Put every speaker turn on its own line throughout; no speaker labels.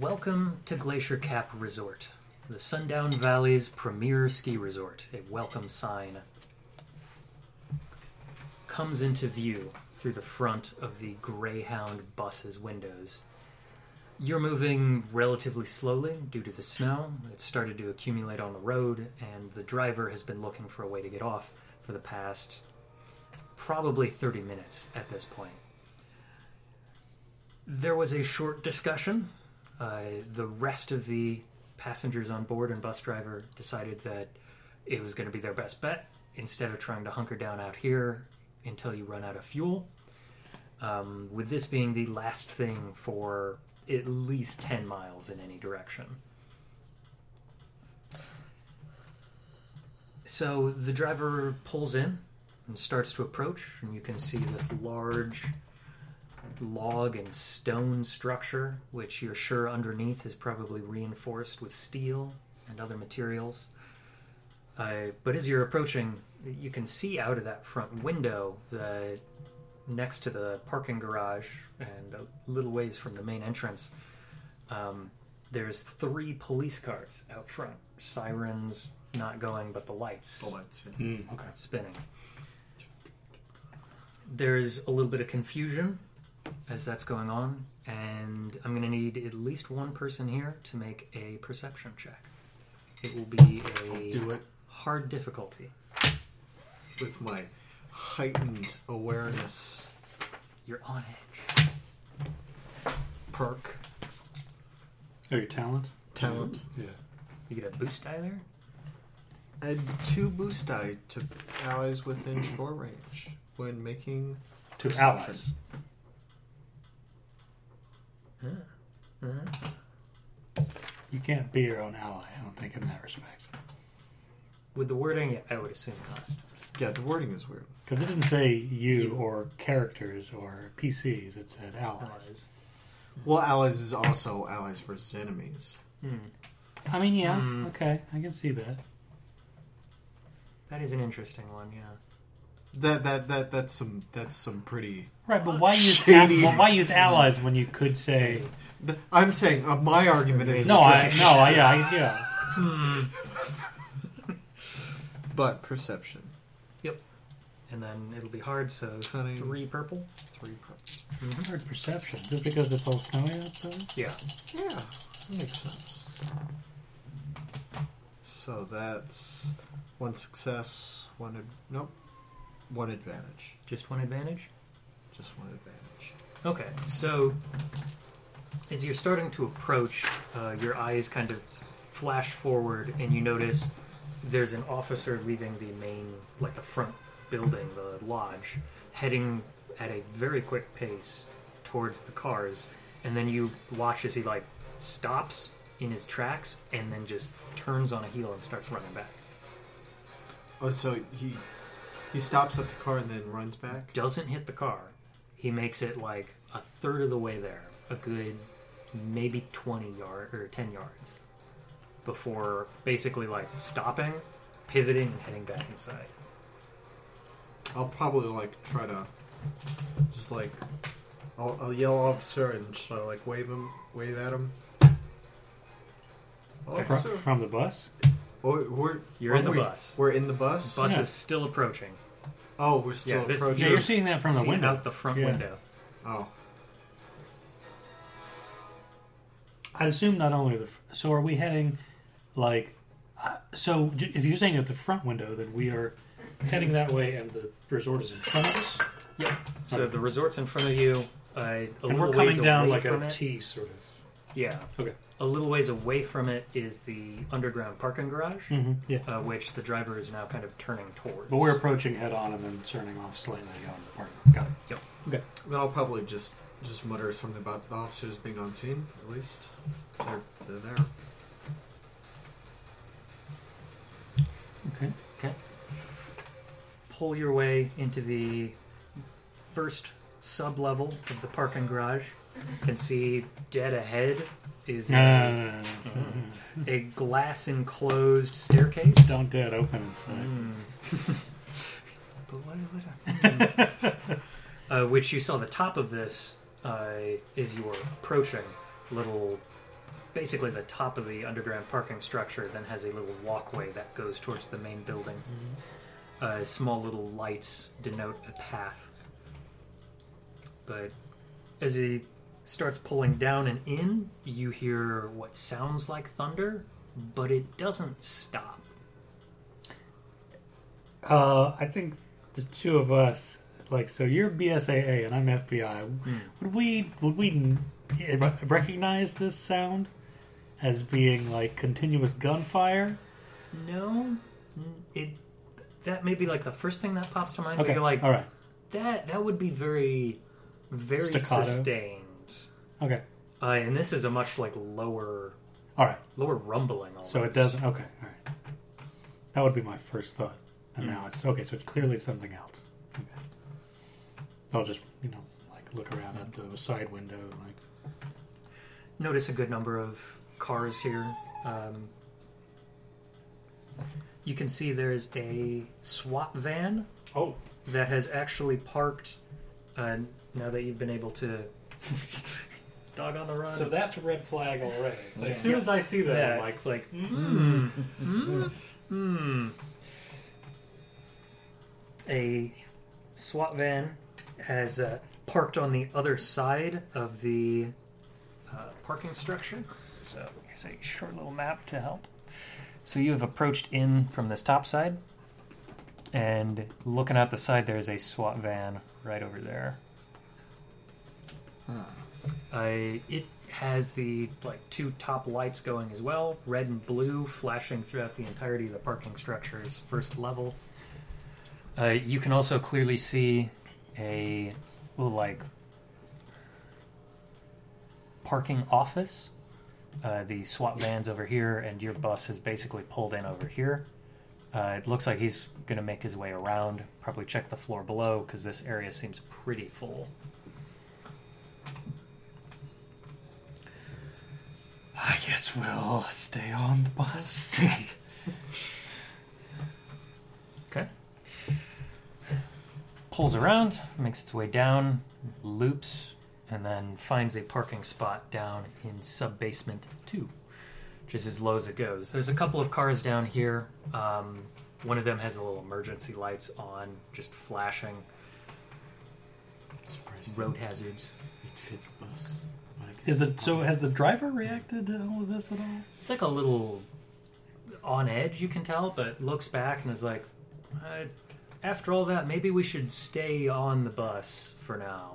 Welcome to Glacier Cap Resort, the Sundown Valley's premier ski resort. A welcome sign comes into view through the front of the Greyhound bus's windows. You're moving relatively slowly due to the snow. It's started to accumulate on the road, and the driver has been looking for a way to get off for the past probably 30 minutes at this point. There was a short discussion. Uh, the rest of the passengers on board and bus driver decided that it was going to be their best bet instead of trying to hunker down out here until you run out of fuel. Um, with this being the last thing for at least 10 miles in any direction. So the driver pulls in and starts to approach, and you can see this large log and stone structure, which you're sure underneath is probably reinforced with steel and other materials. Uh, but as you're approaching, you can see out of that front window the next to the parking garage and a little ways from the main entrance. Um, there's three police cars out front, sirens not going, but the lights
lights.
Mm.
spinning. There's a little bit of confusion as that's going on, and I'm going to need at least one person here to make a perception check. It will be a
Do it
hard difficulty.
with my heightened awareness
You're on edge.
perk
Oh, your talent?
talent.
Yeah.
You get a boost die there?
Hmm. Add two boost die to allies within shore range when making.
To
Perception.
allies. You can't be your own ally, I don't think, in that respect.
With the wording, yeah, I would assume not.
Yeah, the wording is weird.
Because it didn't say you or characters or PCs, it said allies.
Allies.
Well, allies is also allies versus enemies.
I mean, yeah,
Hmm.
okay, I can see that.
That is an interesting one, yeah.
That that that that's some that's some pretty.
Right, but why use
Shady.
al- why use allies when you could say
th- I'm saying uh, my argument is
no? I no, I, yeah, I, yeah.
Hmm. but perception.
And then it'll be hard, so
Twenty.
three purple.
Three perks.
Hard perception, just because it's all snowy outside.
Yeah.
Yeah, that makes sense. So that's one success, one ad- nope, one advantage,
Just one advantage?
just one advantage.
Okay, so as you're starting to approach, uh, your eyes kind of flash forward, and you notice there's an officer leaving the main, like the front building, the lodge, heading at a very quick pace towards the cars, and then you watch as he like stops in his tracks and then just turns on a heel and starts running back.
Oh, so he he stops at the car and then runs back.
doesn't hit the car. He makes it like a third of the way there, a good maybe 20 yard or 10 yards before basically like stopping, pivoting and heading back inside.
I'll probably like try to just like I'll, I'll yell officer and try to like wave him, wave at him.
Fro-
Officer,
from the bus.
Oh, we're
You're in
aren't
the
we-
bus.
We're in the bus.
Bus
Yeah.
is still approaching.
Oh, we're still
Yeah, this-
approaching.
Yeah, you're seeing that from the
See
window.
out the front
Yeah.
window.
Oh,
I'd assume not only the. fr- So are we heading, like, uh, so j- if you're saying at the front window, then we are heading that way, and the resort is in front of us,
Yep. So the resort's in front of you. Uh, a
and
little
we're coming
ways
down
away
like
from
a
it.
T sort of.
Yeah.
Okay.
A little ways away from it is the underground parking garage,
Mm-hmm. Yeah.
uh, which the driver is now kind of turning towards.
But we're approaching head on and then turning off slightly on the park. Got it.
Yep.
Okay.
Then I'll probably just just mutter something about the officers being on scene. At least they're they're there.
Okay.
pull your way into the first sub level of the parking garage. You can see dead ahead is
No, no, no, no, no, no, no.
a glass enclosed staircase.
Don't dead open inside.
Mm. But what- what- uh, which you saw the top of this uh, is your approaching little basically the top of the underground parking structure, then has a little walkway that goes towards the main building. Uh, small little lights denote a path. But as he starts pulling down and in, you hear what sounds like thunder, but it doesn't stop.
Uh, I think the two of us, like, so you're BSAA and I'm FBI.
Hmm.
Would we would we n- eh, recognize this sound as being like continuous gunfire?
No, mm, it. That may be like the first thing that pops to mind. but
Okay,
You're like,
all right,
that that would be very very
Staccato.
sustained
okay,
uh, and this is a much like lower
all right.
lower rumbling almost.
So it doesn't. Okay, all right. That would be my first thought,
Hmm.
and now it's okay. So it's clearly something else. Okay. I'll just you know like look around at the side window, like
notice a good number of cars here um, you can see there is a SWAT van
oh,
that has actually parked uh, now that you've been able to dog on the run
So that's a red flag already.
Yeah.
As soon as I see that,
Uh, yeah,
I'm like, hmm,
it's like mm, mm, mm. a SWAT van has uh, parked on the other side of the uh, parking structure. So here's a short little map to help. So you have approached in from this top side, and looking out the side, there's a SWAT van right over there. Uh, it has the like two top lights going as well, red and blue, flashing throughout the entirety of the parking structure's first level. Uh, you can also clearly see a little like parking office. Uh, the SWAT van's over here, and your bus has basically pulled in over here. Uh, it looks like he's going to make his way around, probably check the floor below because this area seems pretty full.
I guess we'll stay on the bus.
Okay. Pulls around, makes its way down, loops, and then finds a parking spot down in sub basement two, which is as low as it goes. There's a couple of cars down here. Um, one of them has the little emergency lights on, just flashing.
Surprised
Road hazards.
it fit the bus.
is the so has the driver reacted to all of this at all?
It's like a little on edge, you can tell, but looks back and is like, uh, after all that, maybe we should stay on the bus for now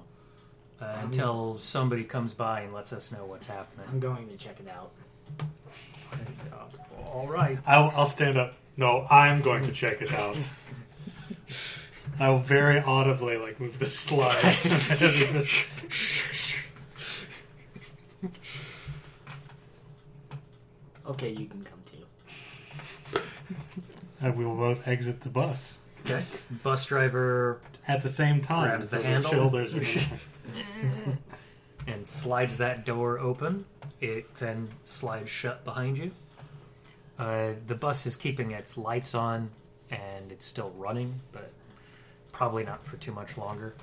uh, until somebody comes by and lets us know what's happening.
I'm going to check it out.
Uh, All right.
I'll, I'll stand up. No, I'm going to check it out. I will very audibly like move the slide.
Okay, you can come too.
and we will both exit the bus
Okay. Bus driver
at the same time.
Grabs the
so their
handle.
Shoulders are-
and slides that door open. It then slides shut behind you. Uh, the bus is keeping its lights on and it's still running, but probably not for too much longer.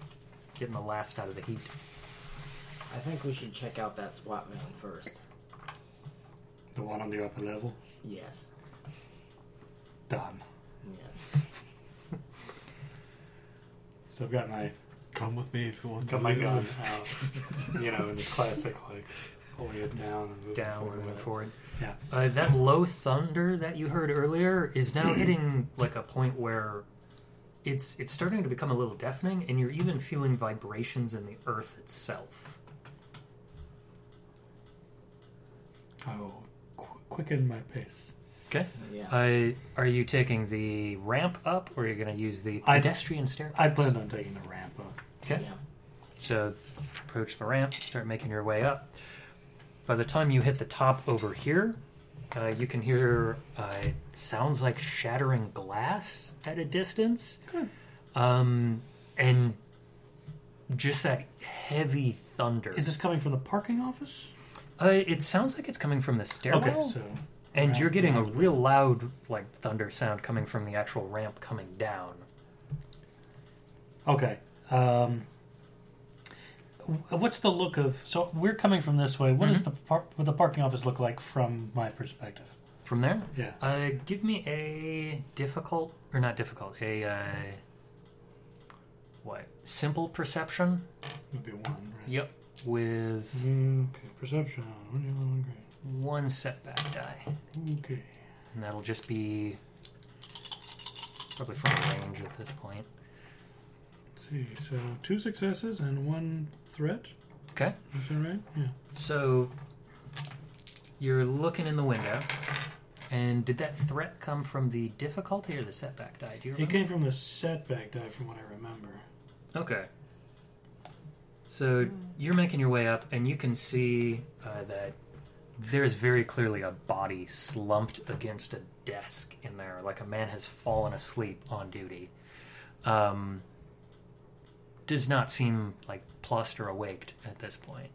Getting the last out of the heat.
I think we should check out that SWAT man first.
the one on the upper level.
Yes.
Done.
Yes.
So I've got my
Come with me if you want
got my gun out. You know, in the classic like holding it down and moving
down
forward.
moving forward.
Yeah.
Uh, that low thunder that you heard earlier is now hitting like a point where it's it's starting to become a little deafening, and you're even feeling vibrations in the earth itself.
I will qu- quicken my pace.
Okay.
Yeah.
Uh, are you taking the ramp up, or are you going to use the
I-
pedestrian staircase?
I planned on taking the ramp up.
Okay.
Yeah.
So approach the ramp, start making your way up. By the time you hit the top over here, uh, you can hear uh, it sounds like shattering glass at a distance. Um, and just that heavy thunder.
Is this coming from the parking office?
uh, it sounds like it's coming from the stairwell.
so
and
Right,
you're getting a
right.
real loud like thunder sound coming from the actual ramp coming down.
okay. Um, what's the look of? So we're coming from this way. What does the par- what the parking office look like from my perspective?
From there,
Yeah.
uh, give me a difficult or not difficult, a uh, what simple perception.
Would be one. Right?
Yep, with
Okay. Perception.
one setback die,
Okay.
and that'll just be probably from range at this point.
Let's see. So two successes and one threat.
Okay.
Is that right? Yeah.
So you're looking in the window, and did that threat come from the difficulty or the setback die? Do you
It
remember?
came from the setback die, from what I remember.
Okay. So you're making your way up, and you can see uh, that there's very clearly a body slumped against a desk in there, like a man has fallen asleep on duty. Um, does not seem like plussed or awaked at this point.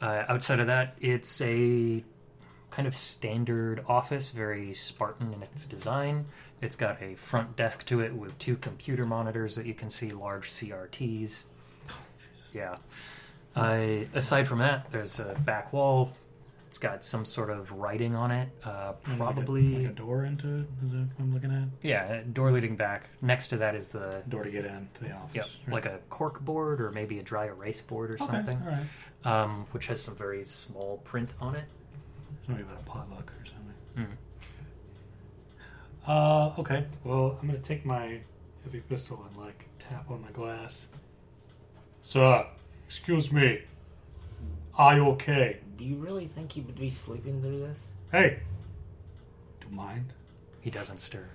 Uh, outside of that, it's a kind of standard office, very Spartan in its design. It's got a front desk to it with two computer monitors that you can see, large CRTs. Yeah. Uh, aside from that, there's a back wall. It's got some sort of writing on it. Uh,
And like a-
probably,
like a, door into it. Is that what I'm looking at?
yeah, a door leading back. Next to that is the
Door to get into the office.
Yep,
right?
like a cork board or maybe a dry erase board or
okay,
something,
All right.
um, which has some very small print on it.
Something about a potluck or something.
Mm.
Uh, okay. Well, I'm gonna take my heavy pistol and like tap on the glass. Sir, excuse me. Are you okay?
Do you really think he would be sleeping through this?
Hey. Do you mind?
He doesn't stir.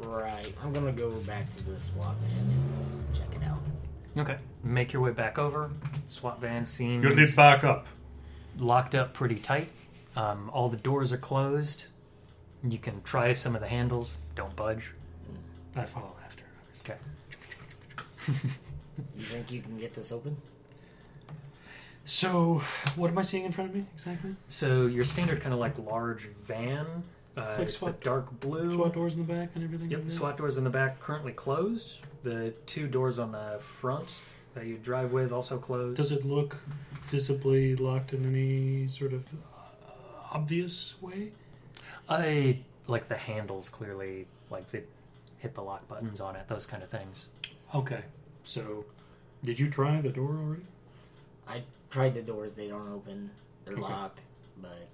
Right. I'm gonna go back to the SWAT van and check it out.
Okay. Make your way back over. SWAT van seems
You need backup.
locked up pretty tight. Um, all the doors are closed. You can try some of the handles. Don't budge.
I follow after. obviously.
Okay.
You think you can get this open?
So, what am I seeing in front of me exactly?
So your standard kind of like large van. Uh,
It's like
it's a
SWAT-
dark blue.
SWAT doors in the back and everything.
Yep,
like that?
SWAT doors in the back currently closed. The two doors on the front that you drive with also closed.
Does it look visibly locked in any sort of uh, obvious way?
I like the handles clearly, like they hit the lock buttons on it, those kind of things.
Okay. So, did you try the door already?
I tried the doors; they don't open. They're
Okay.
locked. But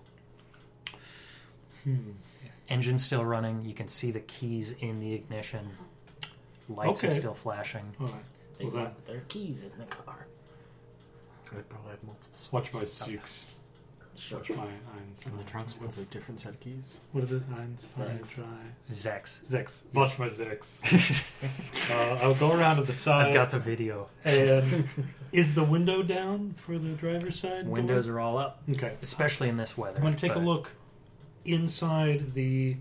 Hmm.
Engine's still running. You can see the keys in the ignition. Lights are
Okay.
still flashing.
All right.
they
Well,
left their keys in the car.
I probably have multiple.
Watch my six.
Sure.
Watch my eins.
And the trunks with a different set of keys.
What is it? Eins.
Six.
Try.
Zex.
Six. Watch my six. uh, I'll go around to the side.
I've got the video.
And is the window down for the driver's side? door?
Windows are all up,
Okay.
especially in this weather.
I'm going to take
but-
a look inside the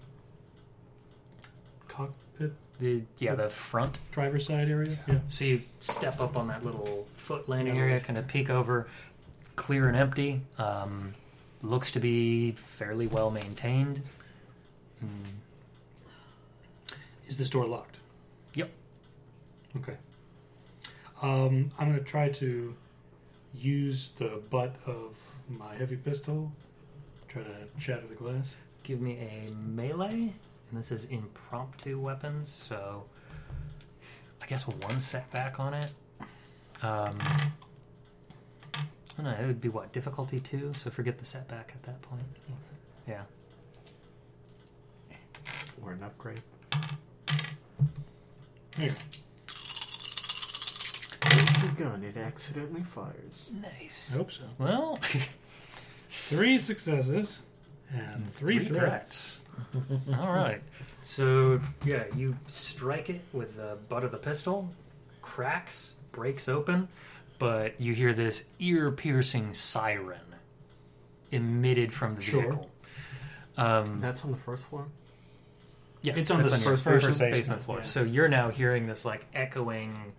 cockpit
The, yeah, the front.
driver's side area. Yeah.
So you step up on that little foot landing
Yeah.
area, kind of peek over, clear and empty. Um, looks to be fairly well maintained. Mm,
Is this door locked?
Yep.
Okay. Um, I'm going to try to use the butt of my heavy pistol, try to shatter the glass.
Give me a melee, and this is impromptu weapons, so I guess one setback on it. Um, I don't know, it would be what, difficulty two? So forget the setback at that point. Yeah.
Or an upgrade.
There you go.
With the gun, it accidentally fires.
Nice.
I hope so.
Well,
Three successes and three, threats.
All right. So, yeah, you strike it with the butt of the pistol, cracks, breaks open, but you hear this ear piercing siren emitted from the
Sure.
vehicle. Um,
That's on the first floor.
yeah,
It's on
that's
the
your
first- first
basement,
basement,
floor.
yeah.
So you're now hearing this like echoing,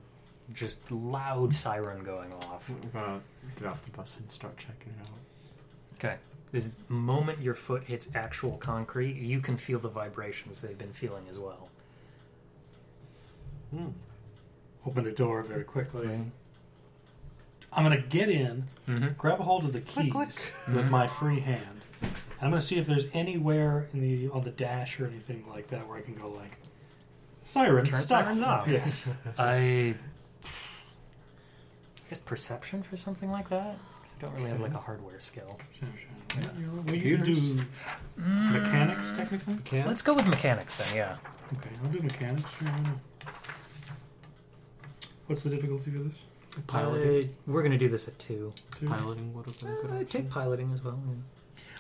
just loud siren going off.
We're gonna uh, get off the bus and start checking it out.
Okay. This moment your foot hits actual concrete, you can feel the vibrations they've been feeling as well.
Hmm.
open the door very quickly. I'm going to get in,
Mhm.
grab a hold of the keys with my free hand, and I'm going to see if there's anywhere in the on the dash or anything like that where I can go like siren
Turn
stop.
siren off.
Yes.
I. I guess perception for something like that? Because I don't really have like a hardware skill.
Well, you can
Computers.
do Mm. mechanics technically.
Can
Mm. Let's go with mechanics then, yeah.
Uh, Okay, I'll do mechanics. Sure, why not? What's the difficulty for this?
Piloting. Uh, we're going to do this at two.
Two?
Piloting would have been a good.
Uh,
option.
take piloting as well.
Well,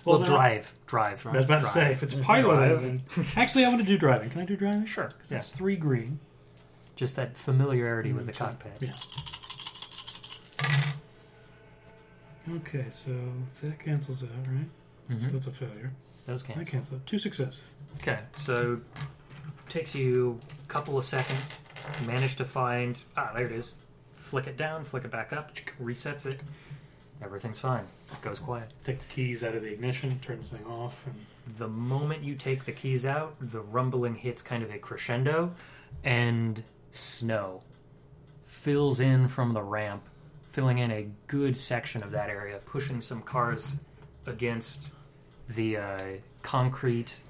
Well,
then I-
drive, drive.
I was about to
drive.
say if it's piloting.
Drive.
then- Actually, I want to do driving. Can I do driving?
Sure.
Yeah, three green.
Just that familiarity with the cockpit.
Yeah. Okay, so that cancels out, right? So
Mhm.
that's a failure.
Those
That
can.
cancels out. Two success.
Okay, so takes you a couple of seconds. You manage to find ah, there it is. Flick it down, flick it back up, resets it. Everything's fine. Goes quiet.
Take the keys out of the ignition, turn the thing off, and
The moment you take the keys out, the rumbling hits kind of a crescendo, and snow fills in from the ramp, filling in a good section of that area, pushing some cars against the uh, concrete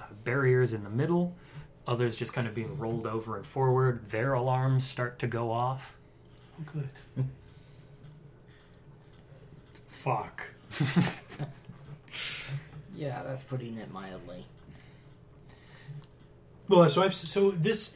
uh, barriers in the middle. Others just kind of being rolled over and forward. Their alarms start to go off.
oh, good. Fuck.
Yeah, that's putting it mildly.
Well, so I've so this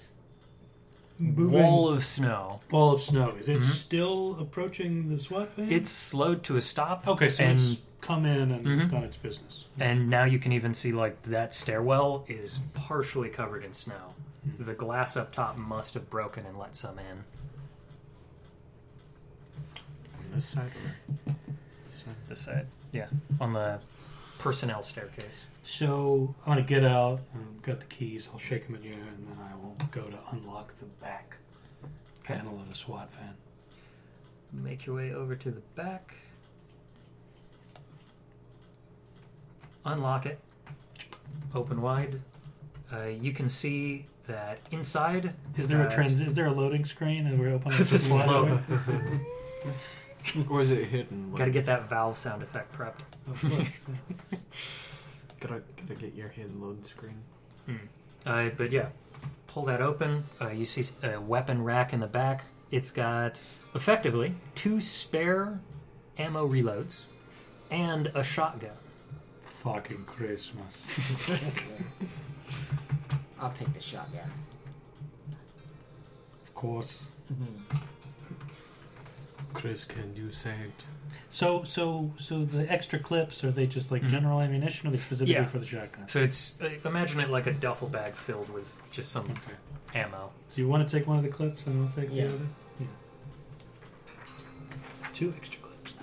moving
Wall
wall
of snow.
of, snow is it still approaching the SWAT van?
Mm-hmm. It's slowed to a stop.
okay. So
and
it's come in and
Mhm.
done its business.
And now you can even see like that stairwell is partially covered in snow. The glass up top must have broken and let some in.
On this side or this side?
This side. Yeah. On the personnel staircase.
So I'm gonna get out. I've got the keys. I'll shake them at you, and then I will go to unlock the back
Okay.
panel of the SWAT van.
Make your way over to the back. Unlock it. Open wide. Uh, you can see that inside. uh,
Is there a
that-
trans? Is there a loading screen? And we're opening
This is
SWAT
slow.
van?
Or is it hidden? Like,
Gotta get that valve sound effect prepped.
Of course.
Gotta, gotta get your hidden load screen.
Uh, but yeah, pull that open. Uh, you see a weapon rack in the back. It's got effectively two spare ammo reloads and a shotgun.
Fucking Christmas.
I'll take the shotgun.
Of course.
Mm-hmm.
Chris, can you say it?
So so so the extra clips are they just like general ammunition? Or are they specifically
Mm-hmm. Yeah.
for the shotgun?
So it's uh, imagine it like a duffel bag filled with just some
Okay.
ammo.
So you want to take one of the clips, and I'll take
Yeah.
the other. Yeah. Two extra clips.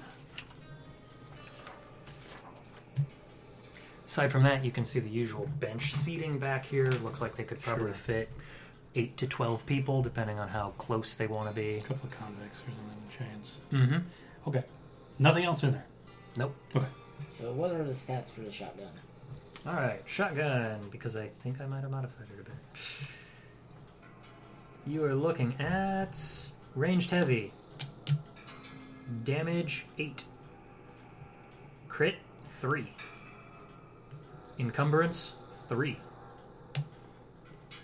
Aside from that, you can see the usual bench seating back here. Looks like they could probably
Sure.
fit eight to twelve people, depending on how close they want to be.
A couple of convicts or something in chains.
Mm-hmm.
Okay. Nothing else in there.
Nope.
Okay.
So, what are the stats for the shotgun?
All right, shotgun, because I think I might have modified it a bit. You are looking at ranged heavy. Damage 8. Crit 3. Encumbrance 3.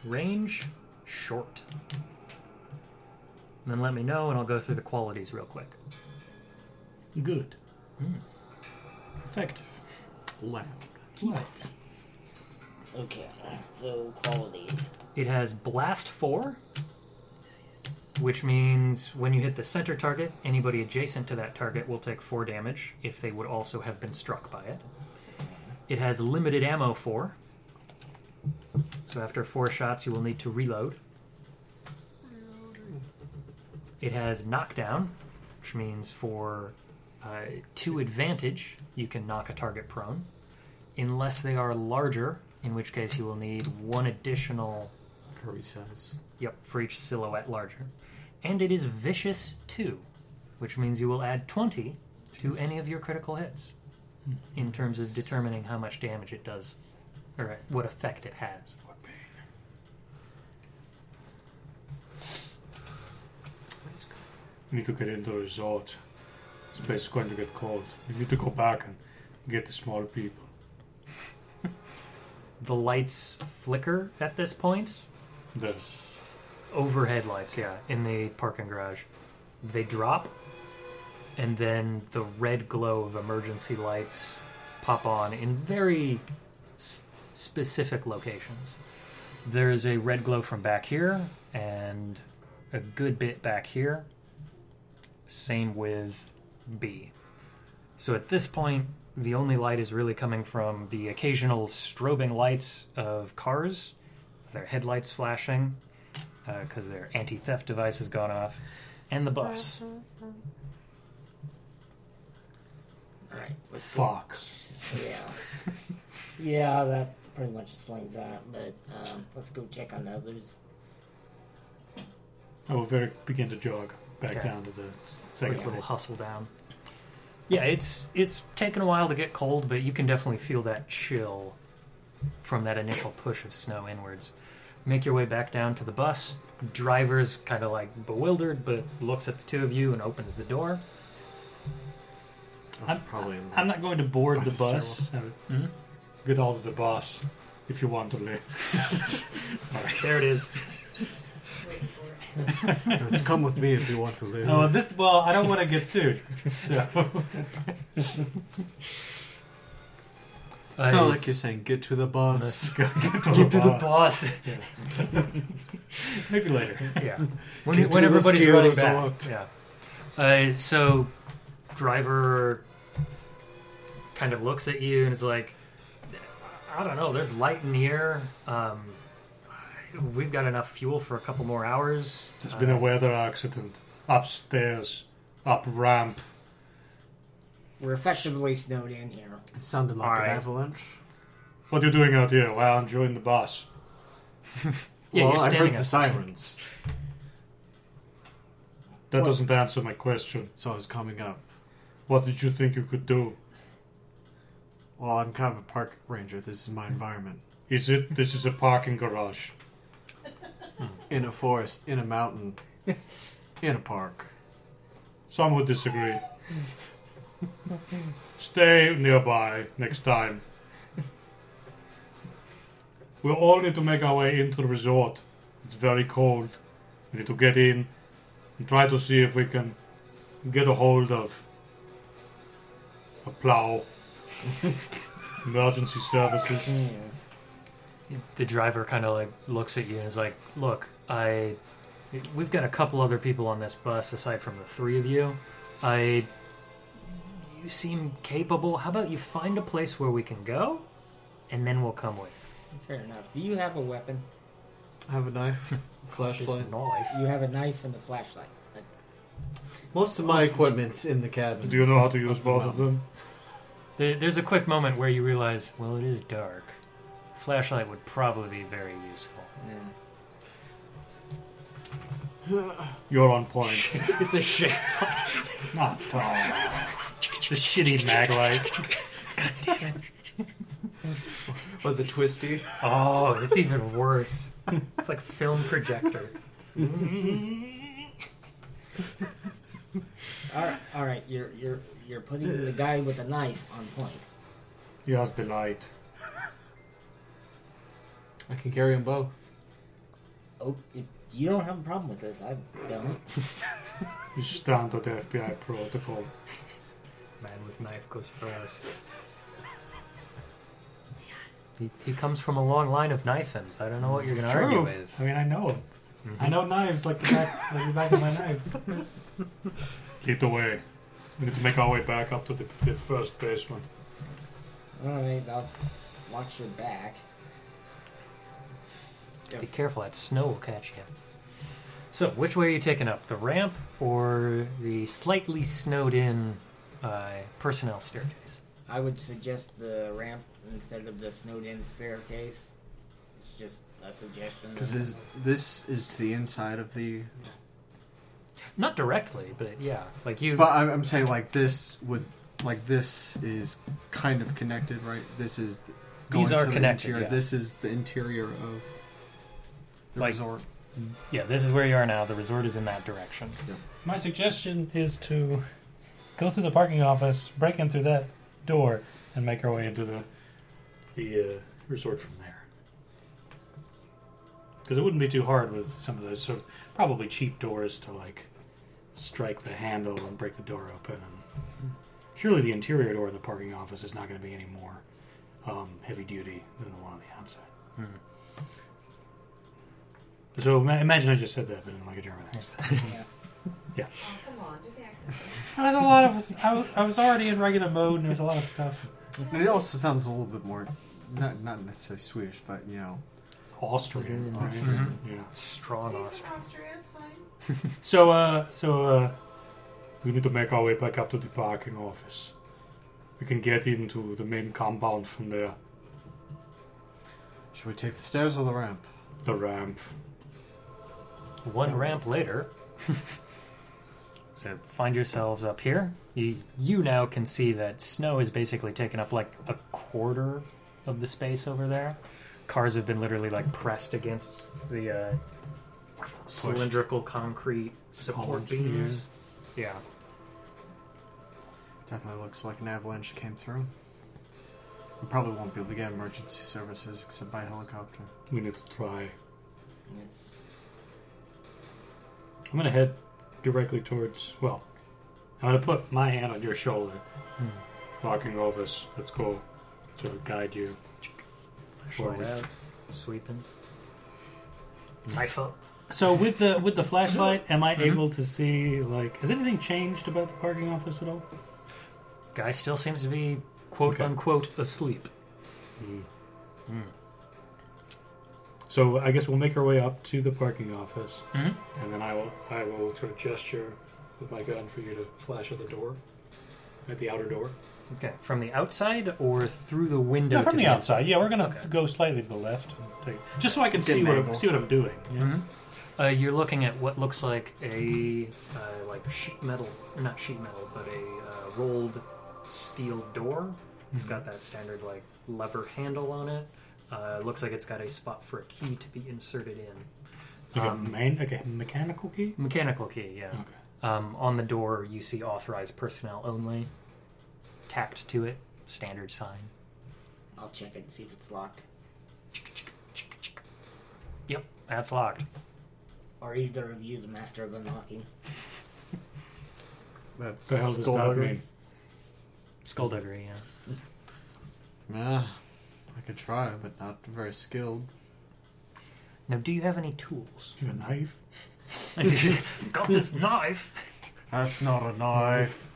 Range short. Then let me know and I'll go through the qualities real quick.
Good. Effective.
Loud.
Light.
Okay, so qualities.
It has blast four, which means when you hit the center target, anybody adjacent to that target will take four damage if they would also have been struck by it. It has limited ammo four, so after four shots, you will need to reload. It has knockdown, which means for uh, two advantage, you can knock a target prone, unless they are larger, in which case you will need one additional
For resize.
Yep, for each silhouette larger. And it is vicious too, which means you will add 20 to any of your critical hits in terms of determining how much damage it does or what effect it has.
We need to get into the resort. This place is going to get cold. We need to go back and get the small people.
The lights flicker at this point.
The
Overhead lights, yeah, in the parking garage. They drop, and then the red glow of emergency lights pop on in very s- specific locations. There is a red glow from back here, and a good bit back here. Same with B. So at this point, the only light is really coming from the occasional strobing lights of cars, their headlights flashing, because uh, their anti theft device has gone off, and the bus.
Alright. let's go.
fuck.
Yeah. yeah, that pretty much explains that, but um, let's go check on the others.
I will very begin to jog back
Okay.
down to the s- second
Like a little
level.
hustle down. Yeah, it's it's taken a while to get cold, but you can definitely feel that chill from that initial push of snow inwards. Make your way back down to the bus. Driver's kind of like bewildered, but looks at the two of you and opens the door.
That's
I'm-
probably in
I'm not going to board
By
the
the
bus.
Mhm.
Get out of the bus if you want to live. Sorry.
There it is.
Let's come with me if you want to live.
Oh, this. Well, I don't want to get sued. So
it's not like you're saying get to the bus.
let's go get to,
Get to
the,
the
bus.
boss.
Maybe later.
yeah. When,
Get to
when
the
everybody's
skills
running back.
up.
Yeah. Uh, so, driver kind of looks at you and is like, I don't know, there's light in here. Um, we've got enough fuel for a couple more hours.
There's
Uh,
been a weather accident upstairs, up ramp.
We're effectively snowed in here.
It sounded like
Alright.
an avalanche.
What are you doing out here? Well, I'm joining the bus.
Yeah,
well,
you're
I
standing
heard the
up.
sirens,
That
What?
doesn't answer my question.
so I was coming up.
What did you think you could do?
Well, I'm kind of a park ranger. This is my environment.
Is it? This is a parking garage.
In a forest, in a mountain, in a park.
Some would disagree. Stay nearby next time. We all need to make our way into the resort. It's very cold. We need to get in and try to see if we can get a hold of a plow. Emergency services.
the driver kind of like looks at you and is like, "Look, I, we've got a couple other people on this bus aside from the three of you. I, you seem capable. How about you find a place where we can go, and then we'll come with."
Fair enough. Do you have a weapon?
I have a knife, flashlight.
Just knife.
You have a knife and a flashlight. Like,
Most of my equipment's in the cabin.
Do you know how to use both of them?
There- There's a quick moment where you realize, well, it is dark. Flashlight would probably be very useful.
You're on point.
It's a shit.
Not at all. The shitty mag light.
Or the twisty.
Oh, it's even worse. It's like a film projector.
all right, all right. You're you're you're putting the guy with the knife on point.
He has the light.
I can carry them both.
Oh, if you don't have a problem with this. I don't.
It's standard FBI protocol.
Man with knife goes first. He, he comes from a long line of knife ends. I don't know what you're going to argue with.
I mean, I know him. I know knives like the back, like the back of my knives. Lead the way. We need to make our way back up to the f- first basement.
All right, I'll watch your back.
Be careful, that snow will catch you. So, which way are you taking up? The ramp or the slightly snowed in uh, personnel staircase?
I would suggest the ramp instead of the snowed-in staircase. It's just a suggestion.
Because this, this is to the inside of the.
Not directly, but yeah. Like you.
But I'm, I'm saying like this would like this is kind of connected, right? This is
These
going
are
to the
connected,
Interior.
yeah.
This is the interior of the
Like-
resort.
yeah, this is where you are now. The resort is in that direction.
My suggestion is to go through the parking office, break in through that door, and make our way into the the uh, resort from there. Because it wouldn't be too hard with some of those sort of probably cheap doors to like strike the handle and break the door open. And surely the interior door of the parking office is not going to be any more um, heavy duty than the one on the outside. So ima- imagine I just said that, but in like a German accent.
Yeah.
Oh, come on, do the accent.
There was a lot of. I was, I was already in regular mode, and there was a lot of stuff.
And it also sounds a little bit more, not not necessarily Swedish, but you know,
Austrian. right?
Mhm.
Yeah.
Strong
Are you
Austria.
from Austria? It's fine.
So, uh, so, uh, we need to make our way back up to the parking office. We can get into the main compound from there.
should we take the stairs or the ramp?
The ramp.
One ramp later. so find yourselves up here. You, you now can see that snow is basically taken up like a quarter of the space over there. Cars have been literally like pressed against the uh, cylindrical concrete support
Columns,
beams. Yeah.
Definitely looks like an avalanche came through. We probably won't be able to get emergency services except by helicopter.
We need to try.
Yes.
I'm gonna head directly towards. Well, I'm gonna put my hand on your shoulder. Parking office. Let's go. Sort of guide you.
Slide
Forward.
out, sweeping.
Hmm.
Knife up.
So with the with the flashlight, am I able to see like has anything changed about the parking office at all?
Guy still seems to be quote
Okay.
unquote asleep.
So I guess we'll make our way up to the parking office,
Mhm.
and then I will I will sort of gesture with my gun for you to flash at the door, at the outer door.
Okay. From the outside or through the window?
No, from
to
the outside. Yeah, we're gonna
Okay.
go slightly to the left, and take, just so I can
Get
see
an
what I'm,
angle.
see what I'm doing. Yeah.
Mhm. Uh, you're looking at what looks like a uh, like sheet metal, not sheet metal, but a uh, rolled steel door.
Mm-hmm.
It's got that standard like lever handle on it. Uh, looks like it's got a spot for a key to be inserted in.
Like a
Um,
main, like a mechanical key.
Mechanical key, yeah.
Okay.
Um, on the door, you see authorized personnel only. Tacked to it, standard sign.
I'll check it and see if it's locked.
Yep, that's locked.
Are either of you the master of unlocking?
That's
The hell does that
skullduggery.
mean?
Skullduggery, yeah.
Yeah, I could try, but not very skilled.
Now, do you have any tools?
You have a knife.
Got this knife.
That's not a knife.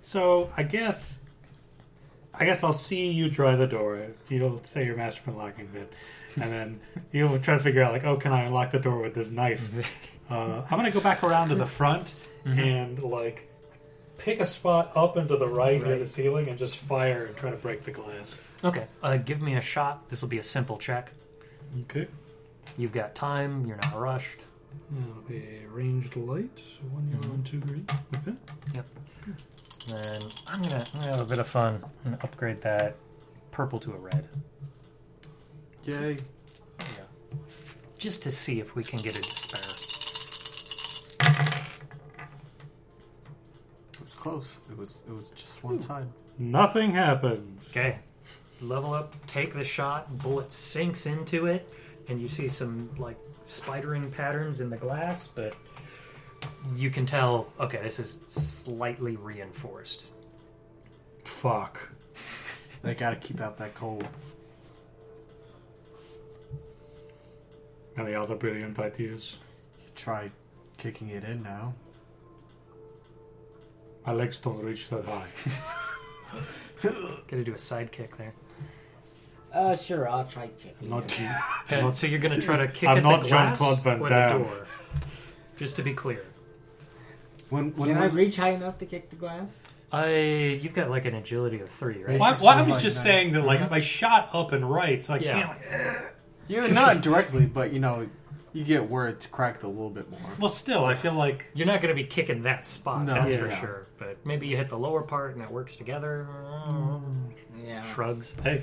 So I guess, I guess I'll see you try the door. You'll say your master for locking it, and then you'll try to figure out like, oh, can I unlock the door with this knife? uh, I'm gonna go back around to the front and like pick a spot up and to the right, near the
Right.
ceiling and just fire and try to break the glass.
Okay, uh, give me a shot. This will be a simple check.
Okay,
You've got time. You're not rushed.
that'll be ranged light, one yellow and two green. Okay.
And I'm gonna, I'm gonna have a bit of fun and upgrade that purple to a red,
Yay.
just to see if we can get it to spare.
It was close. It was it was just
Hmm.
one side.
Nothing happens.
Okay, level up. Take the shot. Bullet sinks into it, and you see some like spidering patterns in the glass, but you can tell. Okay, this is slightly reinforced.
Fuck.
They gotta keep out that cold.
And the other brilliant ideas.
Try kicking it in now.
My legs don't reach that high.
Gotta do a side kick there.
Uh, sure, I'll try kicking.
Not you.
Okay, so you're gonna try to kick
I'm
at
not
the glass
Jean-Claude Van
or
Damme.
the door. Just to be clear,
When when
Can I
was
reach high enough to kick the glass?
I you've got like an agility of three, right?
Well, I, well, I was just
Right.
saying that, like, I shot up and right, so I
Yeah.
can't. Like,
you're not directly, but you know, you get where it's cracked a little bit more.
well, still, I feel like
You're not going to be kicking that spot,
No.
that's for
Yeah.
sure. But maybe you hit the lower part and it works together.
Yeah.
Shrugs.
I,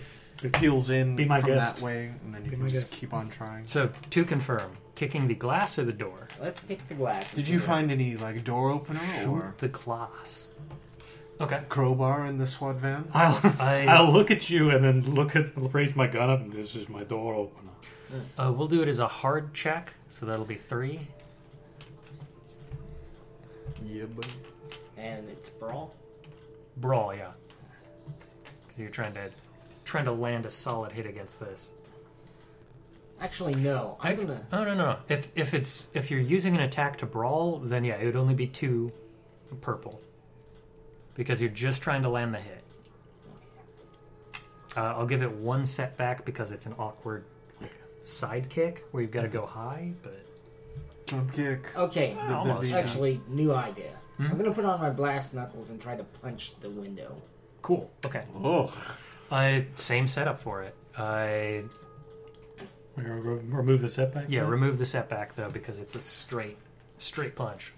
peels in
Be my
from
guest.
that way, and then you
Be
can
my
just
guest.
keep on trying.
So to confirm, kicking the glass or the door?
Let's pick the glass.
Did you find any like door opener or
the glass. Okay.
crowbar in the SWAT van?
I'll
I-
I'll look at you and then look at raise my gun up and this is my door opener.
Uh, we'll do it as a hard check, so that'll be three.
Yeah, but
And it's brawl.
Brawl, yeah. 'Cause You're trying to trying to land a solid hit against this.
Actually, no. I'm
Ac-
gonna.
Oh no no. no. If if it's if you're using an attack to brawl, then yeah, it would only be two purple. Because you're just trying to land the hit. Uh, I'll give it one setback because it's an awkward side kick where you've got to go high, but
Jump kick.
Okay.
The- the-
almost,
the-
Actually, new idea.
Hmm?
I'm gonna put on my blast knuckles and try to punch the window.
cool. Okay.
Oh,
Uh, same setup for it. I
We're gonna re- remove the setback.
yeah, remove the setback though because it's a straight straight punch.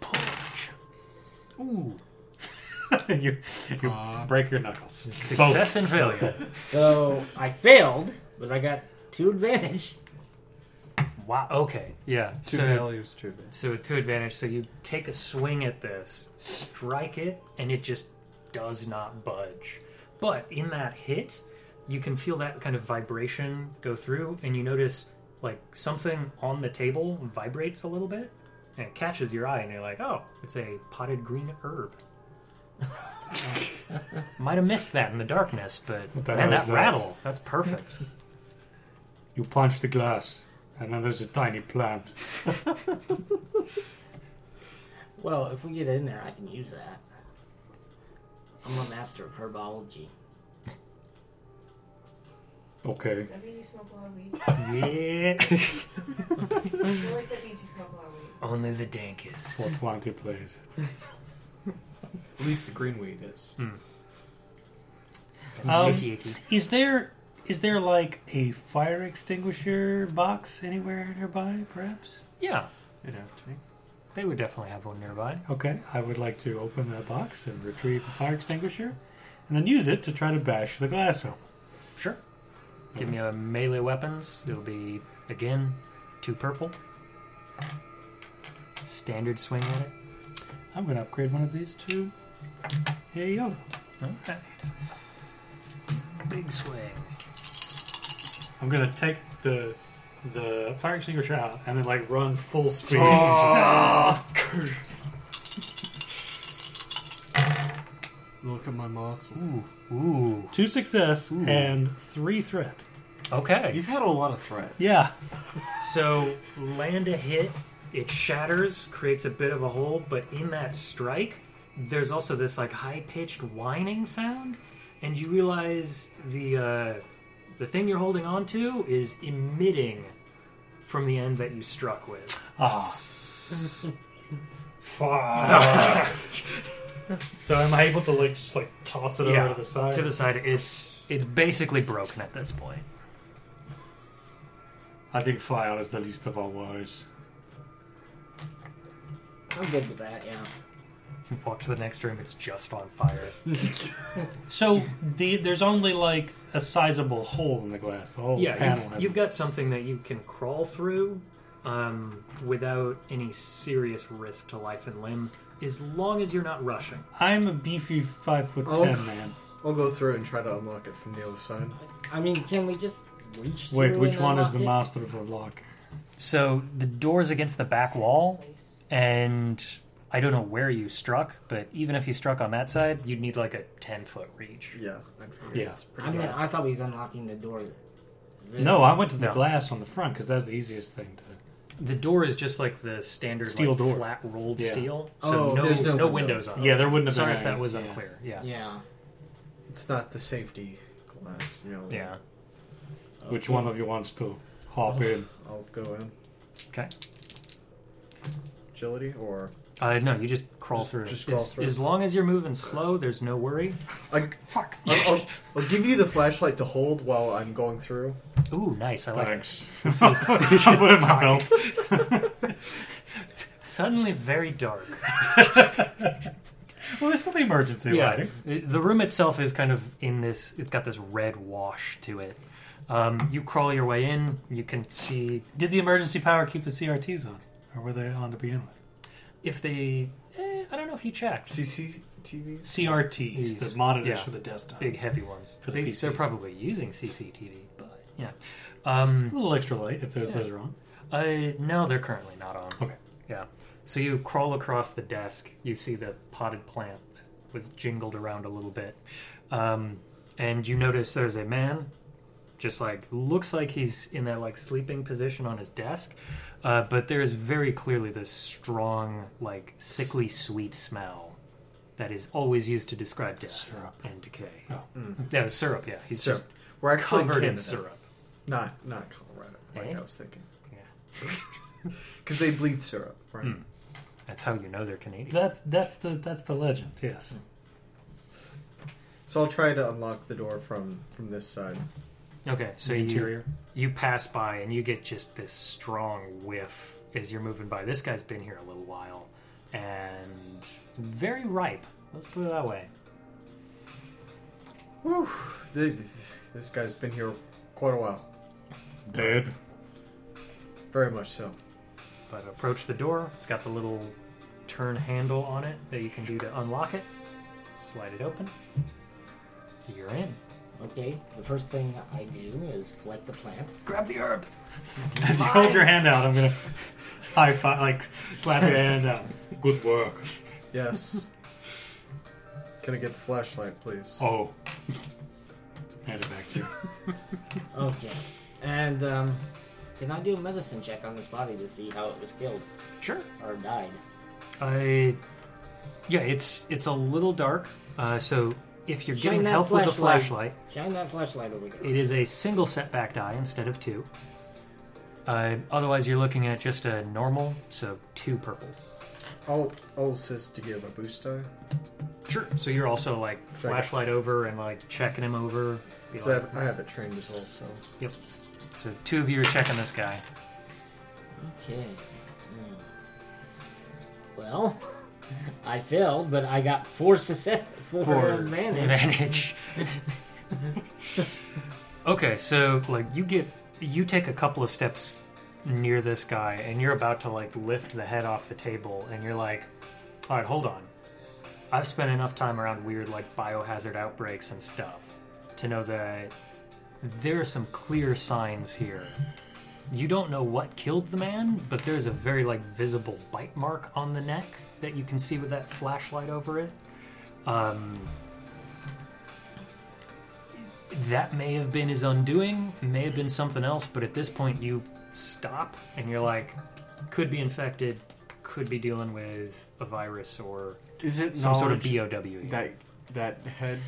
Punch. Ooh,
you you Uh, break your knuckles.
success and failure.
So I failed, but I got two advantage.
Wow. Okay. Yeah.
two
so
failures, two advances.
so two advantage. So you take a swing at this, strike it, and it just does not budge. But in that hit, you can feel that kind of vibration go through, and you notice like something on the table vibrates a little bit, and it catches your eye, and you're like, oh, it's a potted green herb. Might have missed that in the darkness, but
What the
man,
hell is
that
that?
rattle, that's perfect.
You punch the glass, and then there's a tiny plant.
Well, if we get in there, I can use that. I'm a master of herbology.
Okay.
Does that mean you smoke a lot of weed?
yeah.
I feel like that means you smoke a lot of weed.
Only the dankest.
What one to place it?
at least the green weed is.
Um,
Yicky, yicky.
Is there is there like a fire extinguisher box anywhere nearby, perhaps?
Yeah,
It'd have to be.
they would definitely have one nearby.
Okay, I would like to open that box and retrieve the fire extinguisher, and then use it to try to bash the glass open.
Sure. Give me a melee weapons. It'll be again two purple. Standard swing at it.
I'm going to upgrade one of these to a yellow.
All right. Big swing.
I'm going to take the the fire extinguisher out and then like run full speed. Oh.
Look at my muscles.
Ooh.
Two success and three threat.
Okay.
You've had a lot of threat.
Yeah.
So land a hit. It shatters, creates a bit of a hole, but in that strike, there's also this like high pitched whining sound, and you realize the uh, the thing you're holding on to is emitting from the end that you struck with.
Fuck. so am I able to like just like toss it over to the side?
To the side. It's it's basically broken at this point.
I think fire is the least of our worries.
I'm good with that, yeah.
You walk to the next room. It's just on fire.
So the, there's only like a sizable hole in the glass. The whole
yeah,
panel.
you've,
has-
you've got something that you can crawl through um, without any serious risk to life and limb, as long as you're not rushing.
I'm a beefy five foot
Oh.
ten man.
I'll go through and try to unlock it from the other side.
I mean, can we just reach?
Wait,
through
which
and
one is the
unlock
master of the lock?
So the door's against the back wall, and I don't know where you struck, but even if you struck on that side, you'd need like a ten foot reach.
Yeah, I'd figure
Yeah.
it's
it?
pretty
I mean,
bad.
I thought he was unlocking the door. Is it-
No, I went to the
No.
glass on the front because that's the easiest thing to.
The door is just like the standard
Steel
like,
door.
flat rolled
Yeah.
steel, so
Oh,
no,
there's
no
no
windows
windows.
on. it.
Yeah, there wouldn't have
Sorry
been
if that
any,
was
yeah.
unclear. Yeah,
Yeah.
It's not the safety glass, you know.
yeah.
Which one of you wants to hop in?
I'll go in.
Okay.
Agility or
Uh, no, you just crawl
Just-
through.
just
as,
crawl through.
As long as you're moving slow, there's no worry. Oh,
I,
Fuck.
I'll, I'll, I'll give you the flashlight to hold while I'm going through.
Ooh, nice. I like it.
Thanks. I put it in my belt.
Suddenly very dark.
Well, this is the emergency lighting.
The the room itself is kind of in this, it's got this red wash to it. Um, you crawl your way in, you can see
Did the emergency power keep the CRTs on, or were they on to begin with?
if they. Eh, I don't know if you checked.
CCTVs?
CRTs,
These.
the monitors
Yeah.
for the desktop.
Big heavy ones.
For the
they,
PCs.
they're probably using CCTV, but yeah.
A
Um,
little extra light if those, those are on.
uh, no, they're currently not on.
Okay.
Yeah. So you crawl across the desk. You see the potted plant that was jingled around a little bit. Um, and you notice there's a man, just like, looks like he's in that like sleeping position on his desk. Uh, but there is very clearly this strong, like, sickly sweet smell that is always used to describe death
Syrup.
and decay. Mm.
Oh.
Yeah, syrup, yeah. He's
Syrup.
just
We're actually
covered in
Canada.
syrup.
Not, not Colorado, like
Eh?
I was thinking.
Yeah.
Because they bleed syrup, right?
Hmm. That's how you know they're Canadian.
That's that's the that's the legend. Yes.
So I'll try to unlock the door from from this side.
Okay, so
The
you,
interior.
you pass by and you get just this strong whiff as you're moving by. This guy's been here a little while and very ripe. Let's put it that way.
Whew. This, this guy's been here quite a while.
Dead.
Very much so.
But approach the door. It's got the little turn handle on it that you can do to unlock it. Slide it open. You're in.
Okay, the first thing I do is collect the plant.
Grab the herb.
As you hold your hand out, I'm gonna high five, like slap your hand out.
Good work.
Yes. Can I get the flashlight, please?
Oh. Hand it back to you.
Okay. And, um, can I do a medicine check on this body to see how it was killed
Sure.
or died?
I yeah, it's it's a little dark. Uh, so if you're
Shine
getting
that
help with the
flashlight.
flashlight,
Shine that flashlight over here.
It is a single setback die instead of two. Uh, otherwise, you're looking at just a normal, so two purple.
I'll, I'll assist to give a boost die.
Sure. So you're also like
Second.
flashlight over and like checking him over. Be
So I
like-
have, I have it trained as well, so.
yep. So two of you are checking this guy.
Okay. Hmm. Well, I failed, but I got four success, four,
for
advantage.
advantage. okay, so like you get you take a couple of steps near this guy and you're about to like lift the head off the table and you're like, "All right, hold on. I've spent enough time around weird like biohazard outbreaks and stuff to know that there are some clear signs here." You don't know what killed the man, but there's a very like visible bite mark on the neck that you can see with that flashlight over it. Um, that may have been his undoing, it may have been something else, but at this point you stop and you're like, could be infected, could be dealing with a virus or
Is it
some sort of
knowledge
BOW.
that that head,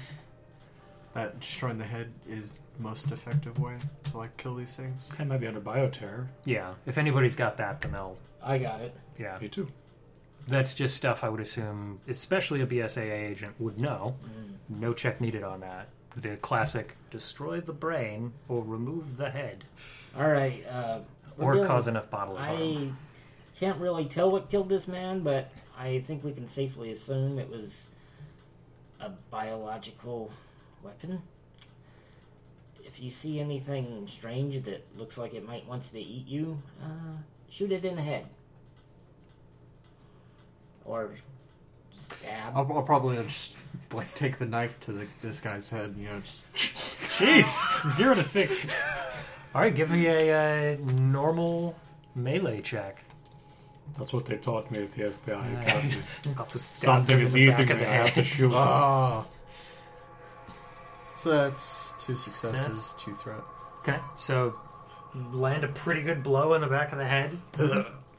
that destroying the head is most effective way to like kill these things?
That might be under bioterror.
yeah, if anybody's got that, then they'll.
I got it.
Yeah,
You too.
that's just stuff I would assume, especially a BSAA agent would know. No check needed on that. The classic destroy the brain or remove the head
All right. Uh, we're
or
doing-
cause enough bodily harm.
I can't really tell what killed this man, but I think we can safely assume it was a biological weapon. If you see anything strange that looks like it might want to eat you, uh, shoot it in the head. Or
Oh,
stab.
I'll, I'll probably just like take the knife to the, this guy's head, you know, just
Jeez, zero to six.
All right, give me a uh, normal melee check.
That's what they taught me at the FBI.
Uh,
Academy.
got to stab
Something
him
is
in the
eating
back
me.
of
I
the
have to
head.
shoot. him.
ah. So that's two successes, two threat.
Okay, so land a pretty good blow in the back of the head.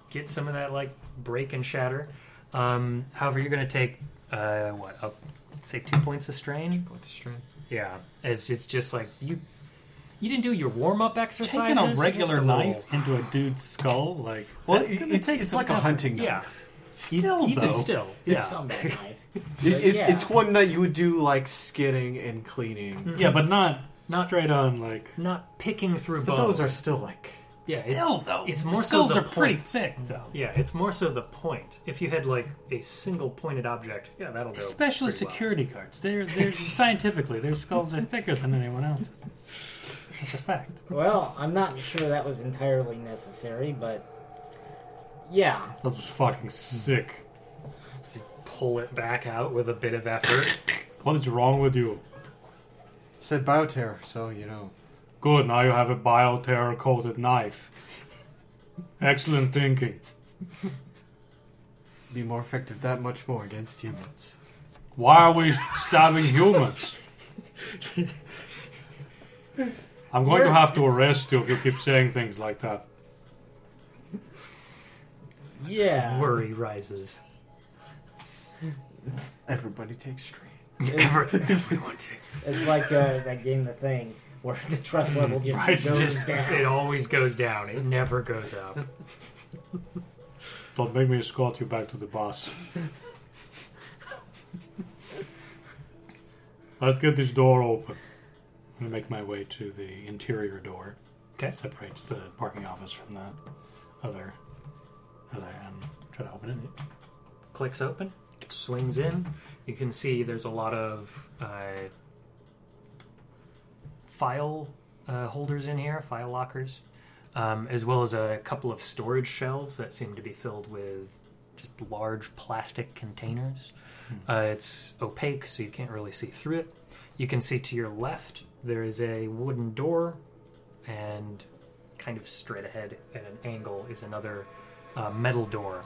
Get some of that like break and shatter. Um, however, you're going to take uh, what up? Say two points of strain.
What's strain?
Yeah, as it's just like you. You didn't do your warm up exercises.
Taking a
just
regular
little-
knife into a dude's skull, like
Well,
that's
it-
gonna
it's
take
it's
some
like a
effort.
hunting knife.
Yeah,
Still,
even
though,
still, yeah.
It's some bad knife.
It, it's
Yeah.
it's one that you would do like skidding and cleaning.
Mm-hmm. yeah, but not not straight on like
Not picking through
But
bone.
those are still like
Yeah, it's-
Still, though,
it's
it's
more
more
so
skulls
the
are pretty
point.
thick, though.
Yeah, it's more so the point. If you had like a single pointed object, yeah, that'll go.
Especially
pretty well.
security guards. They're, they're scientifically, their skulls are thicker than anyone else's. That's a fact.
Well, I'm not sure that was entirely necessary, but yeah,
That was fucking sick.
Pull it back out with a bit of effort.
What is wrong with you?
Said bioterror, so you know.
Good, now you have a bioterror coated knife. Excellent thinking.
Be more effective that much more against humans.
Why are we stabbing humans? I'm going to have to arrest you if you keep saying things like that.
yeah.
Worry rises.
Everybody takes straight.
Everyone takes.
It's like uh, that game, The Thing, where the trust level just
Right,
goes
Just
down.
it always goes down. It never goes up.
Don't make me escort you back to the bus. Let's get this door open. I'm gonna make my way to the interior door.
Okay.
separates the parking office from the other other end. Try to open it.
Clicks open, swings in. You can see there's a lot of uh, file uh, holders in here, file lockers, um, as well as a couple of storage shelves that seem to be filled with just large plastic containers. Uh, it's opaque, so you can't really see through it. You can see to your left there is a wooden door, and kind of straight ahead at an angle is another uh, metal door,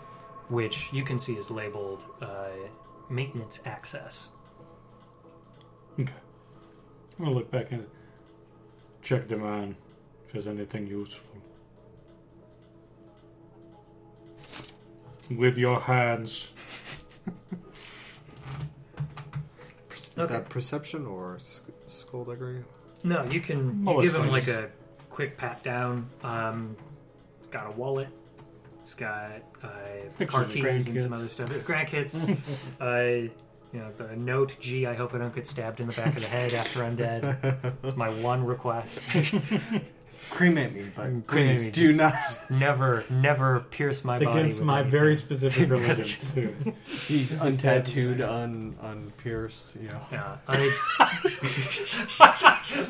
which you can see is labeled uh, maintenance access.
Okay. I'm gonna look back in it. Check the man if there's anything useful. With your hands.
Is
Okay.
that perception or sc- skullduggery?
No, you can
Oh,
you
it's
give him
fine,
like
just-
a quick pat down. Um, got a wallet. It's got uh,
Pictures
car
of the
keys and some
grandkids.
other stuff. Grandkids. uh, you know the note. Gee, I hope I don't get stabbed in the back of the head after I'm dead. It's my one request.
Cremate me, but
Cremate
please
me,
do
just-
not.
never, never pierce my
It's
body.
against
with
my
anything.
very specific religion too.
He's untattooed, un unpierced. You know.
Yeah, I,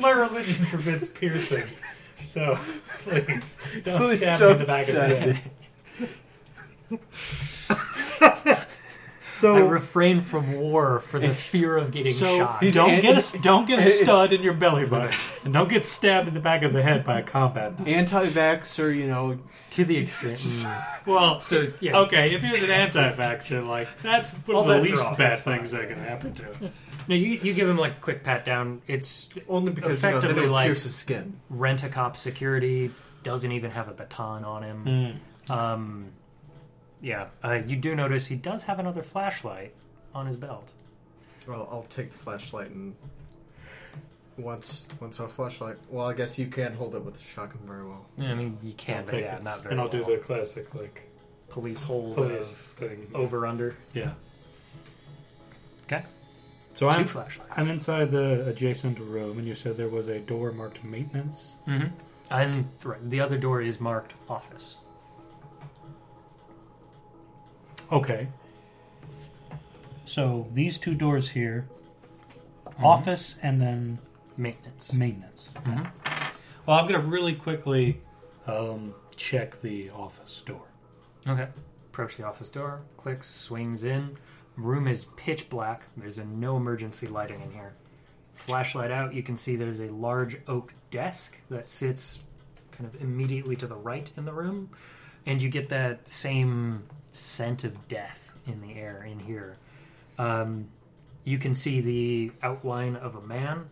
My religion forbids piercing. So please don't
Please
stab me in
don't
the back of
stab
the head.
me.
I
So
refrain from war for the fear of getting
So
shot.
He's
don't
an-
get a s- don't get a stud in your belly button, and don't get stabbed in the back of the head by a combat knife.
Anti-vaxxer, you know.
to the extreme.
Well,
So yeah,
okay, if he was an anti-vaxxer, like that's one of
Well,
the
that's
least
wrong,
bad
that's fine.
things that can happen to him.
no, you, you give him like quick pat down. It's
Only because you know, they
Effectively,
don't
like-
pierce his skin.
rent a cop security doesn't even have a baton on him.
Hmm.
Um, yeah, uh, you do notice he does have another flashlight on his belt.
Well, I'll take the flashlight and once once our flashlight. Well, I guess you can't hold it with the shotgun very well.
I mean, you can, but yeah, not very.
and I'll do
well.
the classic like
police hold
police
of
thing
over under.
Yeah.
Okay.
So
Two
I'm
flashlights.
I'm inside the adjacent room, and you said there was a door marked maintenance.
hmm And right, the other door is marked office.
Okay. So these two doors here, Mm-hmm. office, and then
Maintenance.
maintenance.
Mhm.
Well, I'm going to really quickly um, check the office door.
Okay. Approach the office door, clicks, swings in. Room is pitch black. There's a no emergency lighting in here. Flashlight out, you can see there's a large oak desk that sits kind of immediately to the right in the room, and you get that same scent of death in the air in here. Um, you can see the outline of a man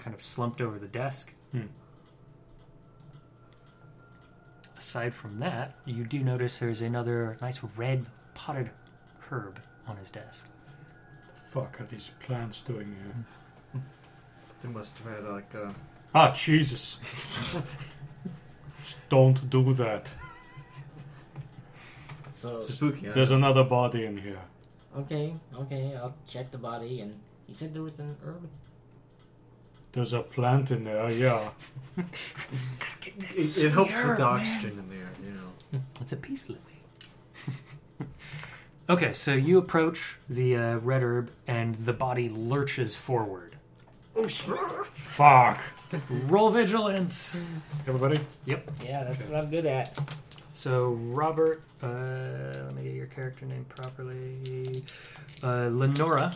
kind of slumped over the desk.
Hmm.
Aside from that, you do notice there's another nice red potted herb on his desk.
Fuck are these plants doing here?
They must have had like
uh,
a.
Mm-hmm. Ah, Jesus! Don't do that.
So
Spooky, I
There's
know.
another body in here.
okay, okay, I'll check the body. And you said there was an herb.
There's a plant in there, yeah.
It, it helps with the oxygen in there, you know.
It's a peace lily. okay, so you approach the uh, red herb, and the body lurches forward. Oh,
Fuck.
Roll vigilance.
Everybody?
Yep.
Yeah, that's what I'm good at.
So Robert, uh, let me get your character name properly. Uh, Lenora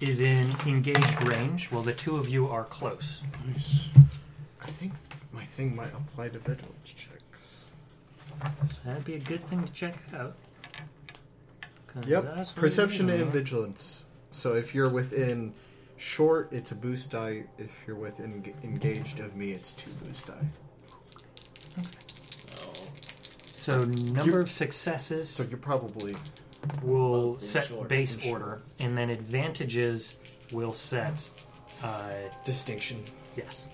is in engaged range. Well, the two of you are close.
Nice. I think my thing might apply to vigilance checks.
So that'd be a good thing to check out. 'Cause Uh, that's
Yep.
where
Perception
you
and
are.
vigilance. So if you're within short, it's a boost die. If you're within engaged of me, it's two boost die.
So number of successes.
So you're probably
will
Both in
set
short.
base
In short.
order, and then advantages will set. Uh,
distinction.
yes.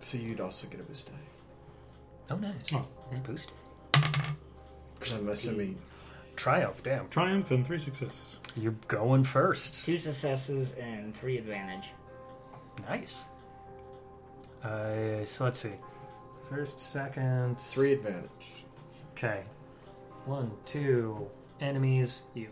So you'd also get a boost die.
Oh, nice.
Oh.
Boost.
Because I'm assuming
Triumph. Damn.
Triumph and three successes.
You're going first.
Two successes and three advantage.
Nice. Uh, so let's see. First, second,
three advantage.
Okay. One, two. Enemies. You.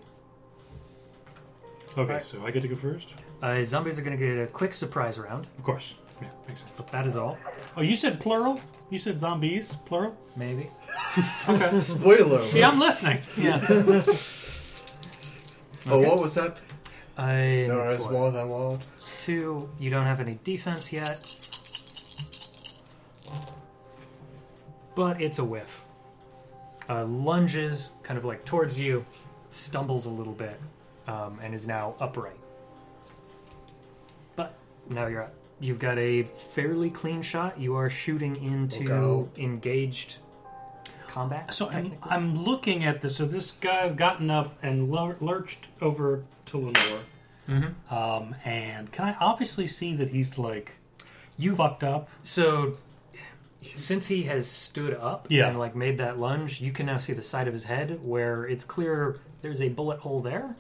Okay, so I get to go first?
Uh, zombies are going to get a quick surprise round,
Of course. Yeah, makes sense.
but that is all.
Oh, you said plural? You said zombies, plural?
Maybe.
Spoiler.
Yeah, I'm listening.
Yeah.
Oh, what was that?
I.
There
that's
is
what.
more than one.
Two, you don't have any defense yet. But it's a whiff. Uh, lunges kind of like towards you, stumbles a little bit, um, and is now upright. But now you're up. You've got a fairly clean shot. You are shooting into
Look
engaged combat.
So I'm,
technically.
I'm looking at this. So this guy's gotten up and lur- lurched over to Lenore.
Mhm.
Um, and can I obviously see that he's like, you fucked up?
So, since he has stood up
Yeah.
and like made that lunge, you can now see the side of his head where it's clear there's a bullet hole there.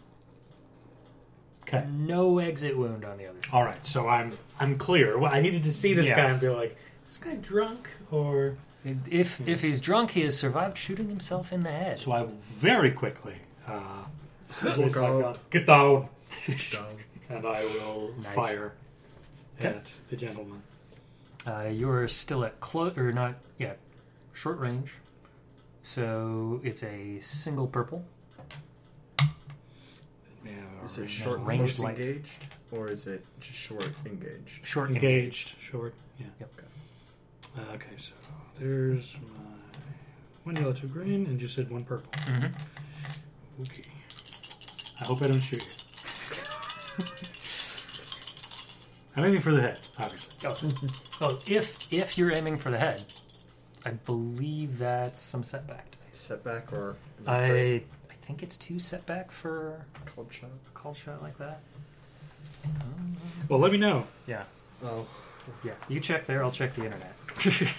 Okay.
No exit wound on the other side.
All right. So I'm I'm clear. Well, I needed to see this
Yeah.
guy and be like, is this guy drunk or?
If if he's drunk, he has survived shooting himself in the head.
So I will very quickly. Uh, use my
out.
gun. Get down,
Down.
and I will
Nice.
fire
Okay.
at the gentleman.
Uh, you're still at close or not? Yeah, short range. So it's a single purple.
Yeah,
Is it
range-
short
range
close
light.
engaged, or is it just short engaged?
Short
engaged, short. Yeah.
Yep.
Uh, okay, so there's my one yellow, two green, and you said one purple.
Mhm.
Okay. I hope I don't shoot you. I'm aiming for the head, obviously.
Oh, oh, if if you're aiming for the head, I believe that's some setback.
Setback or
I I think it's two setback for
cold shot?
a call shot like that.
Well, let me know.
Yeah,
Oh,
Um, yeah. You check there. I'll check the internet.
Because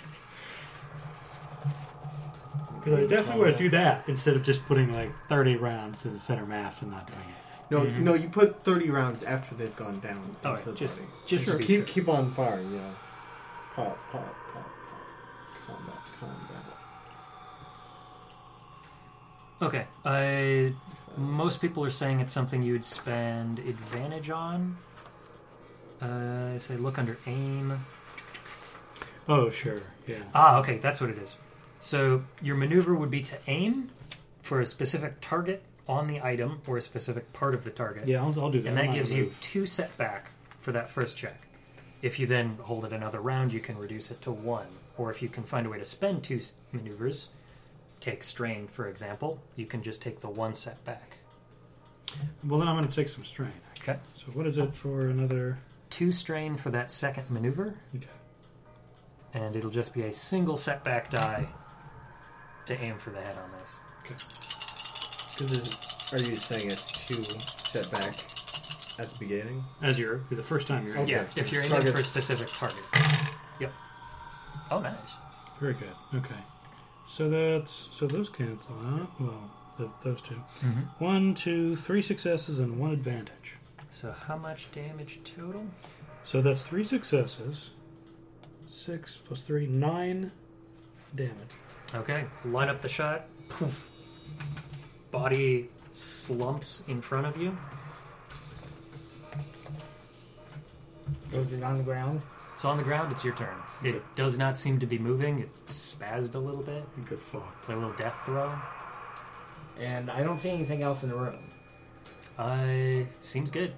I definitely want to do that instead of just putting like 30 rounds in the center mass and not doing it.
No, no, you put 30 rounds after they've gone down. Into
Mm-hmm. All right,
the
just-
body.
just to be
keep,
sure.
keep on firing, you know. Pop, pop, pop, pop. Combat, combat.
okay. I most people are saying it's something you'd spend advantage on. Uh, say look under aim.
Oh, sure. Yeah.
Ah, okay, that's what it is. So your maneuver would be to aim for a specific target on the item or a specific part of the target.
Yeah, I'll, I'll do that.
and that
I'm not
gives
gonna
you
move.
two setback for that first check. If you then hold it another round, you can reduce it to one. Or if you can find a way to spend two s- maneuvers, take strain, for example, you can just take the one setback.
Well, then I'm going to take some strain.
Okay.
So, what is it for another.
Two strain for that second maneuver,
Okay.
and it'll just be a single setback die to aim for the head on this.
This is, are you saying it's two setback at the beginning?
As you're. The first time you're.
Okay.
Yeah, if you're aiming for a
Targets.
specific target. Yep. Oh, nice.
Very good. Okay. So that's so those cancel out. Well, th those 2
Mhm.
Mm-hmm. One, two, three successes and one advantage.
So how much damage total?
So that's three successes. Six plus three, nine damage.
Okay, line up the shot. Poof. Body slumps in front of you.
So is it on the ground?
It's on the ground. It's your turn. It does not seem to be moving. It spazzed a little bit.
You Good fuck.
Play a little death throw.
And I don't see anything else in the room.
Uh, seems good.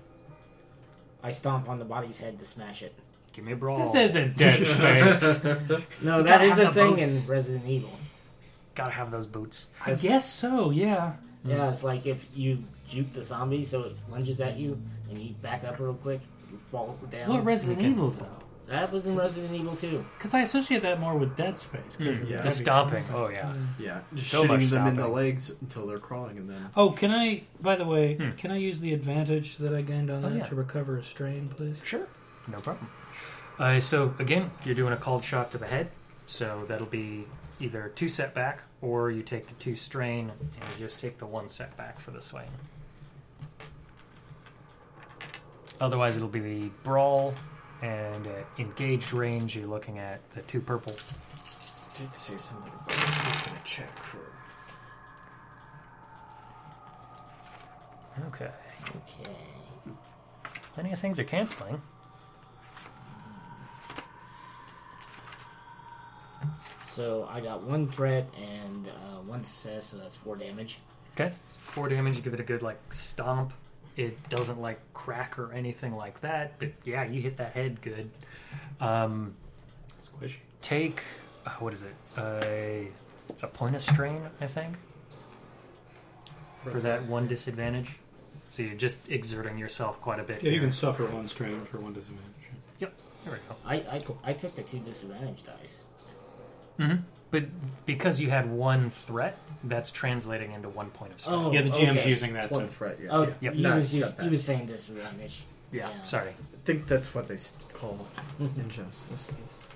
I stomp on the body's head to smash it.
Give me a brawl.
This isn't dead space.
No,
You
that
gotta
is
have
a
the
thing
boots.
in Resident Evil.
Gotta have those boots.
I guess so. Yeah.
Yeah, it's like if you juke the zombie so it lunges at you and you back up real quick, you fall down.
What Resident Evil though?
that was in Resident Evil 2.
Because I associate that more with Dead Space. 'cause of
yeah.
Mm. the
Hmm, The stomping. Oh yeah.
Yeah,
So
shitting
much
them in the
stopping.
legs until they're crawling, and then
Oh, can I? By the way,
Hmm.
can I use the advantage that I gained on
Oh,
that
yeah.
to recover a strain, please?
Sure. No problem. Uh, so again, you're doing a called shot to the head. So that'll be either two setback or you take the two strain and you just take the one setback for the swing. Otherwise, it'll be the brawl and uh, engaged range. You're looking at the two purple.
did say something. About I'm gonna check for.
Okay.
Okay.
Plenty of things are canceling.
So I got one threat and uh, one success, so that's four damage.
Okay. Four damage. You give it a good like stomp. It doesn't like crack or anything like that. But yeah, you hit that head good. Um,
Squishy.
take uh, what is it? Uh, it's a point of strain, I think, for that one disadvantage. So you're just exerting yourself quite a bit.
Yeah, you
here.
can suffer one strain for one disadvantage.
There we go.
I, I, I took the two disadvantage dice.
But because you had one threat, that's translating into one point of strain.
Oh,
yeah, the GM's
okay.
using that.
It's
To,
one threat. Yeah.
Oh,
yeah.
Yep.
you,
Not
was, you,
setback.
you was saying disadvantage.
yeah.
yeah.
Sorry,
I think that's what they s- call
Mm-hmm.
it in Genesis. It's,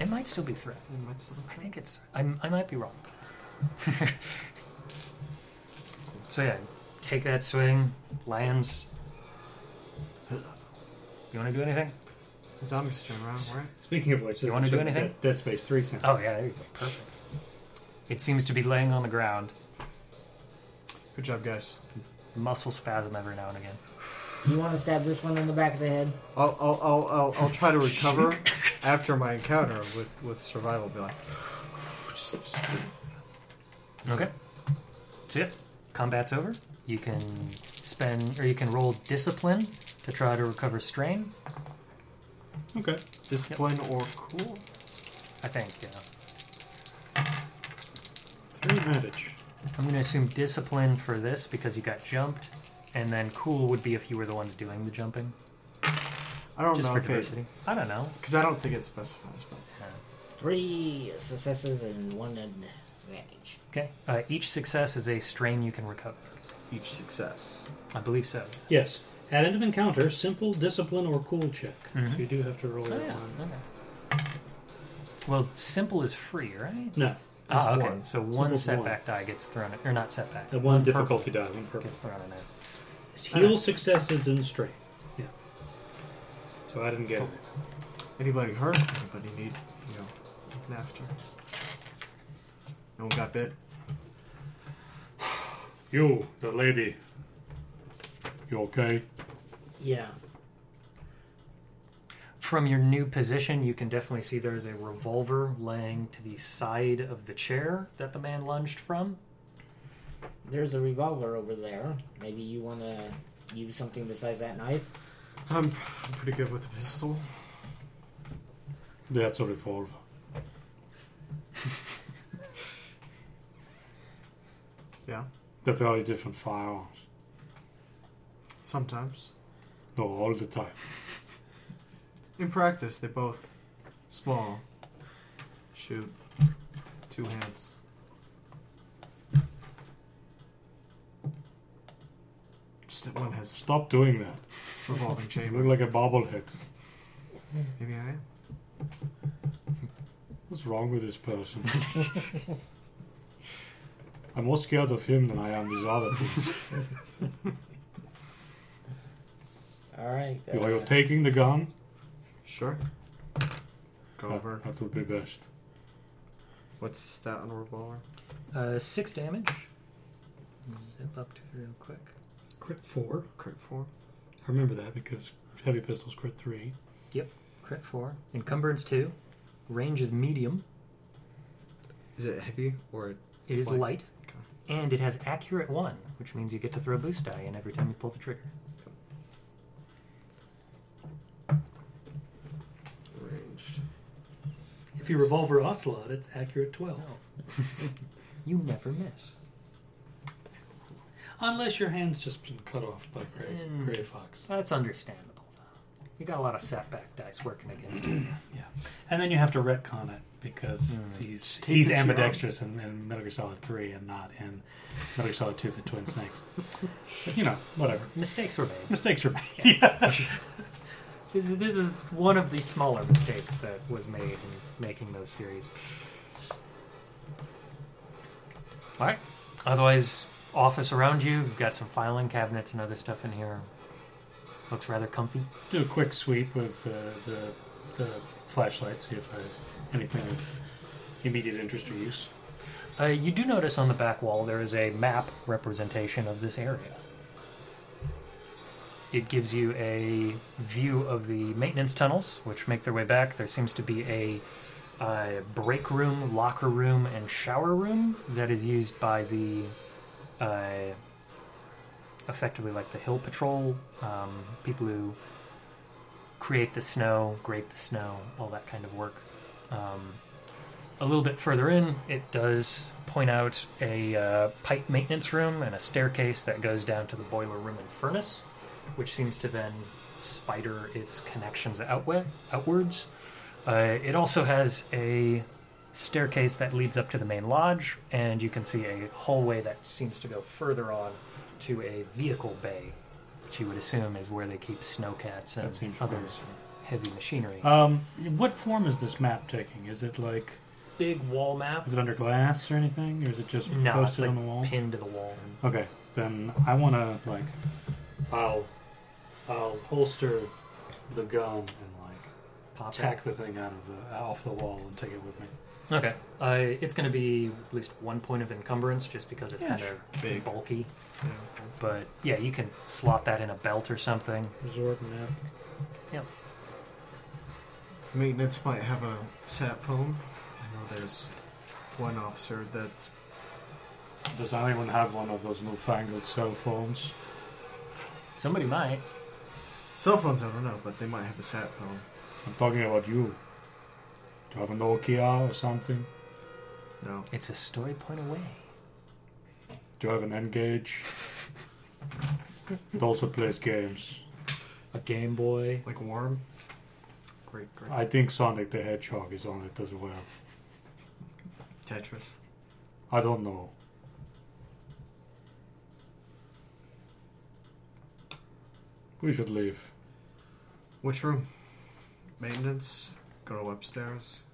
it might still be threat.
it might still-
I think it's. I'm, I might be wrong. so yeah, take that swing, lands. You want to do anything?
The zombies turn around, right?
speaking of which, this
You wanna
is
do
Dead-
anything?
Dead Space three sound.
Oh yeah, there you go. Perfect. It seems to be laying on the ground,
Good job, guys.
muscle spasm every now and again.
You want to stab this one in the back of the head?
I'll I'll, I'll, I'll, I'll try to recover after my encounter with with survival. Be like, just, just breathe.
Okay. So yeah, combat's over. You can spend or you can roll discipline to try to recover strain.
Okay.
Discipline or cool?
I think. Yeah.
Three advantage.
I'm gonna assume discipline for this because you got jumped, and then cool would be if you were the ones doing the jumping.
I don't
Just
know
for
if it
diversity. I don't know.
because I don't think it specifies, but
Three successes and one advantage.
Okay. Uh, each success is a strain you can recover.
each success.
I believe so.
Yes. At end of encounter, simple discipline or cool check.
Mhm.
So you do have to roll.
Oh,
it
yeah.
on-
Okay. Well, simple is free, right?
No,
Ah,
It's
okay.
one.
So one
Simple's
setback die gets thrown, in, or not setback.
the one
purple
difficulty die, one purple.
gets thrown in there.
Heal successes and strain. Yeah. So I
Oh.
didn't get it.
Anybody hurt? Anybody need you know looking after? No one got bit.
You, the lady. You okay?
Yeah.
From your new position, you can definitely see there is a revolver laying to the side of the chair that the man lunged from.
There's a revolver over there. Maybe you want to use something besides that knife?
I'm, I'm pretty good with the pistol.
That's a revolver.
Yeah,
They're very different firearms.
sometimes.
No, all the time.
In practice, they both small. Shoot, two hands. Just that one has
Stop doing that.
revolving
You
chamber.
look like a bobblehead.
Maybe I am.
What's wrong with this person? I'm more scared of him than I am these other people.
All right.
You
uh,
are you taking the gun?
Sure. Go over.
That would be best.
What's the stat on a revolver?
Uh, six damage. Zip up to it real quick.
Crit four.
Crit four.
I remember that because heavy pistols crit three.
Crit four. Encumbrance two. Range is medium.
Is it heavy or?
It is
It's light.
light. And it has accurate one, which means you get to throw a boost die in every time you pull the trigger.
Ranged.
If you revolver ocelot, it's accurate twelve.
You never miss.
Unless your hand's just been cut off by Gray,
Mm.
gray Fox.
That's understandable, though. You got a lot of setback dice working against you.
And then you have to retcon it because
Mm.
he's,
take
he's
what you want.
ambidextrous in, in Metal Gear Solid 3 and not in Metal Gear Solid 2 The Twin Snakes. But, you know, whatever.
Mistakes were made.
Mistakes are made. Yeah.
This is, this is one of the smaller mistakes that was made in making those series. All right. Otherwise, office around you. You've got some filing cabinets and other stuff in here. Looks rather comfy.
Do a quick sweep with uh, the, the flashlight, see if I have anything of immediate interest or use.
Uh, you do notice on the back wall there is a map representation of this area. It gives you a view of the maintenance tunnels, which make their way back. There seems to be a uh, break room, locker room, and shower room that is used by the uh, effectively like the hill patrol um, people who create the snow, grate the snow, all that kind of work. Um, a little bit further in, it does point out a uh, pipe maintenance room and a staircase that goes down to the boiler room and furnace, which seems to then spider its connections outwa- outwards. Uh, it also has a staircase that leads up to the main lodge, and you can see a hallway that seems to go further on to a vehicle bay, which you would assume is where they keep snowcats
That
and
seems
other
promising.
heavy machinery.
Um, what form is this map taking? Is it like,
Big wall map.
is it under glass or anything? Or is it just
No, it's
posted
like
on the wall?
pinned to the wall.
Okay, then I want to like, I'll, I'll holster the gun and like
Pop it.
tack the thing out of the off the wall and take it with me.
Okay. Uh, it's going to be at least one point of encumbrance just because it's
Yeah,
kind of
Big.
bulky. But yeah, you can slot that in a belt or something.
Resort map.
Maintenance might have a sat phone. I know there's one officer that's
Does anyone have one of those newfangled cell phones?
Somebody might.
cell phones. I don't know, but they might have a sat phone.
I'm talking about you. Do you have a Nokia or something?
No,
It's a story point away.
Do you have an N-Gage? it also plays games.
A Game Boy.
like warm. Great, great.
I think Sonic the Hedgehog is on it as well.
Tetris.
I don't know. We should leave.
Which room? Maintenance. Go upstairs.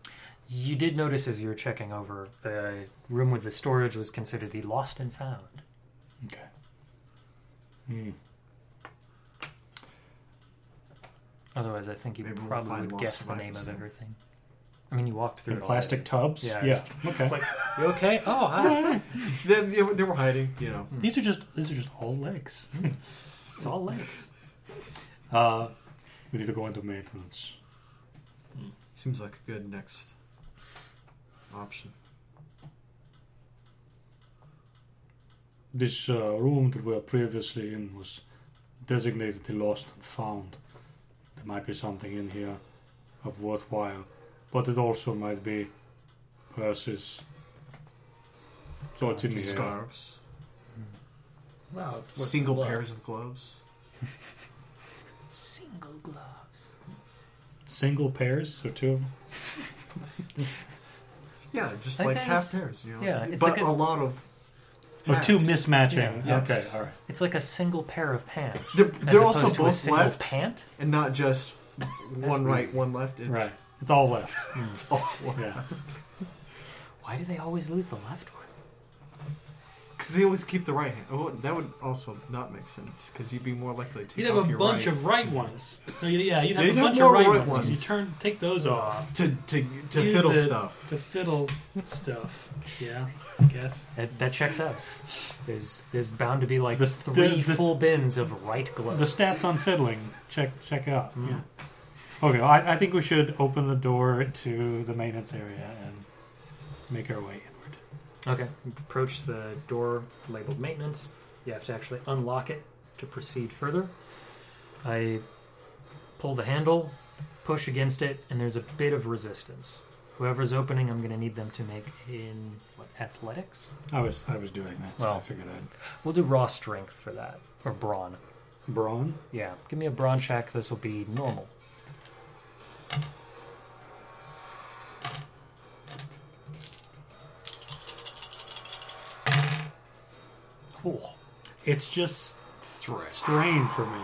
You did notice as you were checking over the room with the storage was considered the lost and found.
Okay. Hmm.
Otherwise, I think you
Maybe we'll
probably
find
would
lost
guess the name
survivors
of
then.
everything. I mean, you walked through
In
it
plastic tubs?
Yeah,
Yeah.
just-
Okay.
already. You okay? Oh, hi.
They, they were- they were hiding. You know.
these are just these are just all legs.
it's all legs.
Uh, we need to go into maintenance.
Seems like a good next option.
This uh, room that we were previously in was designated the lost and found. There might be something in here of worthwhile, but it also might be purses. So it's in the air.
Scarves.
well, it's worth a
Single
look.
pairs of gloves.
Single gloves.
Single pairs, so two of them.
Yeah, just
I
like
think
half
that's-
pairs. You know.
yeah, it's
but
a good-
a lot of.
Oh, two
hats.
mismatching.
Yeah.
Okay,
Yes.
all right.
It's like a single pair of pants.
They're,
as
they're also
opposed to a
both
single
left,
pant.
and not just
weird.
one right, one left. It's,
right. It's all left.
it's all one.
Yeah.
Why do they always lose the left one?
Because they always keep the right hand. Oh, that would also not make sense. Because you'd be more likely to take
You'd have
off
a
your
bunch
right
of right ones. No, you- yeah, you'd have
They'd
a
have
bunch
more
of right,
right
ones. You
ones.
turn take those off
to to to
Use
fiddle
it
stuff.
to fiddle stuff. Yeah, I guess.
That, that checks out. There's there's bound to be like
The-
three
the- the-
full bins of right gloves. Mm-hmm.
The stats on fiddling. Check check out. Yeah. Okay, well, I, I think we should open the door to the maintenance area and make our way inward.
Okay. Approach the door labeled maintenance. You have to actually unlock it to proceed further. I pull the handle, push against it, and there's a bit of resistance. Whoever's opening, I'm going to need them to make in what, athletics.
I was I was doing that, so
Well.
I figured I'd
We'll do raw strength for that or brawn.
brawn.
Yeah, give me a brawn check. This will be normal. Cool.
It's just strain for me.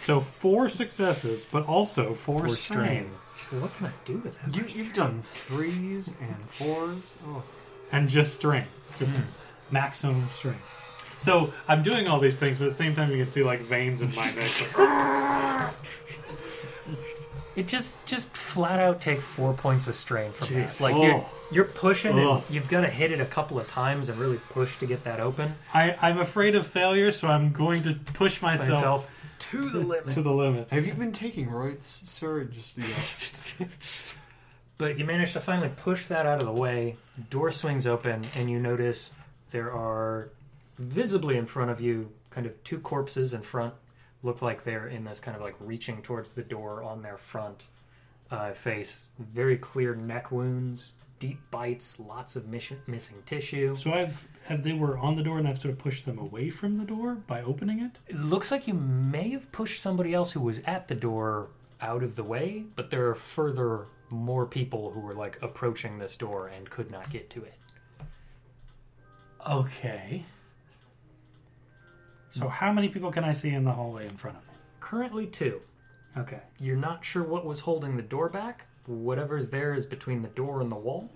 So four successes, but also four,
Or
strain.
strain. Actually, What can I do with that?
You, you've done threes and fours. Oh,
and just strain, just maximum strain. Mm. So I'm doing all these things, but at the same time, you can see like veins in my neck. Like,
It just just flat out take four points of strain from
Jeez.
that. Like
Oh.
you're you're pushing
Ugh.
and you've got to hit it a couple of times and really push to get that open
I, I'm afraid of failure, so I'm going to push myself,
myself to the limit.
to the limit.
have you been taking roids, sir? Just the
But you manage to finally push that out of the way. Door swings open, and you notice there are visibly in front of you kind of two corpses in front. Look like they're in this kind of like reaching towards the door on their front uh, face. Very clear neck wounds, deep bites, lots of mission- missing tissue.
So I've have they were on the door, and I've sort of pushed them away from the door by opening it.
It looks like you may have pushed somebody else who was at the door out of the way, but there are further more people who were like approaching this door and could not get to it.
Okay. So how many people can I see in the hallway in front of me?
Currently, two.
Okay.
You're not sure what was holding the door back. Whatever's there is between the door and the wall.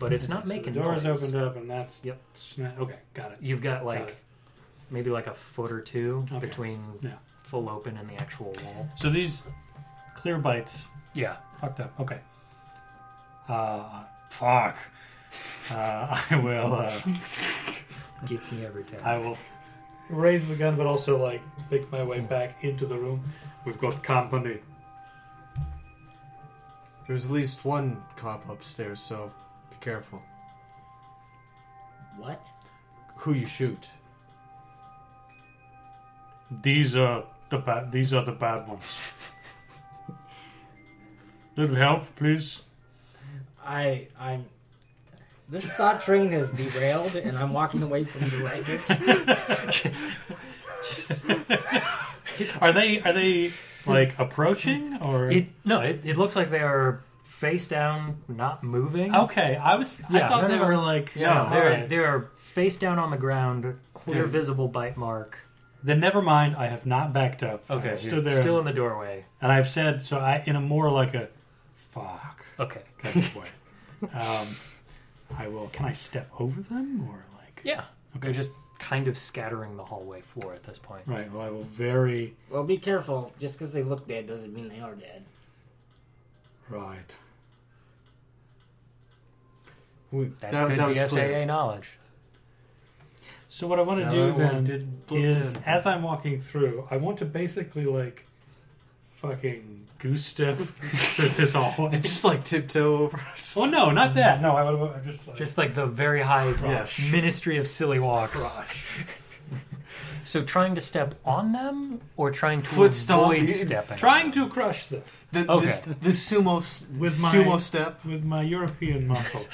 But it's not
So
making
the door's
noise.
opened up, and that's
Yep.
sna- Okay, got it.
You've got like
Got it.
maybe like a foot or two
Okay.
between
Yeah.
full open and the actual wall.
So these clear bites
Yeah.
Fucked up. Okay. Uh, fuck. Uh, I will. Uh,
Gets me every time.
I will raise the gun, but also like make my way back into the room. We've got company.
There's at least one cop upstairs, so be careful
What?
who you shoot.
These are the bad. These are the bad ones. Little help, please.
I I'm. This thought train has derailed, and I'm walking away from the wreckage.
Are they? Are they like approaching or?
It no, it, it looks like they are face down, not moving.
okay, I was. I
Yeah,
thought
no,
they
no,
were
no.
like.
Yeah,
all
they're
right.
they are face down on the ground, clear
They're-
visible bite mark.
Then never mind. I have not backed up. I
Okay,
have stood there,
still in the doorway.
and I've said so. I in a more like a fuck.
Okay.
kind of way. um, I will. Can I step over them or like?
Yeah. They're just kind of scattering the hallway floor at this point.
Right. Well, I will very
well, be careful. Just because they look dead doesn't mean they are dead.
right.
We,
That's
that,
good
that was
BSAA
clear.
knowledge.
So what I want to
Now
do
that one
then
did look
is,
dead.
as I'm walking through, I want to basically like fucking goose step through this hallway.
Just like tiptoe over. Just,
Oh no, not that. No, I would. I'm just like
Just like the very high
Crush.
Ministry of Silly Walks. So trying to step on them or trying to
Foot stomp.
avoid stepping?
trying to crush them
The,
Okay.
this- the sumo s-
With my-
sumo step
with my European muscle,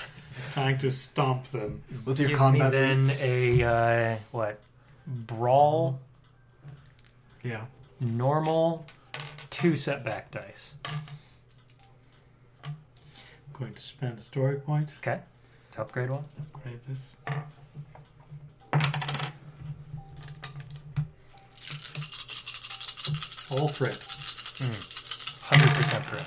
trying to stomp them.
with
Give
your
me
combat
then
boots.
a uh, what? Brawl,
yeah.
normal, two setback dice.
going to spend a story point.
Okay, to upgrade one.
Upgrade this. All threat.
Hmm. Hundred percent threat.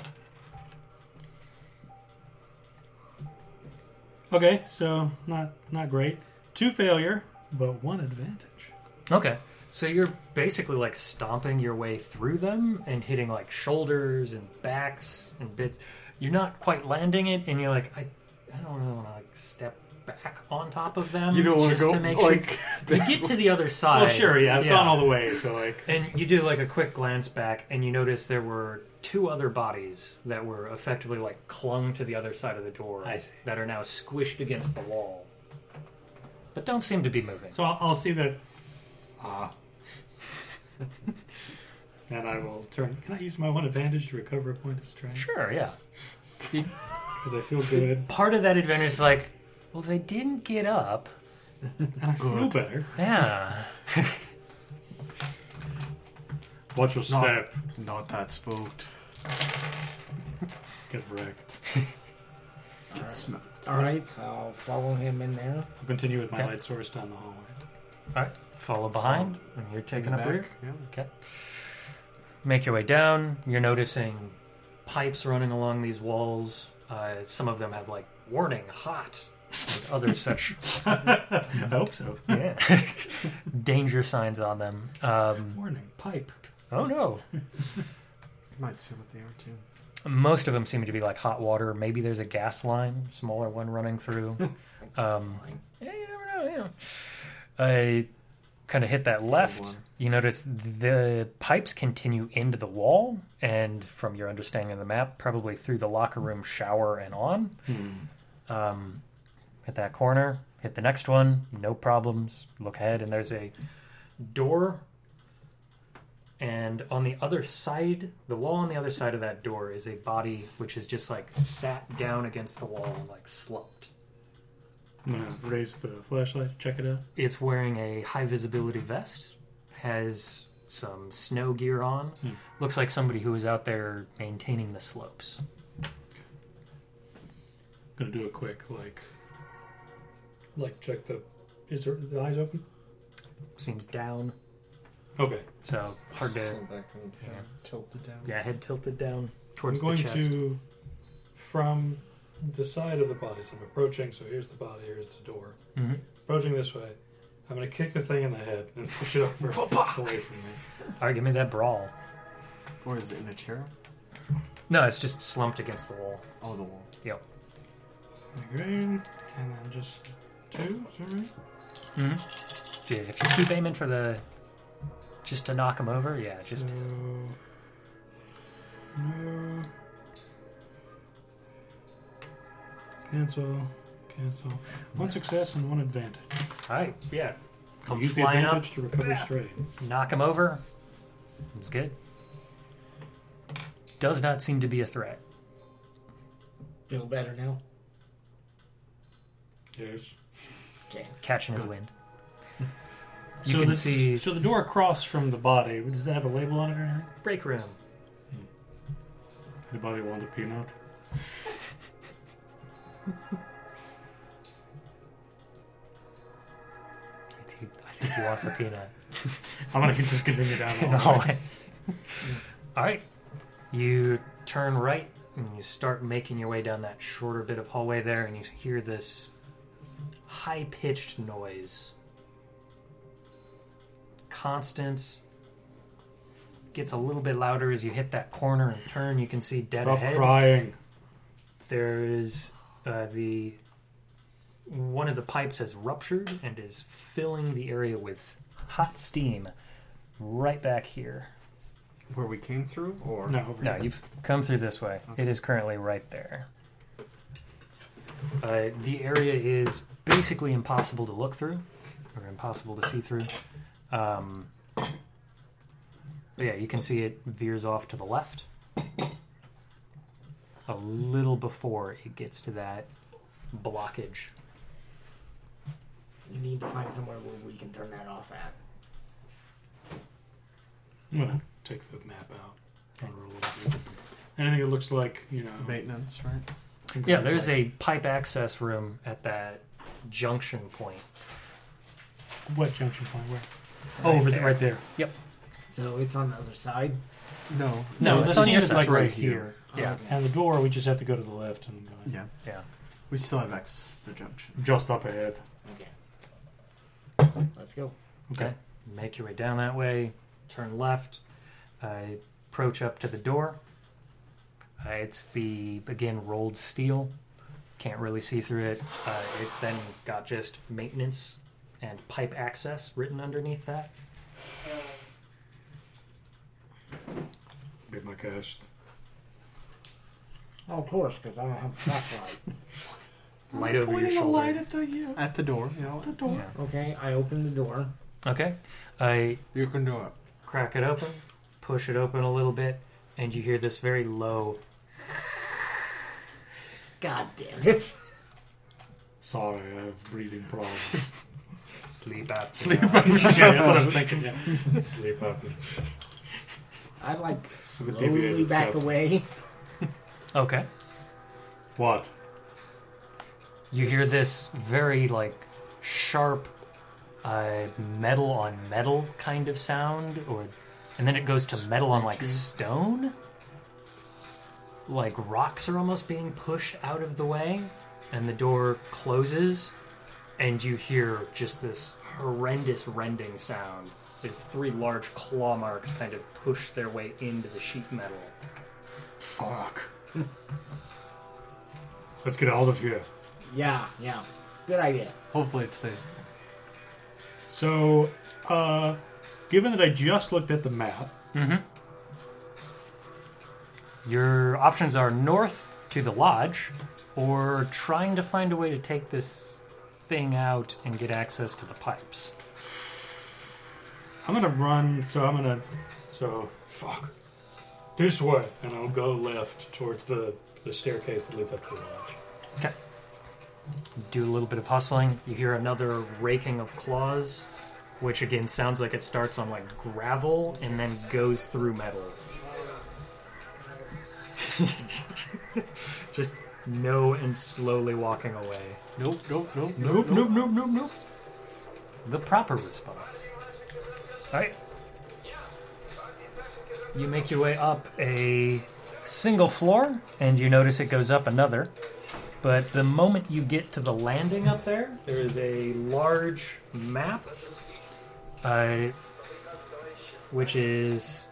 Okay, so not not great. Two failure, but one advantage.
Okay. So you're basically like stomping your way through them and hitting like shoulders and backs and bits. You're not quite landing it, and you're like, I, I don't really want to like step back on top of them.
You don't want
just
to go
make sure-
like.
you get to the other side.
Well, sure, yeah, I've
Yeah.
gone all the way, so like,
And you do like a quick glance back, and you notice there were two other bodies that were effectively like clung to the other side of the door.
I see.
That are now squished against the wall, but don't seem to be moving.
so I'll, I'll see that. Ah. and I will turn. Can I use my one advantage to recover a point of strength?
sure, yeah.
Because I feel good
Part of that advantage is like, well, they didn't get up.
and I feel better.
Yeah.
Watch your step.
Not that spooked.
Get wrecked.
Alright, I'll follow him in there.
I'll continue with my
Okay.
light source down the hallway.
All right. Follow behind, and you're taking up rear.
Yeah.
Okay. Make your way down. You're noticing pipes running along these walls. Uh, some of them have like warning hot, and other such
I hope so.
yeah. danger signs on them. Um,
Warning pipe.
oh no!
You might see what they are too.
Most of them seem to be like hot water. Maybe there's a gas line, smaller one running through. Um, yeah, you never know. Yeah. I kind of hit that left.
water.
You notice the pipes continue into the wall, and from your understanding of the map, probably through the locker room shower and on. Um, hit that corner. Hit the next one. No problems. Look ahead, and there's a door. And on the other side, the wall on the other side of that door is a body which is just like sat down against the wall and like slumped.
I'm gonna raise the flashlight, check it out.
It's wearing a high visibility vest, has some snow gear on.
Hmm.
Looks like somebody who is out there maintaining the slopes.
Gonna do a quick like, like check the. Is there the eyes open?
Seems down,
Okay.
so hard to.
Slip back and yeah,
yeah.
tilt it down.
Yeah, head tilted down
I'm
towards
going
the chest.
to, from the side of the body. So I'm approaching. So here's the body. Here's the door.
Mhm.
Approaching this way. I'm gonna kick the thing in the head and push it over away from me.
All right, give me that brawl.
Or is it in a chair?
No, it's just slumped against the wall.
Oh, the wall.
Yep.
Green, and then just two. Is that right? Mm-hmm.
Yeah, If you keep aiming for the, just to knock him over, yeah, just
So, no. Cancel. Cancel. One success and one advantage.
all right, yeah. Come
Use the
flying up,
advantage to recover strain.
knock him over. It's good. Does not seem to be a threat.
Feel better now?
Yes.
Okay.
catching his wind. You
So
can
the-
see
So the door across from the body, does that have a label on it or anything?
break room.
Anybody want a peanut?
I think I think he wants a peanut.
I'm gonna just continue down the
All
hallway.
right, you turn right and you start making your way down that shorter bit of hallway there, and you hear this high pitched noise. Constant. Gets a little bit louder as you hit that corner and turn. You can see dead
Stop
ahead.
crying.
There is uh, the one of the pipes has ruptured and is filling the area with hot steam. Right back here.
Where we came through, or
No, over
No,
here.
you've come through this way. It is currently right there. Uh, the area is basically impossible to look through, or impossible to see through. Um, but yeah, you can see it veers off to the left. A little before it gets to that blockage.
We need to find somewhere where we can turn that off at.
I'm gonna take the map out. Unroll it. Anything that looks like, you know.
maintenance, right?
some kind
Yeah,
of
there's
like-
a pipe access room at that junction point.
What junction point? Where? oh, over there. right there.
So it's on the other side.
No.
No,
No,
that's
that's
on the
just
other
like
side,
right here.
Yeah.
Okay.
And the door, we just have to go to the left and go in.
Yeah.
Yeah.
We still have access to the junction.
Just up ahead.
Okay. Let's go.
Okay.
Make your way down that way, turn left, uh, approach up to the door. Uh, it's the, again, rolled steel. Can't really see through it. Uh, it's then got just maintenance and pipe access written underneath that.
Be my guest.
Oh, of course, because I don't have a flashlight.
Light over your shoulder.
At the door, you know.
okay, I open the door.
Okay. I
You can do it.
crack it open, push it open a little bit, and you hear this very low.
God damn it.
Sorry, I have breathing problems.
Sleep apnea.
Sleep
yeah, that's what I was thinking. Yeah.
Sleep apnea.
I like
a deviated
slowly back
sub.
away.
Okay.
What?
You hear this very like sharp uh, metal on metal kind of sound, or and then it goes to metal on like stone. Like rocks are almost being pushed out of the way, and the door closes, and you hear just this horrendous rending sound as three large claw marks kind of push their way into the sheet metal.
Fuck. Let's get out of here.
Yeah, yeah. Good idea.
Hopefully it stays.
So, uh, given that I just looked at the map,
Your options are north to the lodge, or trying to find a way to take this thing out and get access to the pipes.
I'm gonna run. So I'm gonna. So fuck. This way, and I'll go left towards the the staircase that leads up to the lodge.
Okay. Do a little bit of hustling. You hear another raking of claws, which again sounds like it starts on like gravel and then goes through metal. Just no and slowly walking away.
Nope, nope, nope.
Nope, nope, nope, nope, nope. The proper response. Alright. You make your way up a single floor, and you notice it goes up another. But the moment you get to the landing up there, there is a large map, uh, which is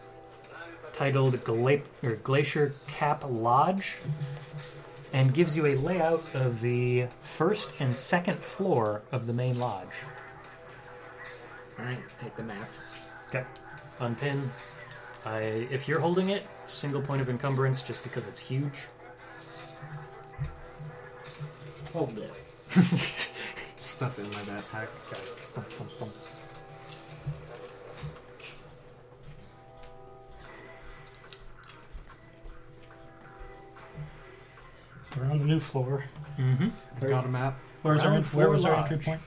titled Gla- or Glacier Cap Lodge and gives you a layout of the first and second floor of the main lodge.
Alright, take the map.
Okay. Unpin. I, if you're holding it, single point of encumbrance just because it's huge.
Hold this.
Stuff it in my backpack.
Thump, thump, thump.
We're on the new floor.
Got a map.
Where's
Mm-hmm. Ground
our, where
floor
was our
lodge.
entry point?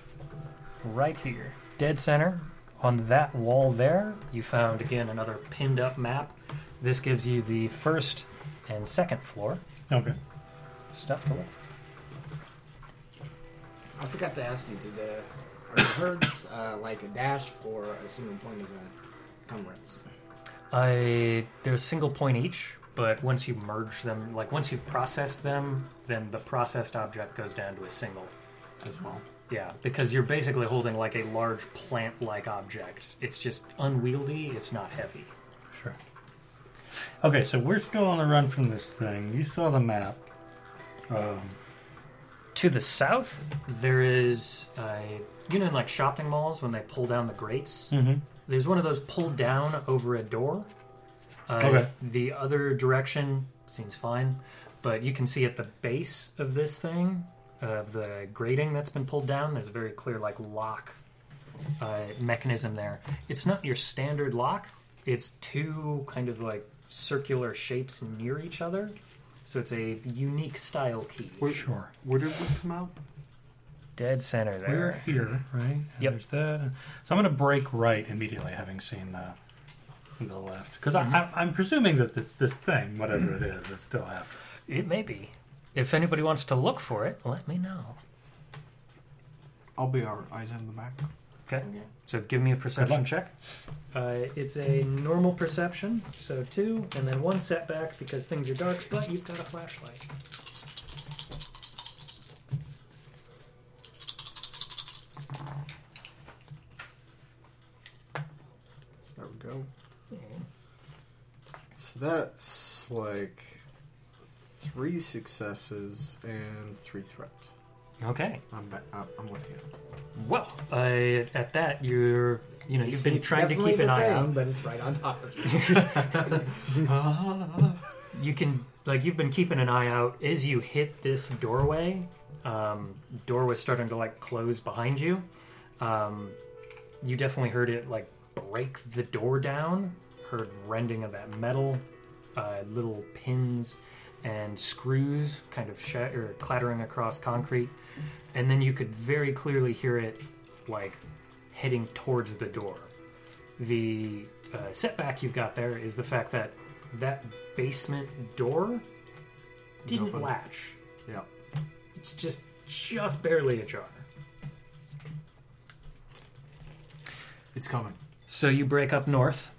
Right here. Dead center. On that wall there, you found again another pinned up map. This gives you the first and second floor
Okay.
stuff to look for.
I forgot to ask you, do the are the herds uh, like a dash or a single point of uh, encumbrance?
I Uh, they're single point each, but once you merge them, like once you've processed them, then the processed object goes down to a single.
as well.
Yeah, because you're basically holding like a large plant-like object. It's just unwieldy. It's not heavy.
Sure. Okay, so we're still on the run from this thing. You saw the map. Um,
To the south, there is a you know in like shopping malls when they pull down the grates.
Mhm.
There's one of those pulled down over a door. Uh,
Okay.
The other direction seems fine, but you can see at the base of this thing, of the grating that's been pulled down, there's a very clear like lock uh, mechanism there. It's not your standard lock. It's two kind of like circular shapes near each other, so it's a unique style key.
Where, sure. Where did we come out?
Dead center
we're here, right? And
Yep.
There's that. So I'm going to break right immediately, having seen the the left, because I, I, I'm presuming that it's this thing, whatever it is, it's still happening.
It may be. If anybody wants to look for it, let me know.
I'll be our eyes in the back.
Okay. So give me a perception check. Uh, it's a normal perception, so two, and then one setback because things are dark, but you've got a flashlight.
That's like three successes and three threat.
Okay.
I'm ba-
uh,
I'm I'm with you.
Well, uh, at that you're you know you've been trying to
Definitely
keep an
the
eye
thing,
out.
but it's right on top of you.
You can like you've been keeping an eye out as you hit this doorway. Um, door was starting to like close behind you. Um, you definitely heard it like break the door down. Heard rending of that metal, uh, little pins and screws kind of shatter, clattering across concrete, and then you could very clearly hear it like heading towards the door the uh, setback you've got there is the fact that that basement door didn't
open.
latch.
Yeah.
It's just just barely ajar.
It's coming.
So you break up north,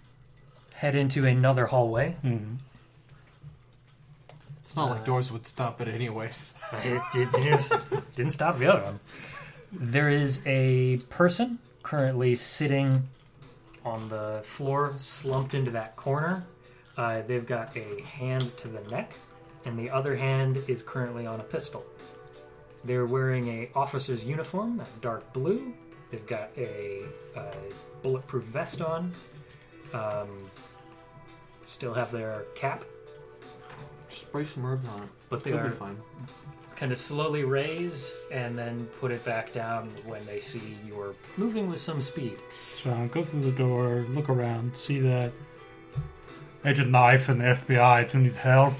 head into another hallway.
It's not like doors would stop it anyways.
it, it, didn't- didn't stop the other one. There is a person currently sitting on the floor, slumped into that corner. Uh, they've got a hand to the neck, and the other hand is currently on a pistol. They're wearing a officer's uniform, that dark blue. They've got a, uh bulletproof vest on. Um, still have their cap,
Just spray some herbs on it.
but they
It'll
are
be fine.
kind of slowly raise and then put it back down when they see you are moving with some speed.
So I go through the door, look around, see that Agent Knife and the FBI do need help.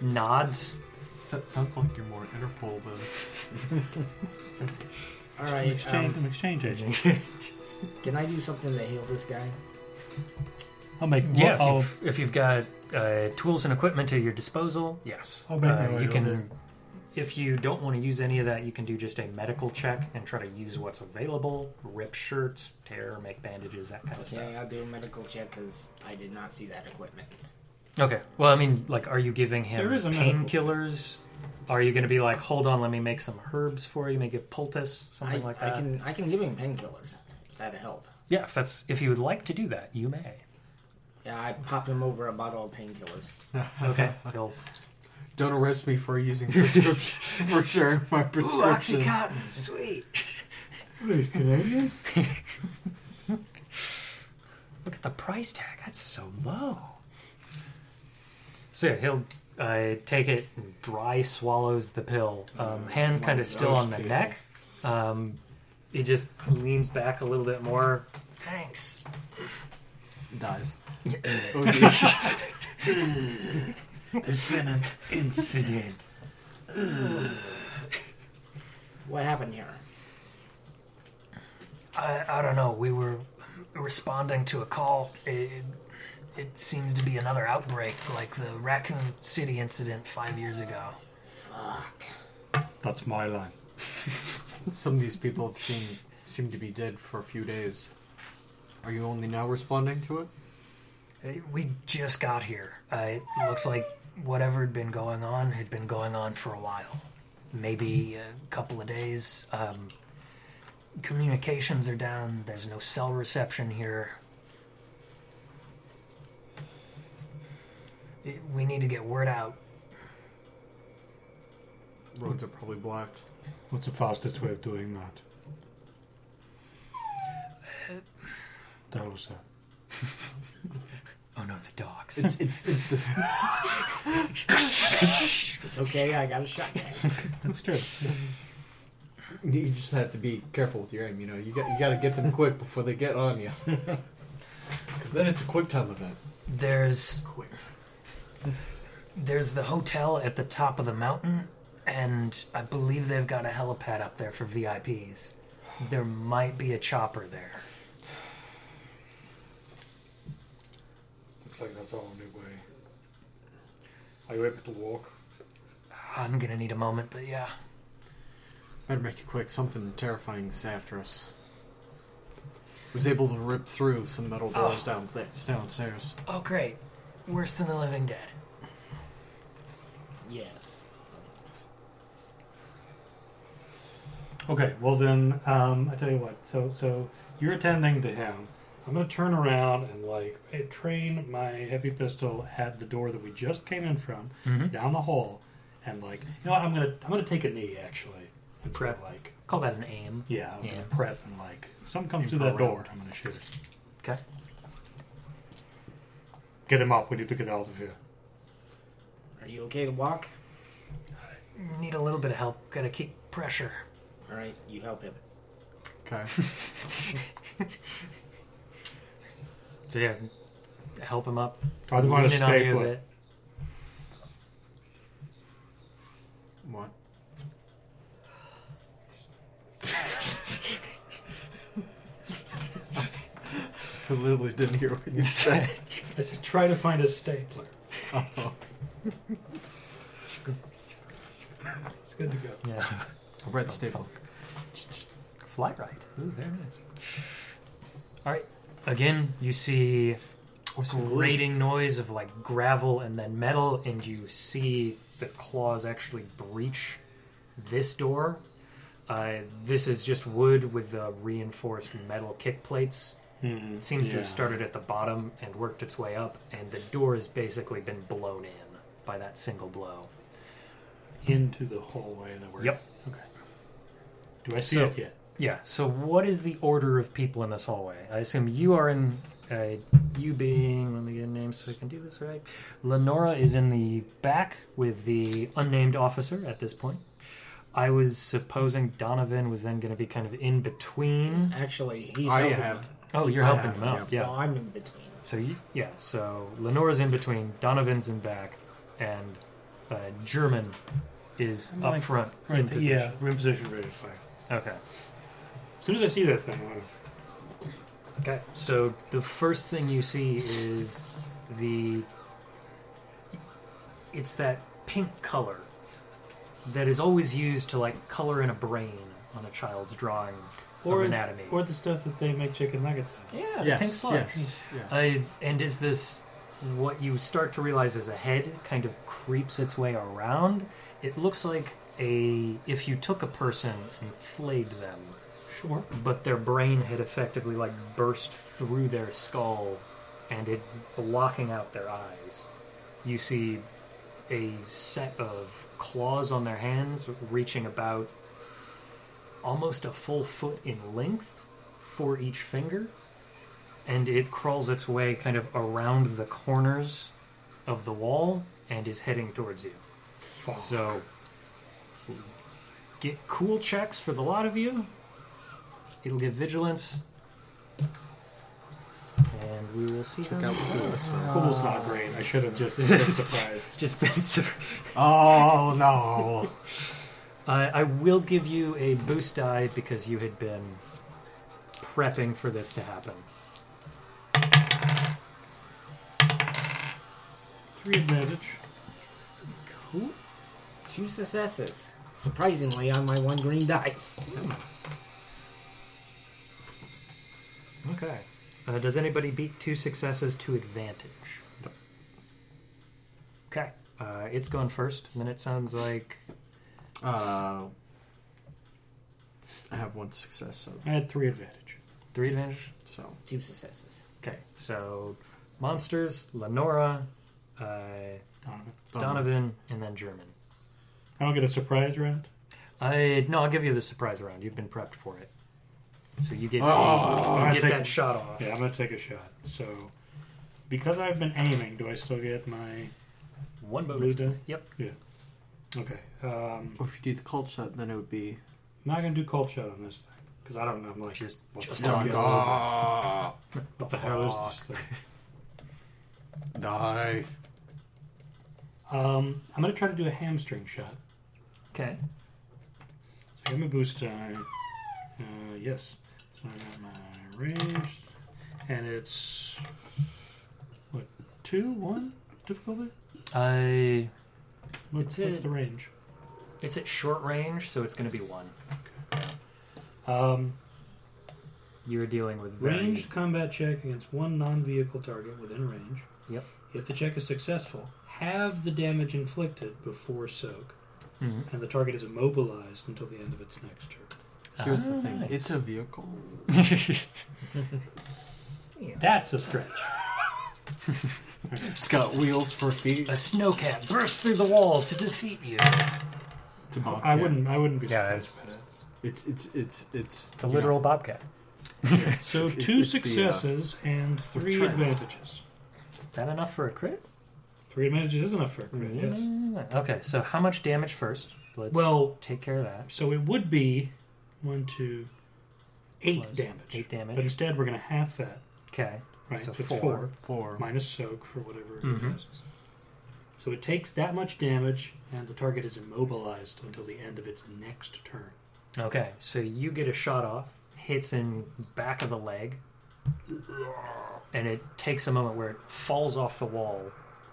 Nods.
So, sounds like you're more Interpol than
All
An
right,
exchange,
um,
an exchange agent.
can I do something to heal this guy?
I'll make
yeah,
I'll,
if, you've, if you've got uh, tools and equipment at your disposal, yes.
I'll make my
Uh,
way
you can.
over.
If you don't want to use any of that, you can do just a medical check and try to use what's available. Rip shirts, tear, make bandages, that kind of
Okay, I'll do a medical check because I did not see that equipment.
stuff. Okay. Well, I mean, like, are you giving him
There is a medical-
painkillers? Are you going to be like, hold on, let me make some herbs for you, make a poultice,
I,
something like
I
that?
can I can give him painkillers. If that'd help.
Yeah, if that's if you would like to do that, you may.
Yeah, I popped him over a bottle of painkillers.
Okay. He'll,
Don't arrest me for using prescriptions for sharing my prescription.
sweet.
He's Canadian?
Look at the price tag. That's so low. So yeah, he'll uh, take it. and Dry swallows the pill.
Mm,
Um, hand kind of still on the neck. Um, he just leans back a little bit more. Thanks.
Dies.
There's been an incident.
What happened here?
I, I don't know. We were responding to a call. It, it seems to be another outbreak, like the Raccoon City incident five years ago.
That's my line.
Some of these people have seen seem to be dead for a few days. Are you only now responding to it?
Uh, We just got here. Uh, it looks like whatever had been going on had been going on for a while. Maybe a couple of days. Um, communications are down. There's no cell reception here. It- We need to get word out.
Roads are probably blocked.
What's the fastest way of doing that? That was it.
Oh no, the dogs.
It's it's it's the
It's okay. I got a shotgun.
That's true.
you just have to be careful with your aim. You know you got you got to get them quick before they get on you. Because then it's a quick time event.
There's there's the hotel at the top of the mountain, and I believe they've got a helipad up there for VIPs. There might be a chopper there.
Looks like that's our only way. Are you able to walk?
I'm gonna need a moment, but yeah.
Better make it quick. Something terrifying's after us. Was able to rip through some metal
Oh.
doors down that's downstairs.
Oh great, worse than the Living Dead.
yes.
Okay, well then, um, I tell you what. So, so you're attending to him. I'm gonna turn around and like eh, train my heavy pistol at the door that we just came in from,
Mm-hmm.
down the hall, and like you know what, I'm gonna I'm gonna take a knee actually and prep like
Call that an aim.
yeah I'm
Yeah.
gonna prep and like if something comes through
Aim
that
for a
door
round.
I'm gonna shoot it.
Okay.
Get him up. We need to get out of here.
Are you okay to walk?
Need a little bit of help. Gotta keep pressure.
All right, you help him.
Okay.
So yeah, help him up.
I just want to
Lean in on
stay
you a
put.
bit.
what?
I literally didn't hear what you said.
I said try to find a stapler.
It's good to go.
Yeah.
A red staple.
Fly ride. Ooh, very nice. All right. Again, you see
Or some glue.
grating noise of like gravel and then metal, and you see the claws actually breach this door. Uh, this is just wood with the reinforced metal kick plates. It Mm-hmm. seems to have
yeah.
started at the bottom and worked its way up, and the door has basically been blown in by that single blow.
into the hallway that we're
Yep.
Okay. Do I see
So-
it yet?
Yeah. So, what is the order of people in this hallway? I assume you are in. Uh, you being, let me get a name so I can do this right. Lenora is in the back with the unnamed officer at this point. I was supposing Donovan was then going to be kind of in between.
Actually, he's
I
helping
have.
him,
Oh, you're
I
helping
have,
him out.
so
Yeah.
I'm in between.
So you, yeah. So Lenora's in between. Donovan's in back, and uh, German is
I'm
up
like-
front in
Right.
position.
Yeah. We're in position, ready to fire.
Okay.
As soon as I see that thing, I'm gonna
Okay, so the first thing you see is the. It's that pink color that is always used to like color in a brain on a child's drawing
or
of
it's-
anatomy.
or the stuff that they make chicken nuggets out. of.
yeah, the pink
Yes.
sludge.
Yes. Yeah.
I, and is this what you start to realize as a head kind of creeps its way around? It looks like a if you took a person and flayed them,
Sure.
but their brain had effectively like burst through their skull and it's blocking out their eyes. You see a set of claws on their hands reaching about almost a full foot in length for each finger, and it crawls its way kind of around the corners of the wall and is heading towards you. So get cool checks for the lot of you. It'll get vigilance. And we will see how
Got
it
blue, so-
Cool's not great. I should have just been surprised.
Just been sur-
Oh no!
I I will give you a boost die because you had been prepping for this to happen.
Three advantage.
Cool. Two successes, surprisingly, on my one green dice.
Okay. Uh, does anybody beat two successes to advantage? Okay. Uh, it's going first, and then it sounds like
Uh, I have one success, so,
I had three advantage.
three advantage.
so
Two successes.
Okay. So monsters, Lenora, uh,
Donovan.
Donovan, and then German.
I don't get a surprise round.
I no, I'll give you the surprise round. You've been prepped for it, so you get
Oh, I
you get
take-
that shot off.
Yeah, I'm gonna take a shot. So, because I've been aiming, do I still get my?
One bonus.
Blue die?
Yep.
Okay. Um,
Or if you do the cold shot, then it would be.
not gonna do cold shot on this thing because I don't know. I'm like
Just
what
just
the
on
fuck is
goal.
this thing? What the hell is this thing?
Die.
Um, I'm gonna try to do a hamstring shot.
Okay.
So give me a boost die. Uh, yes. So I got my range, and it's what two one difficulty.
I
What,
It's
what's
a-
the range?
it's at short range, so it's going to be one.
Um,
You're dealing with very-
ranged combat check against one non-vehicle target within range.
Yep.
If the check is successful, have the damage inflicted before soak,
Mhm.
and the target is immobilized until the end of its next turn.
Here's the
Ah,
thing.
nice.
It's a vehicle.
That's a stretch.
It's got wheels for feet.
A snowcat bursts through the wall to defeat you.
It's a bobcat.
I wouldn't. I wouldn't be.
Yeah, it's,
It's it's it's it's
it's a literal bobcat.
So
It-
two
it's the, uh,
successes and three
trends.
advantages.
That enough for a crit?
Three advantages is enough for a crit.
Mm-hmm.
Yes.
Okay, so how much damage first? Let's
Well,
take care of that.
so it would be one, two, eight
Plus
damage.
Eight
But
damage.
instead, we're going to half that.
Okay.
Right.
So
So, it's
four.
four,
four.
minus soak for whatever
Mhm.
Mm-hmm.
it is. So it takes that much damage, and the target is immobilized until the end of its next turn.
Okay, so you get a shot off, hits in back of the leg, and it takes a moment where it falls off the wall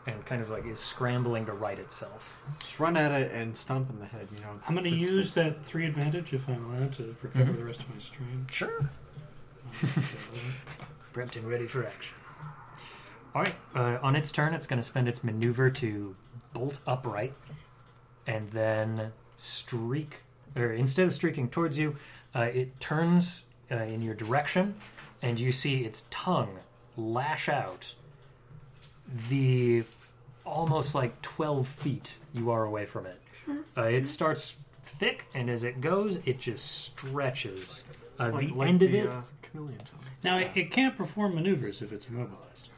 and kind of like is scrambling to right itself.
Just run at it and stomp in the head. You know.
I'm going to
That's
use
what's-
that three advantage if I'm allowed to
Mm-hmm.
recover the rest of my stream.
Sure. Brampton ready for action. All right. Uh, on its turn, it's going to spend its maneuver to bolt upright, and then streak. Or instead of streaking towards you, uh, it turns uh, in your direction, and you see its tongue lash out. The almost like twelve feet you are away from it. Uh, it starts thick, and as it goes, it just stretches. Uh,
like-
the
like
end of it
Uh, chameleon tongue.
Now, it, it can't perform maneuvers if it's immobilized.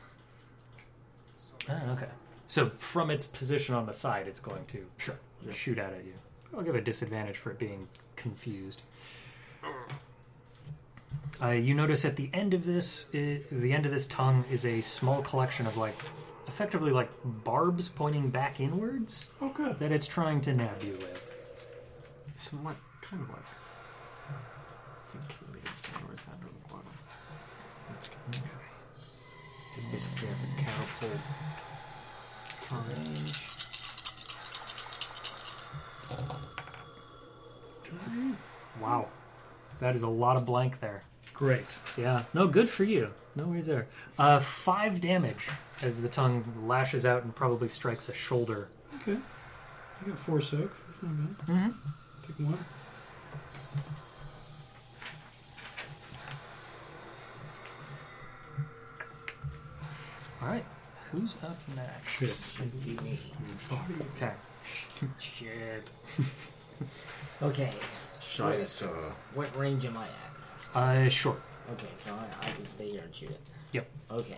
Oh, okay. So from its position on the side, it's going to
Sure.
shoot out at you. I'll give a disadvantage for it being confused. Uh, you notice at the end of this, i the end of this tongue is a small collection of like, effectively like barbs pointing back inwards
Oh, good.
that it's trying to nab you with.
Somewhat kind of like. I think chameleon's tongue or is that an iguana? That's chameleon. They basically have a catapult tongue.
Wow, that is a lot of blank there.
Great.
Yeah. No, good for you. No worries there. Uh, five damage as the tongue lashes out and probably strikes a shoulder
Okay. I got four soak. That's not bad.
Mhm.
Take one.
All right. Who's up next?
Shit.
Should be me.
Okay.
Shit. okay.
Shice.
uh,
What range am I at?
Uh, short.
Okay, so I, I can stay here and shoot it.
Yep.
Okay.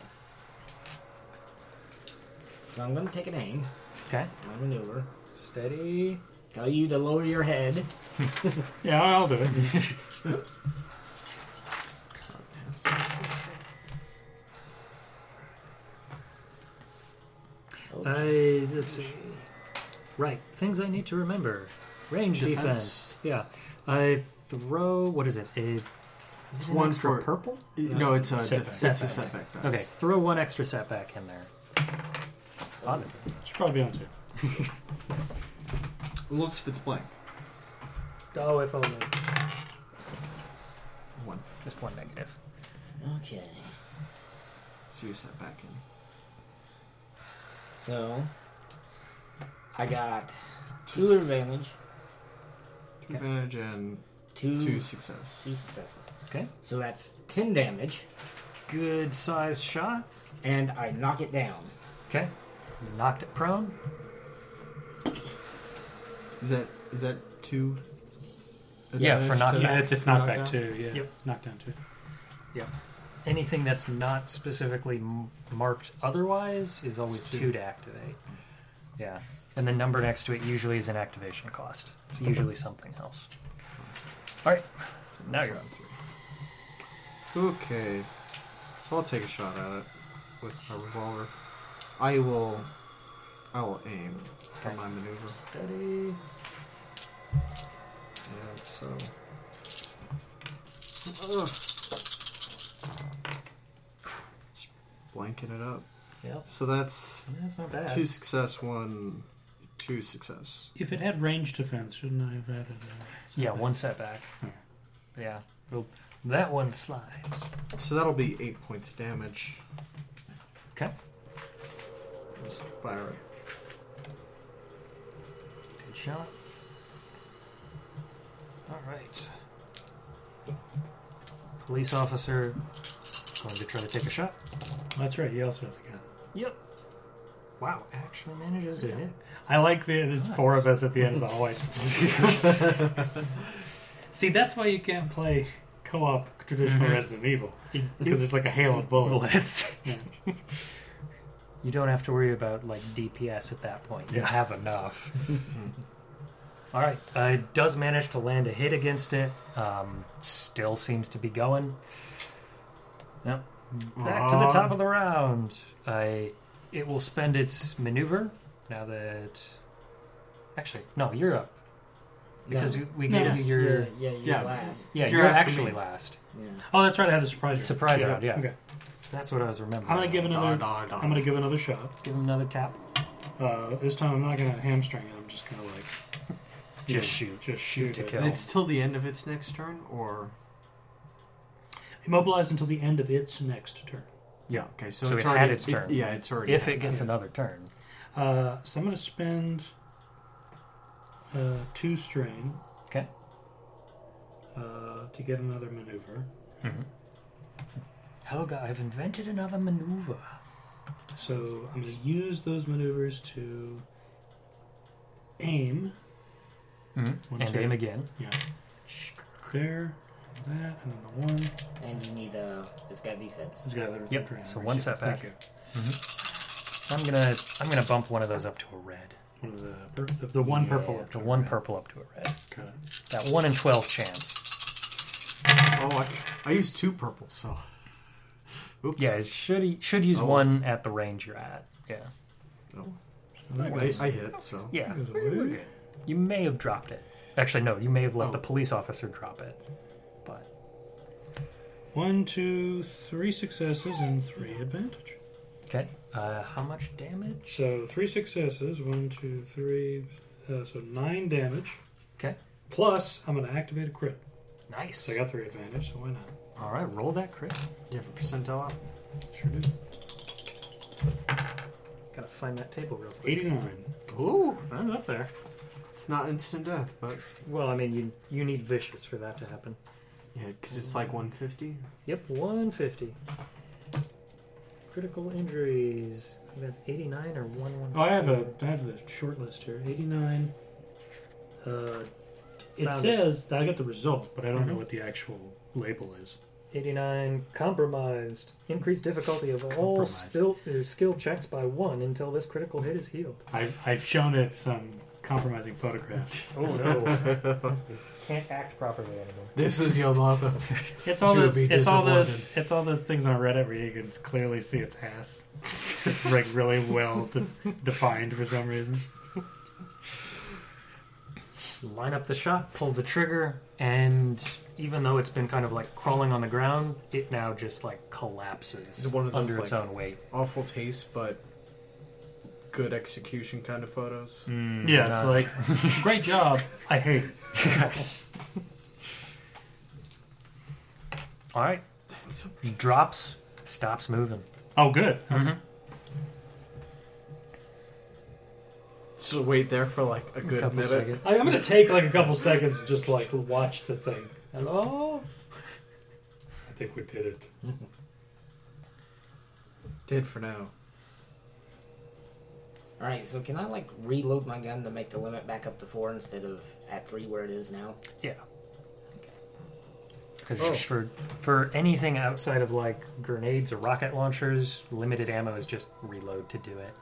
So I'm gonna take an aim.
Okay.
My maneuver.
Steady.
Tell you to lower your head.
Yeah, I'll do it.
Uh, let's see. Right. Things I need to remember. Range defense.
Defense.
Yeah. I throw. What is it? A, is it an
one
extra
for-
purple?
No, it's a
Setback.
def- it's a
Setback.
setback. dice.
Okay. Throw one extra setback in there. On it.
Should probably be on two.
Unless if it's blank.
Oh, if only.
One.
Just one negative.
Okay.
So you set back in.
So I got two advantage,
Two advantage and
two
two success.
two successes.
Okay.
So that's ten damage,
Good sized shot.
and I knock it down.
Okay. Knocked it prone.
Is that is that two?
Yeah, for
advantage
not-
to-
Yeah, it's it's
knock
knockback
down?
two. Yeah,
Yep.
knockdown two.
anything that's not specifically m- marked otherwise is always two. to activate. Yeah. And the number next to it usually is an activation cost. It's usually something else. All right.
So
Now
it's
you're
round three. Okay, so I'll take a shot at it with my revolver. I will, I will aim for my maneuver.
Steady.
Yeah, so. Ugh. Just blanking it up.
Yep.
So that's
That's not bad.
two success, one, two success.
If it had range defense, shouldn't I have added? Uh,
Yeah, one setback.
Yeah.
Yeah. Well, That one slides.
So that'll be eight points of damage.
Okay.
Just fire it.
Good shot. All right. Police officer going to try to take a shot.
That's right. He also has a gun.
Yep. Wow, actually manages to hit.
I like the there's four of us at the end of the hallway. See, that's why you can't play co-op
Mm-hmm.
traditional Resident Evil because there's like a hail of bullets.
Bullets. you don't have to worry about like DPS at that point. You
Yeah.
have enough. All right, uh, it does manage to land a hit against it. Um, still seems to be going. Yep. Back to the top of the round. I. It will spend its maneuver now that. Actually, no, you're up because we- we
No.
gave
Yes.
you your.
yeah, yeah, you're
Yeah.
last.
Yeah,
You're
you're,
after
actually
me.
last.
Yeah.
Oh, that's right. I had a surprise.
Surprise
round.
round, yeah.
Okay.
That's what I was remembering.
I'm gonna give another.
Dar, dar, dar.
I'm gonna give another shot.
give him another tap.
Uh, this time I'm not gonna hamstring it. I'm just gonna like you
Just
know,
shoot.
just
Shoot
shoot,
to
it.
kill.
And it's till the end of its next turn, or
Immobilize until the end of its next turn.
Yeah.
okay, so,
So
it's
it had
already
its turn.
yeah, it's already.
If
had
it gets another turn.
Uh, so I'm gonna spend uh, two strain.
Okay.
Uh, to get another maneuver.
Helga, I've invented another maneuver.
So I'm going to use those maneuvers to aim Mm-hmm. One,
And
two.
aim again.
there, that, and then the one. It's
And you need uh, it's got defense.
got another
Yep,
turn,
so
right?
one
Yeah,
setback.
Thank you.
I'm gonna I'm gonna bump one of those up to a red.
One of the, pur- the, the one purple.
Yeah,
up
the
to
one
red.
purple up to a red.
Got it.
That one in twelve chance.
Oh, I, I used two purple, so. Oops.
Yeah, it should should use
Oh.
one at the range you're at. Yeah.
I, I hit, so.
Yeah.
Goes away.
You may have dropped it. Actually no, you may have
Oh.
let the police officer drop it. But
One, two, three successes and three advantage.
Okay. Uh, how much damage?
So three successes. One, two, three. Uh, so nine damage.
Okay.
Plus, I'm going to activate a crit.
Nice.
So I got three advantage, so why not?
Alright, roll that crit.
You have a percentile up?
Sure do.
Gotta find that table real quick.
89.
Ooh!
I'm up there.
It's not instant death, but.
Well, I mean, you you need vicious for that to happen.
Yeah, because it's like 150.
Yep, 150. Critical injuries. I think that's 89 or 115.
Oh, I have a I have the short list here. Eighty nine. Uh, it
Found it.
says I got the result, but I don't know what the actual label is.
89 compromised. Increased difficulty of all
Compromised.
spill, uh, skill checks by one until this critical hit is healed.
I've I've shown it some compromising photographs.
Oh no. Can't act properly anymore.
This is your mother.
It's all
You'll
those.
be
It's all those. It's all those things on Reddit where you can s- clearly see its ass. It's like really well de- defined for some reason.
Line up the shot, pull the trigger, and even though it's been kind of like crawling on the ground, it now just like collapses
Is it one of those,
under its
like-
own weight.
Awful taste, but good execution kind of photos.
yeah,
nah.
it's like great job. I hate. It.
All right,
That's so
drops, stops moving.
Oh, good.
So wait there for like a good
Couple
minute.
seconds.
I, I'm gonna take like a couple seconds and just like watch the thing.
Hello?
I think we did it.
Did for now.
All right, so can I like reload my gun to make the limit back up to four instead of at three where it is now?
Yeah. Because
Oh.
for for anything outside of like grenades or rocket launchers, limited ammo is just reload to do it.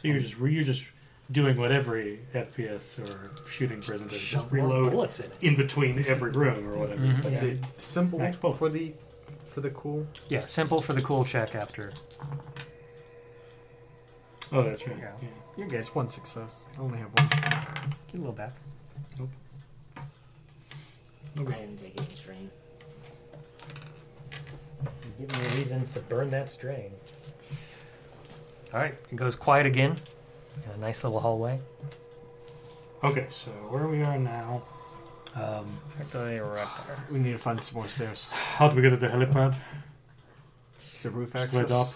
So you're just you're just doing what every FPS or shooting prison does, just reload
bullets in it.
in between every room or whatever.
Mm-hmm.
So
Is it simple
Max both.
for the for the cool?
Yeah, simple for the cool check after.
Oh, that's right.
Yeah.
Yeah.
You're good.
It's one success. I only have one.
Get a little back.
I didn't take any strain.
Give me reasons to burn that strain. All right, it goes quiet again. A nice little hallway.
Okay, so where we are now? Um,
We need to find some more stairs.
how do we get to the helipad?
Is the roof
Just
access?
went up.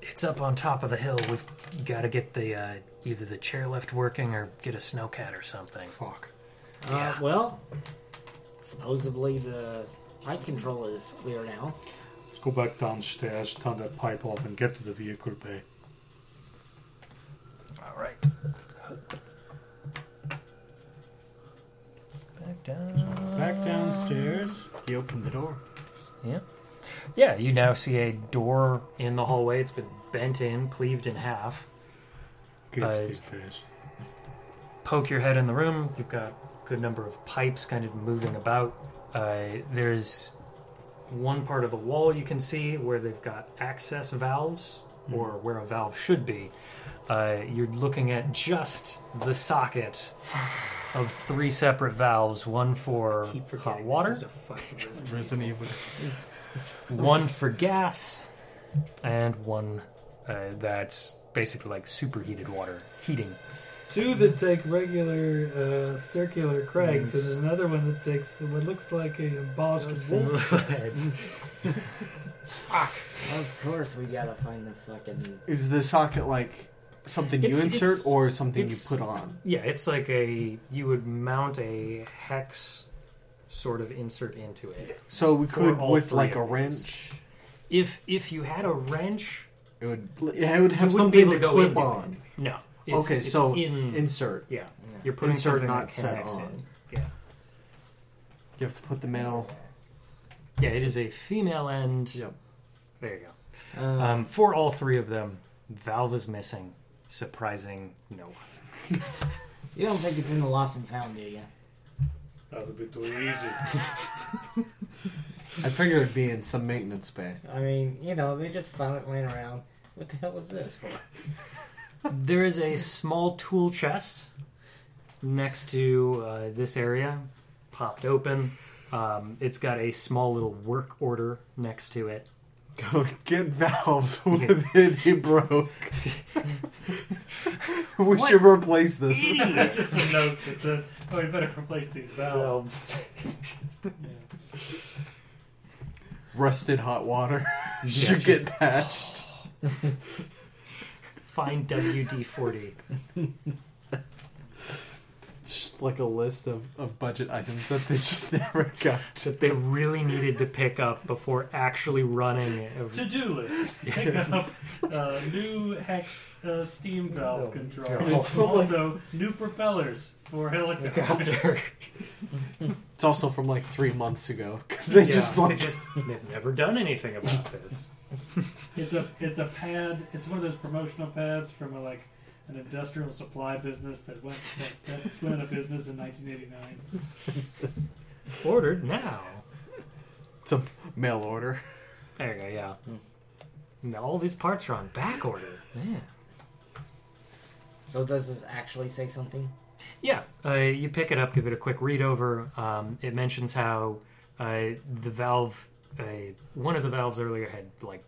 It's up on top of the hill. We've got to get the uh, either the chairlift working or get a snowcat or something.
Fuck.
Uh, well, supposedly the Pipe control is clear now.
Let's go back downstairs, turn that pipe off, and get to the vehicle bay.
All right. Back down.
Back downstairs.
You open the door.
Yeah. Yeah, you now see a door in the hallway. It's been bent in, cleaved in half.
Kids
I-
these days.
Poke your head in the room. You've got a good number of pipes kind of moving about. Uh, there's one part of the wall you can see where they've got access valves, or where a valve should be. Uh, you're looking at just the socket of three separate valves one for
Keep forgetting.
hot water,
This is a fucking
Resident Evil.
one for gas, and one uh, that's basically like superheated water heating.
Two that take regular uh, circular crags,
Yes.
and another one that takes the- what looks like a embossed wolf.
It's-
Of course, we gotta find the fucking.
Is the socket like something
It's-
you insert
it's-
or something you
it's-
put on?
yeah, it's like a you would mount a hex sort of insert into it.
So we
For
could
all
with
three
like
of
a
these.
wrench.
If if you had a wrench,
It would. It would have
wouldn't be
something
able
to,
to go
clip
into it.
on.
no. It's-
Okay,
it's
so
in,
insert.
yeah, you're putting
Insert,
something
not
that
set
connects
on.
in. Yeah,
You have to put the mail.
yeah. It is a female end.
Yep.
There you go.
Um,
Um, for all three of them, Valve is missing. Surprising no one.
you don't think it's in the lost and found, do you?
That would be too easy.
I figure it'd be in some maintenance bay.
I mean, you know, they just found it laying around. What the hell is this for?
There is a small tool chest next to uh, this area, popped open. Um, it's got a small little work order next to it.
Go get valves with it. You broke. we should replace this.
Just a note that says, "Oh, we better replace these valves."
Rusted hot water
Yeah,
should
just-
get patched.
Find WD 40.
Just like a list of, of budget items that they just never got.
that they really needed to pick up before actually running it.
To do list: pick up uh, new hex uh, steam valve control.
It's
also, new propellers for helicopters.
It's also from like three months ago because they
Yeah,
just like
they just they've never done anything about this.
It's a it's a pad. It's one of those promotional pads from a, like an industrial supply business that went that, that went out of business in 1989.
Ordered now.
it's a mail order.
There you go. Yeah.
Hmm.
Now all these parts are on back order. Yeah.
So does this actually say something?
Yeah, uh, you pick it up, give it a quick read over. Um, it mentions how uh, the valve, uh, one of the valves earlier had like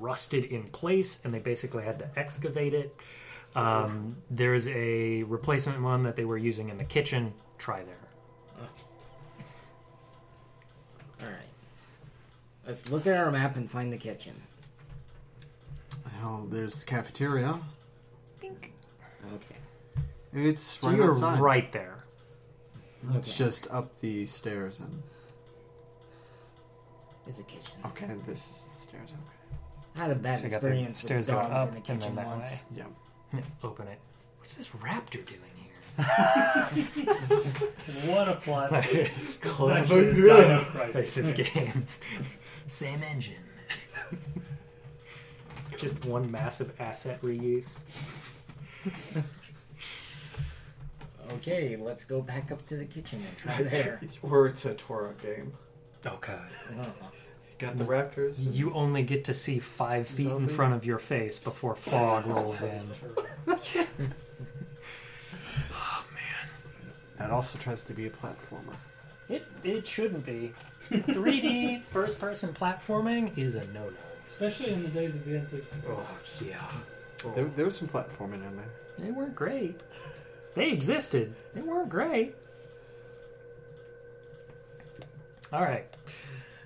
rusted in place, and they basically had to excavate it. Um, there's a replacement one that they were using in the kitchen. Try there.
All right. Let's look at our map and find the kitchen.
Well, there's the cafeteria.
Okay.
It's
So
right
you're
outside.
right there.
Okay.
It's just up the stairs and
It's a kitchen.
okay, this is the stairs. Okay.
I had a bad
So you got the
experience with
stairs going
dogs
up
in the
and then
kitchen
that
once.
way.
Yeah.
Open it. What's this raptor doing here?
What a plot!
it's
Actually, a Dino
This
Crisis.
is game. Same engine. it's just one massive asset reuse.
Okay, let's go back up to the kitchen and try there.
It's, or it's a Torah game.
Oh god.
Oh.
Got the Raptors. and-
You only get to see five feet in
Zombie?
front of your face before fog rolls in.
That also tries to be a platformer.
It, it shouldn't be. 3D first person platforming is a no no.
Especially in the days of the N64.
Oh, yeah.
There, there was some platforming in there.
They weren't great. They existed. They weren't great. All right.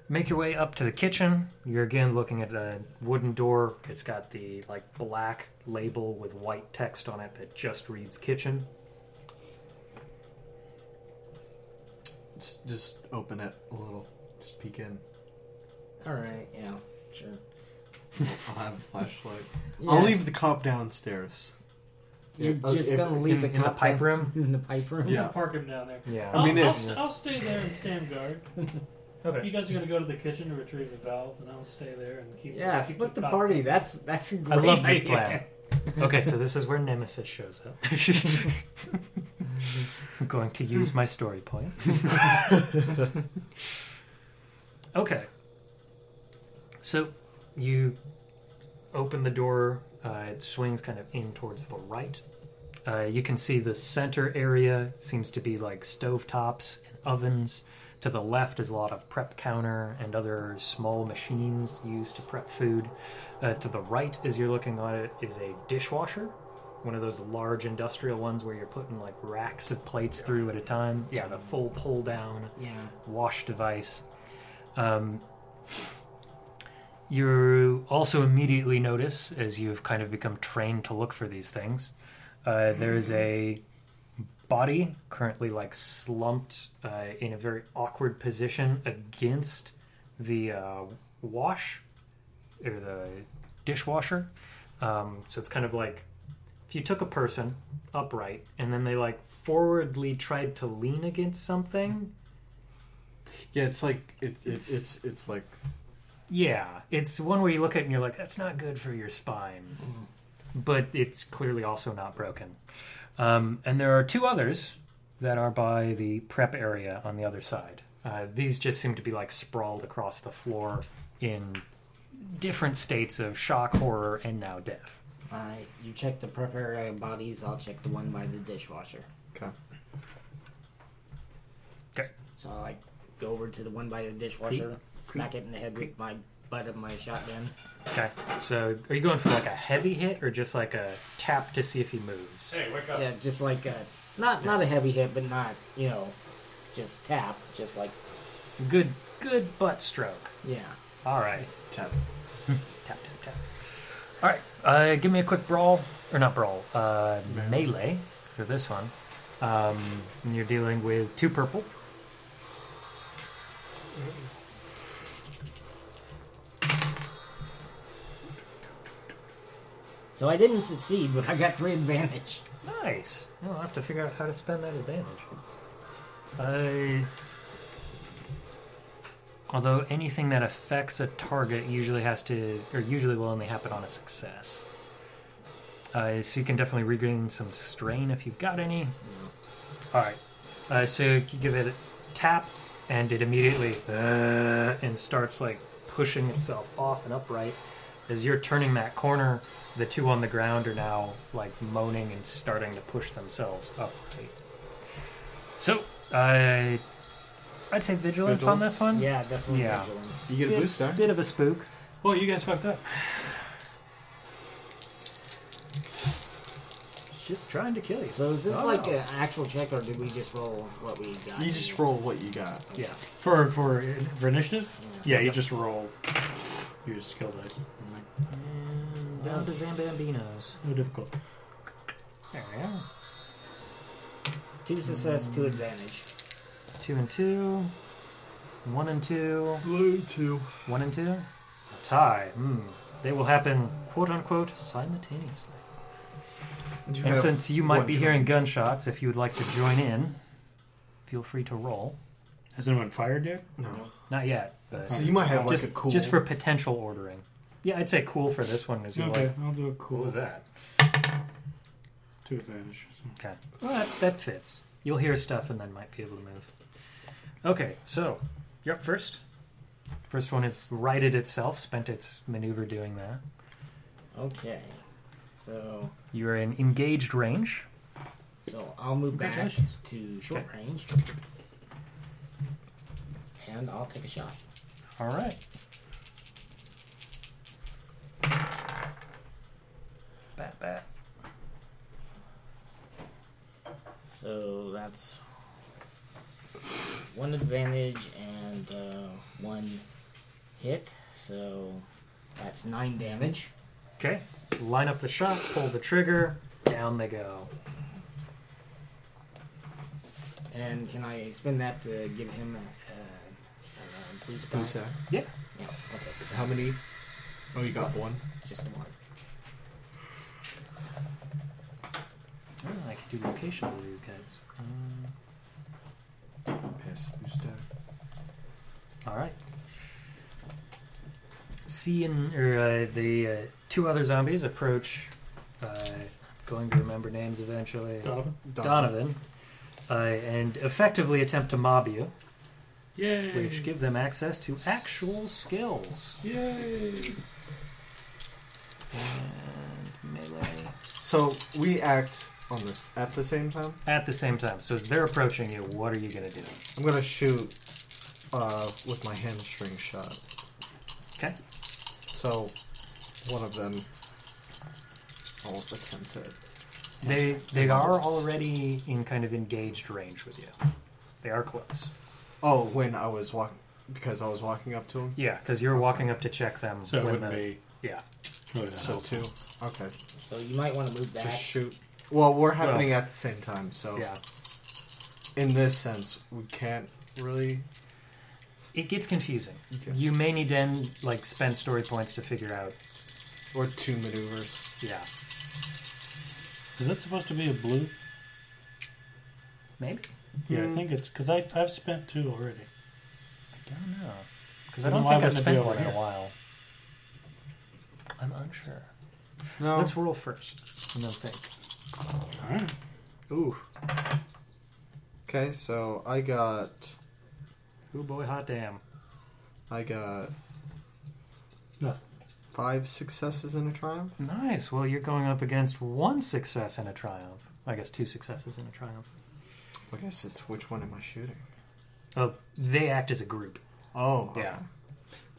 Make your way up to the kitchen. You're again looking at a wooden door. It's got the like black label with white text on it that just reads kitchen.
Just, just open it a little. Just peek in.
Alright, yeah, sure.
I'll have a flashlight.
Yeah.
I'll leave the cop downstairs.
You're
Yeah,
just
if-
gonna
uh,
leave
in-
the
in the
cop
pipe
down-
room?
In the pipe room.
Yeah.
Park him down there.
Yeah.
I mean,
I'll, I'll,
if-
s- I'll stay there and stand guard. You
Oh, Okay.
guys are gonna go to the kitchen to retrieve the valve, and I'll stay there and keep.
Yeah,
keep
split the
cop-
party. That's that's a
I
great
love this
idea.
plan. Okay, so this is where Nemesis shows up. I'm going to use my story point. okay. So you open the door, uh, it swings kind of in towards the right. Uh, you can see the center area seems to be like stovetops and ovens. To the left is a lot of prep counter and other small machines used to prep food. Uh, to the right, as you're looking on it, is a dishwasher, one of those large industrial ones where you're putting like racks of plates through at a time. Yeah, the full pull down
Yeah.
wash device. Um, you also immediately notice, as you've kind of become trained to look for these things, uh, there is a body currently like slumped uh, in a very awkward position against the uh, wash or the dishwasher. Um, so it's kind of like if you took a person upright and then they like forwardly tried to lean against something.
Yeah, it's like it, it,
It's-
it's it's it's like
Yeah, it's one where you look at it and you're like, that's not good for your spine. But it's clearly also not broken. Um, and there are two others that are by the prep area on the other side. Uh, these just seem to be like sprawled across the floor in different states of shock, horror, and now death.
Alright, you check the prep area bodies, I'll check the one by the dishwasher.
okay.
So I go over to the one by the dishwasher, smack it in the head with my butt of my shotgun.
Okay, so are you going for like a heavy hit or just like a tap to see if he moves?
Hey, wake
Oh.
up.
Yeah, just like a not not a heavy hit, but not you know, just tap, just like
Good, good butt stroke.
yeah.
All right.
Tap.
Tap, tap, tap. All right. Uh, give me a quick brawl, or not brawl, uh, melee for this one. Um, and you're dealing with two purple.
So I didn't succeed, but I got three advantage.
Nice. Well, I'll have to figure out how to spend that advantage. Uh, although anything that affects a target usually has to, or usually will only happen on a success. Uh, so you can definitely regain some strain if you've got any. All right. Uh, so you give it a tap, and it immediately uh, and starts like pushing itself off and upright. As you're turning that corner, the two on the ground are now like moaning and starting to push themselves upright. So I, I'd say vigilance, on this one.
Yeah, definitely.
Yeah.
vigilance.
You get a boost there.
Bit of a spook.
Well, you guys fucked up.
Shit's trying to kill you.
So is this
Oh,
like
no.
an actual check, or did we just roll what we got?
You just roll what you got.
yeah.
For for for initiative. Yeah, you just roll. You just skill dice.
And down to Zambambinos.
No difficult.
There we are.
two success, two advantage.
Two and two. One and two.
Blue two.
One and two. A tie. Hmm. They will happen, quote unquote, simultaneously.
You
And
have
since you might
one
be
joint.
hearing gunshots, if you would like to join in, feel free to roll.
Has anyone fired yet?
no,
Not yet, but
so you might have like
just,
a cool.
just for potential ordering. Yeah, I'd say cool for this one as you
okay,
like.
I'll do a cool.
What was that?
Two advantage. So.
Okay. Well, that, that fits. You'll hear stuff and then might be able to move. Okay, so you're up first. First one is righted itself, spent its maneuver doing that.
Okay, so
You are in engaged range.
so I'll move back
Congratulations.
to short range, and I'll take a shot.
All right. Bat, bat.
So that's one advantage and uh, one hit. So that's nine damage.
Okay. Line up the shot, pull the trigger, down they go.
And can I spend that to give him a, a, blue star?
Blue sack.
Yeah.
Yeah. Okay.
So how many? Oh, you got one.
Just the one.
Oh, I could do location with these guys. Um,
Pass blue stack.
all right. Seeing or uh, the uh, two other zombies approach, uh, going to remember names eventually.
Donovan.
Donovan, uh, and effectively attempt to mob you,
Yay.
which give them access to actual skills
Yay.
and melee
So we act on this at the same time.
at the same time. So as they're approaching you, what are you gonna do?
I'm gonna shoot uh, with my hamstring shot.
Okay.
So one of them will attempt it.
They they are already in kind of engaged range with you. They are close.
Oh, when I was walk because I was walking up to him.
Yeah, because you're walking up to check them.
So it
when
wouldn't
the-
be.
Yeah.
Oh, yeah.
So two. Okay.
So you might want to move back.
Just shoot. Well, we're happening at the same time, so
Yeah.
in this sense, we can't really.
It gets confusing.
Okay.
You may need to end, like spend story points to figure out.
Or two maneuvers.
Yeah.
Is that supposed to be a blue?
Maybe.
Yeah, I think it's because I've spent two already.
I don't know. Because I
Then
don't
why
think I've
wouldn't it be
spent
over
one in a
here?
while. I'm unsure.
No.
Let's roll first, and then think.
All right.
Ooh,
Okay, so I got
ooh, boy, hot damn.
I got
Nothing.
five successes and a triumph.
Nice. Well, you're going up against one success and a triumph. I guess two successes and a triumph.
I guess it's which one am I shooting?
Oh, they act as a group.
Oh, okay.
Yeah.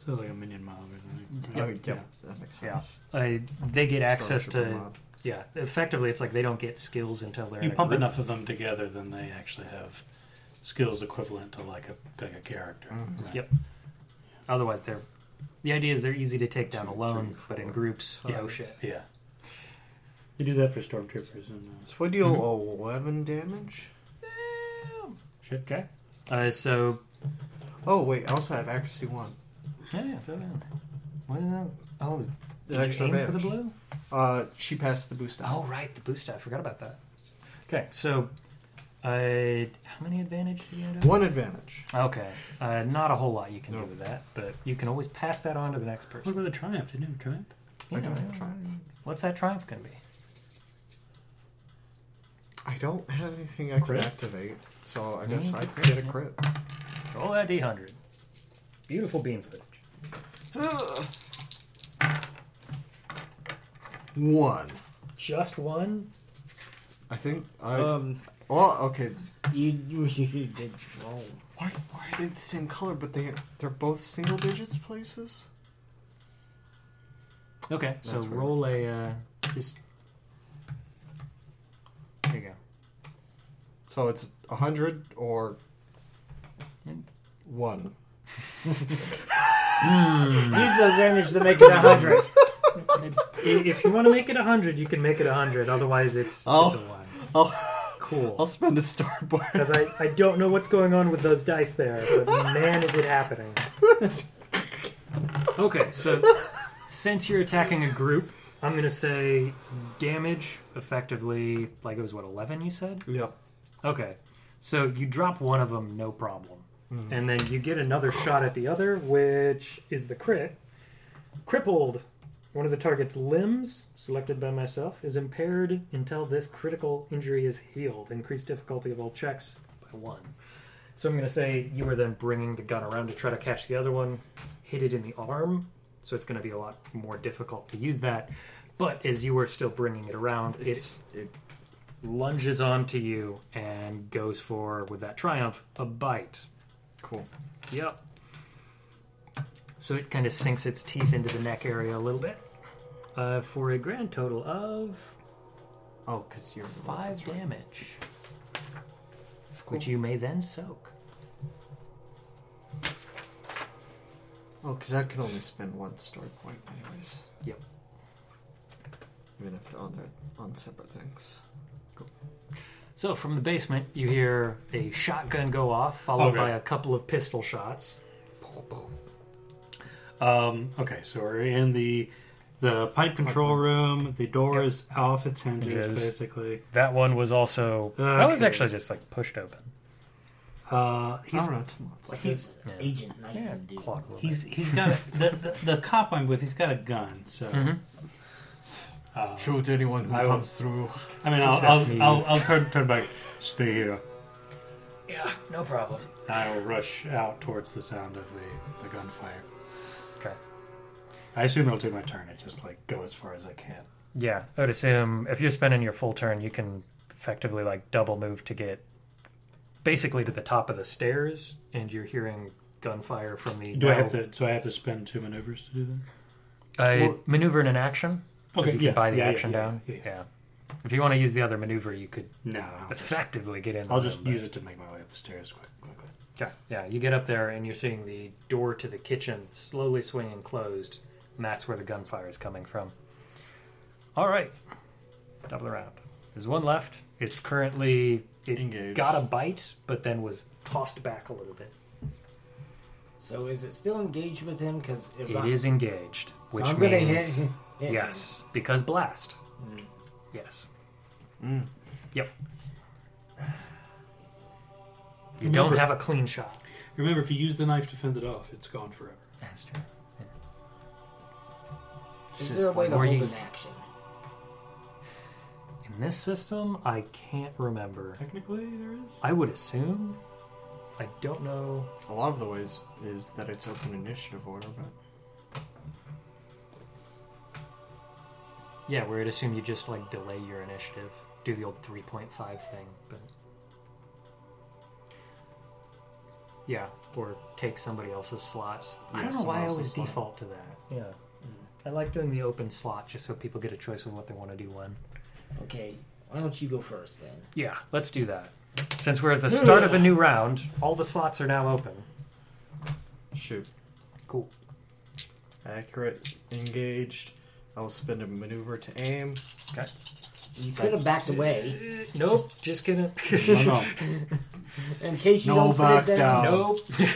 So like a minion mob or something.
Oh,
Yeah.
yep. That makes
Yeah.
sense.
Uh, they get access
Stormtrooper
to.
mod.
Yeah. Effectively, it's like they don't get skills until they're.
You
in a
pump
group.
enough of them together, then they actually have skills equivalent to like a like a character.
Mhm.
Right.
Yep. Otherwise, they're. The idea is they're easy to take down
Two,
alone,
three,
but in
four,
groups,
five.
oh shit.
Yeah. They do that for stormtroopers and uh,
So we deal eleven damage.
shit. Okay.
Uh, so
Oh wait, I also have accuracy one.
yeah, yeah, throw it in. What is that? Oh,
The
did you
extra
aim for the
advantage.
blue?
Uh, she passed the boost.
Oh, right, the boost. I forgot about that. Okay, so uh, how many advantage do you end up?
One advantage.
Okay, uh, not a whole lot you can
No.
do with that, but you can always pass that on to the next
What
person.
about the triumph? Didn't you have a triumph?
I
Yeah,
don't have
yeah.
triumph.
What's that triumph gonna be?
I don't have anything I can
Crit?
activate, so I guess
Mm,
I
okay.
get a crit.
Roll that d hundred. Beautiful beam footage.
One.
Just one.
I think I.
Um,
well, okay.
you you, you did roll.
Why, why are they the same color, but they they're both single digits places?
Okay, so
That's weird.
roll a uh, just. There you go.
So it's a hundred or
Mm.
one.
Use the advantage to make it a hundred.
I- if you want to make it 100, you can make it 100. Otherwise, it's,
Oh.
it's a 1.
I'll, I'll
Cool.
spend a star point.
Because I, I don't know what's going on with those dice there, but man, is it happening. okay, so since you're attacking a group, I'm going to say damage effectively, like it was, what, 11 you said?
Yep.
Okay. So you drop one of them, no problem. And then you get another shot at the other, which is the crit. Crippled. One of the target's limbs, selected by myself, is impaired until this critical injury is healed. Increased difficulty of all checks by one. So I'm going to say you are then bringing the gun around to try to catch the other one, hit it in the arm. So it's going to be a lot more difficult to use that. But as you are still bringing it around, it's
It,
lunges onto you and goes for with that triumph a bite.
cool.
Yep. So it kind of sinks its teeth into the neck area a little bit, uh, for a grand total of
Oh, because you're the one
five
that's right.
damage, which you may then soak.
Oh, because I can only spend one story point, anyways.
Yep.
Even if they're on their on separate things.
So from the basement, you hear a shotgun go off, followed
Okay.
by a couple of pistol shots.
Um, okay, so we're in the the pipe control room. The door is off its hinges,
Hinges.
basically.
That one was also. That was
Okay.
actually just like pushed open.
Uh, he's
Alright,
Like his
Yeah.
agent knife
Yeah,
him, dude.
clock. room.
he's he's got a, the, the the cop I'm with. He's got a gun, so.
Mhm.
Uh,
shoot anyone who
I will-
comes through.
I mean, I'll, I'll, I'll, I'll turn, turn back. Stay here.
Yeah, no problem.
I will rush out towards the sound of the, the gunfire.
Okay.
I assume it'll take my turn. I just like go as far as I can.
Yeah, I would assume if you're spending your full turn, you can effectively like double move to get basically to the top of the stairs, and you're hearing gunfire from the.
Do I have
now-
to? Do I have to spend two maneuvers to do that?
I
Well-
maneuver in an action. 'cause you can buy the
yeah, yeah,
action
yeah,
down.
yeah,
Yeah,
yeah.
If you want to use the other maneuver, you could
No, I'll just-
effectively get in. the
I'll
room,
just
but-
use it to make my way up the stairs quick, quickly.
Yeah, yeah. You get up there and you're seeing the door to the kitchen slowly swinging closed, and that's where the gunfire is coming from. All right, double around. There's one left. It's currently it
Engaged.
got a bite, but then was tossed back a little bit.
So is it still engaged with him? Because
It is engaged, which
I'm gonna hit
means
him. Mm. hit
yes, because blast. Yes.
Mm.
Yep. You don't have a clean shot.
Remember, if you use the knife to fend it off, it's gone forever.
That's true.
Is there a way to
Or
hold
you-
an action?
In this system, I can't remember.
Technically, there is.
I would assume. I don't know.
A lot of the ways is that it's open initiative order, but
Yeah, we would assume you just like delay your initiative, do the old three point five thing, but yeah, or take somebody else's slot. I
yeah,
don't know
someone
why I
else's
always
slot.
default to that. Yeah, I like doing the open slot just so people get a choice of what they want to do when.
Okay, why don't you go first then?
Yeah, let's do that. Since we're at the start of a new round, all the slots are now open.
Shoot.
Cool.
Accurate. Engaged. I will spend a maneuver to aim.
You could have backed away
Nope, just kidding.
No,
in case you
No
don't put
back
it
down.
down.
Nope.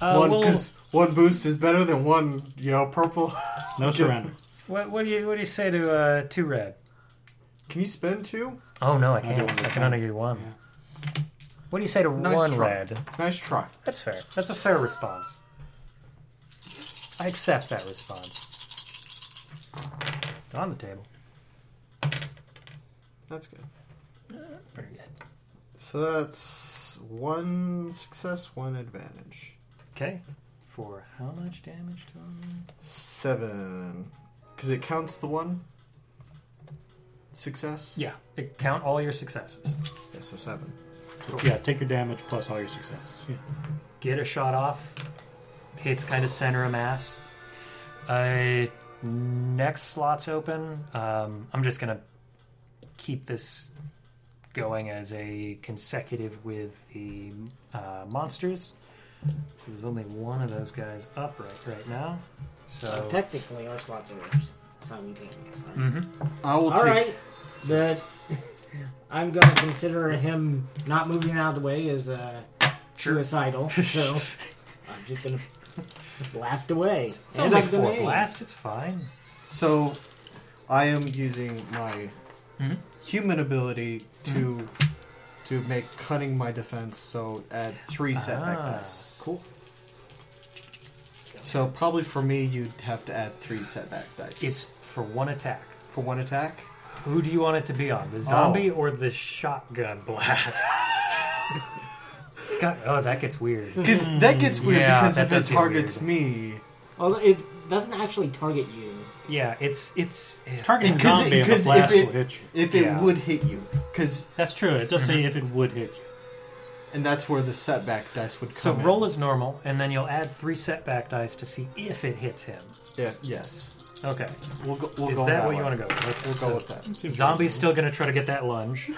uh,
one,
well,
'cause one boost is better than one, you know, purple.
no, no surrender.
what, what do you what do you say to uh, two red?
Can you spend two?
Oh no, I
do
can't.
only
I, can
one.
only do one.
Yeah.
What do you say to
Nice
one
try.
red?
Nice try.
That's fair. That's a fair response. I accept that response. On the table.
That's good.
Very good.
So that's one success, one advantage.
Okay. For how much damage total?
Seven. Because it counts the one success?
Yeah. It- count all your successes.
Yeah, so seven.
Yeah, take your damage plus all your successes. Yeah.
Get a shot off. Hits kind of center of mass. Uh, next slot's open. Um, I'm just gonna keep this going as a consecutive with the uh, monsters. So there's only one of those guys up right, right now.
So
So
technically, our slots are simultaneous. Right?
Mhm.
I will
All
take.
right, the I'm gonna consider him not moving out of the way as uh, suicidal. So I'm just gonna blast away.
it's
And
only
I'm gonna
four
aim.
blast. It's fine.
So I am using my
Mhm.
human ability to. To make cutting my defense, so add three setback
Mm-hmm. Ah,
dice.
cool.
So probably for me, you'd have to add three setback dice.
It's for one attack.
for one attack.
Who do you want it to be on? The
Oh.
zombie or the shotgun blast? God, oh, that gets weird.
Because that gets weird.
yeah,
because
that
if
does
it
get
targets
weird.
me,
Although it doesn't actually target you.
Yeah, it's it's
Target a
'Cause it-
zombie and the
'cause
blast
if it-
will hit you.
if it
Yeah.
would hit you, because
That's true. It does say if it would hit you.
and that's where the setback dice would come.
so
in.
roll as normal, and then you'll add three setback dice to see if it hits him.
Yeah, yes.
Okay,
We'll go. We'll
is
go
that, what you
want
want to go? with?
We'll
So,
go with that.
Zombie's still gonna try to get that lunge.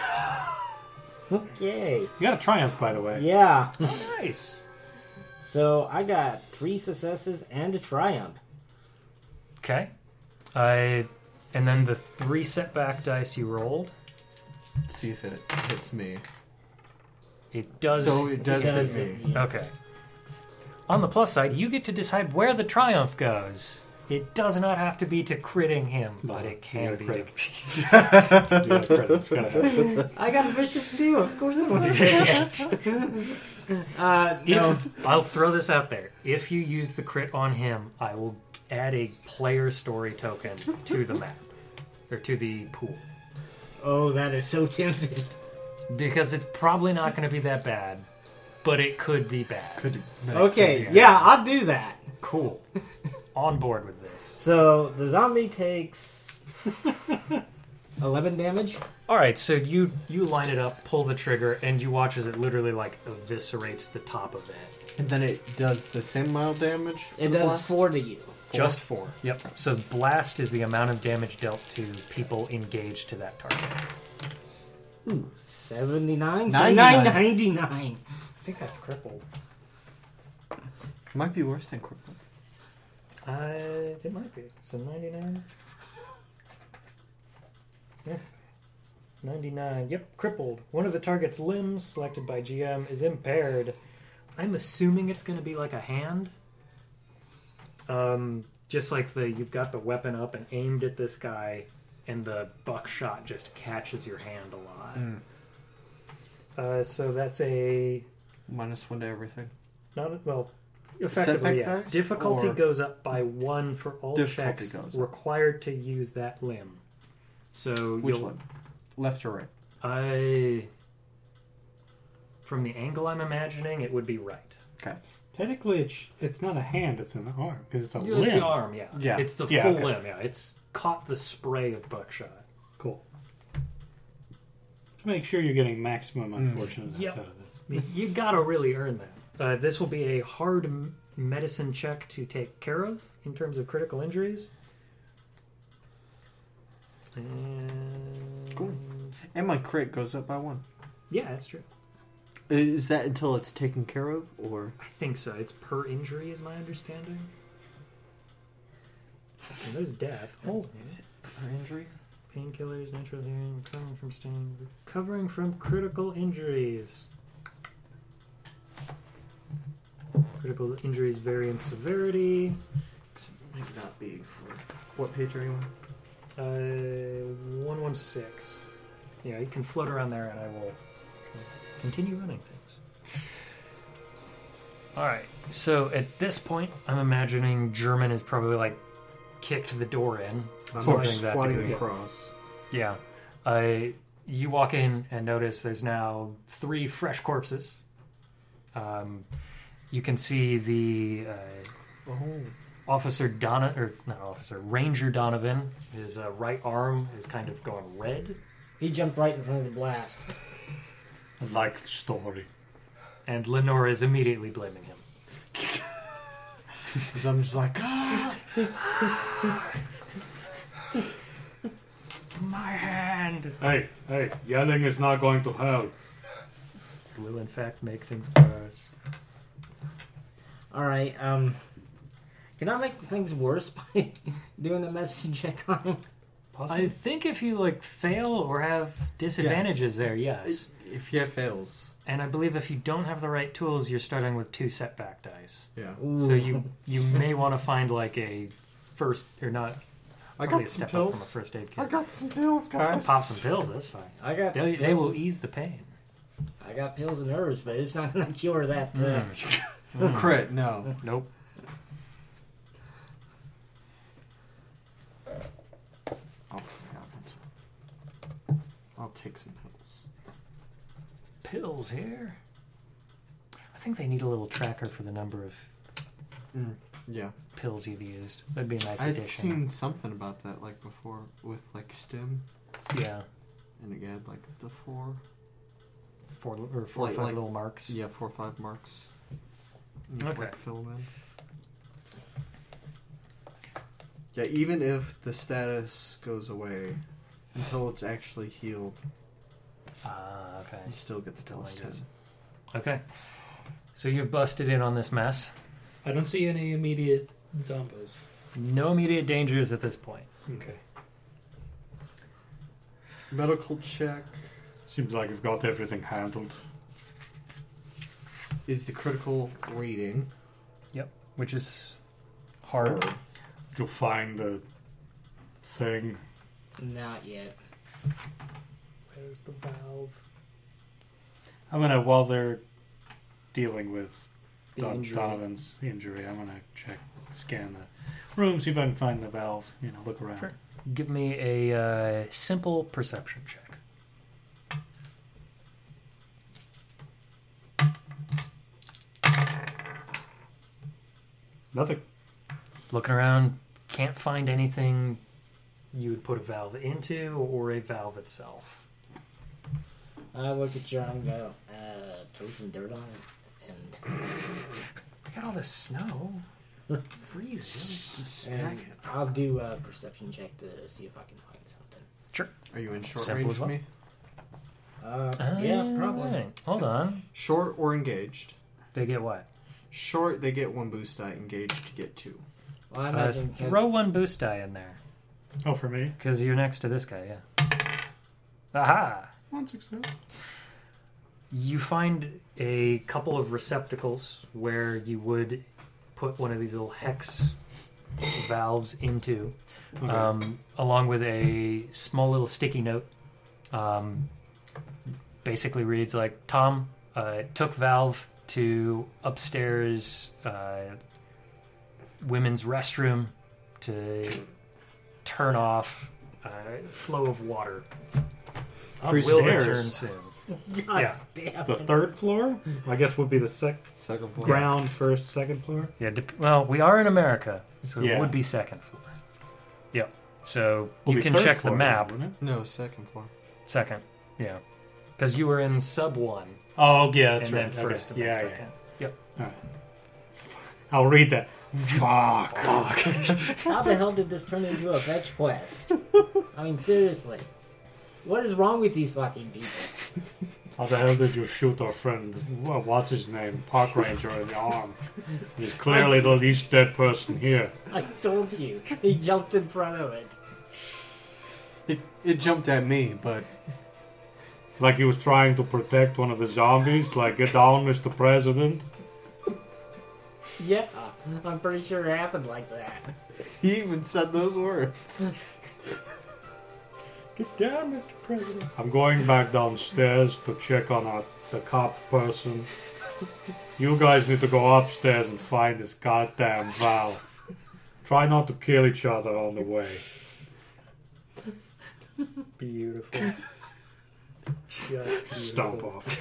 Yay!
You got a triumph, by the way.
Yeah.
Oh, nice.
So I got three successes and a triumph.
Okay, I and then the three setback dice you rolled.
See if it hits me.
It does.
So it does
Because
hit me.
it-
okay. On the plus side, you get to decide where the triumph goes. It does not have to be to critting him, but it can be. to-
I got a vicious deal. Of course I want to.
Uh, no.
If, I'll throw this out there. If you use the crit on him, I will add a player story token to the map or to the pool
Oh, that is so tempting.
because it's probably not going to be that bad, but it could be bad.
Okay, yeah, I'll do that.
Cool. On board with this.
So the zombie takes eleven damage.
All right, so you you line it up, pull the trigger, and you watch as it literally like eviscerates the top of it.
And then it does the same amount of damage. for
It
the
does
blast?
four to you.
Just four. Yep. So blast is the amount of damage dealt to people engaged to that target.
Seventy nine.
99.
Ninety nine.
I think that's crippled.
Might be worse than crippled.
Uh, it might be. So 99. Yeah. 99. Yep, crippled. One of the target's limbs, selected by GM, is impaired. I'm assuming it's going to be like a hand. Um, just like the you've got the weapon up and aimed at this guy, and the buckshot just catches your hand a lot. Uh, so that's a
Minus one to everything.
not well. Effectively,
Setback
yeah.
dice,
Difficulty
or-
goes up by one for all
Difficulty
checks
goes up.
required to use that limb. So
Which
you'll,
one? Left or right?
I, from the angle I'm imagining, it would be right.
Technically, it's it's not a hand; it's an arm because it's a
Yeah,
limb.
It's the arm, yeah.
Yeah.
It's the
Yeah,
full
okay.
limb, yeah. It's caught the spray of buckshot.
Cool. To make sure you're getting maximum
Mm.
unfortunate
Yep.
out of this.
you gotta really earn that. Uh, this will be a hard m- medicine check to take care of in terms of critical injuries. And
Cool. And my crit goes up by one.
Yeah, that's true.
Is that until it's taken care of, or
I think so. It's per injury, is my understanding. And there's death. Oh,
per injury?
painkillers, natural healing, recovering from stain, recovering from critical injuries. Critical injuries vary in severity.
Maybe not be for what page are you on?
Uh, one one six. Yeah, you can float around there, and I will continue running things. All right. So at this point, I'm imagining German has probably like kicked the door in.
I'm
Something
like
that
flying
degree.
across.
Yeah. Uh, you walk in and notice there's now three fresh corpses. Um, you can see the uh,
Oh,
Officer Donna, or not Officer Ranger Donovan, his uh, right arm is kind of going red,
He jumped right in front of the blast.
Like story.
and Lenora is immediately blaming him.
because I'm just like, ah,
My hand
Hey, hey, yelling is not going to help.
will, in fact, make things worse.
All right. Um, can I make things worse by doing a medicine check on him?
I think if you like fail or have disadvantages there, yes.
if yeah fails,
And I believe if you don't have the right tools, you're starting with two setback dice.
Yeah.
So you you may want to find like a first or not.
I
probably a
got
step
some
up from a
pills.
first aid
I
kit.
got some pills, guys.
Pop some pills. That's fine.
I got
They they will ease the pain.
I got pills and herbs, but it's not gonna cure that. Uh,
Hmm.
Oh, Crit, no.
Nope.
Oh my god, that's. I'll take some pills.
pills here. I think they need a little tracker for the number of
Yeah,
pills you've used. That'd be a nice
I'd
addition.
seen something about that like before with like stim,
Yeah,
and it had like the four,
four li- or four or
Like-
five
like-
little marks.
yeah, four or five marks. You
Okay.
like, fill 'em in.
Yeah, even if the status goes away until it's actually healed,
Ah, okay.
you still get the
Still
plus ten.
lingers. Okay. So you've busted in on this mess.
I don't see any immediate zombies.
No immediate dangers at this point.
Okay.
Medical check.
Seems like you've got everything handled.
is the critical reading.
Yep, which is hard.
You'll find the thing.
Not yet.
Where's the valve?
I'm gonna while they're dealing with
The
Don-
injury.
Donovan's injury, I'm gonna check, scan the room, see if I can find the valve. You know, look around.
Sure. Give me a uh, simple perception check.
Nothing.
Looking around, can't find anything you would put a valve into or a valve itself.
I look at your arm and go, uh, throw some dirt on it and,
We got all this snow. Freezing.
and I'll do a perception check to see if I can find something.
Are you in short
Simple
range
as
of
well.
me?
Uh, yeah, probably.
Alright, Hold on.
Short or engaged?
They get what?
Short, they get one boost die. Engaged, get two.
Well, I
Uh,
imagine 'cause-
throw one boost die in there.
Oh, for me,
Because you're next to this guy, yeah. Aha!
One success.
You find a couple of receptacles where you would put one of these little hex valves into, um, along with a small little sticky note. Um, basically reads like Tom uh, took Valve to upstairs uh, women's restroom to turn off uh, flow of water. Will return
upstairs,
soon.
God
yeah.
damn
the
it.
third floor. I guess would be the sec-
Second floor.
ground first, second floor.
Yeah. Dep- well, we are in America, so
Yeah.
it would be second floor. Yeah. So
Will
you
be
can
third
check
floor
the
then,
map.
wouldn't it?
No, second floor.
Second. Yeah. Because you were in sub one
Oh yeah, that's
and
right.
then
Okay.
first and then
yeah, yeah,
second. Yep.
yeah. All right. I'll read that. Fuck.
How the hell did this turn into a fetch quest? I mean, seriously. What is wrong with these fucking people?
How the hell did you shoot our friend? wha- What's his name? Park Ranger in the arm. He's clearly the least dead person here.
I told you. He jumped in front of it.
It, it jumped at me, but
Like he was trying to protect one of the zombies. Like get down, Mr. President.
Yeah, I'm pretty sure it happened like that.
he even said those words.
Get down, Mr. President. I'm going back downstairs to check on our, the cop person. You guys need to go upstairs and find this goddamn valve. Try not to kill each other on the way.
Beautiful.
Stomp off.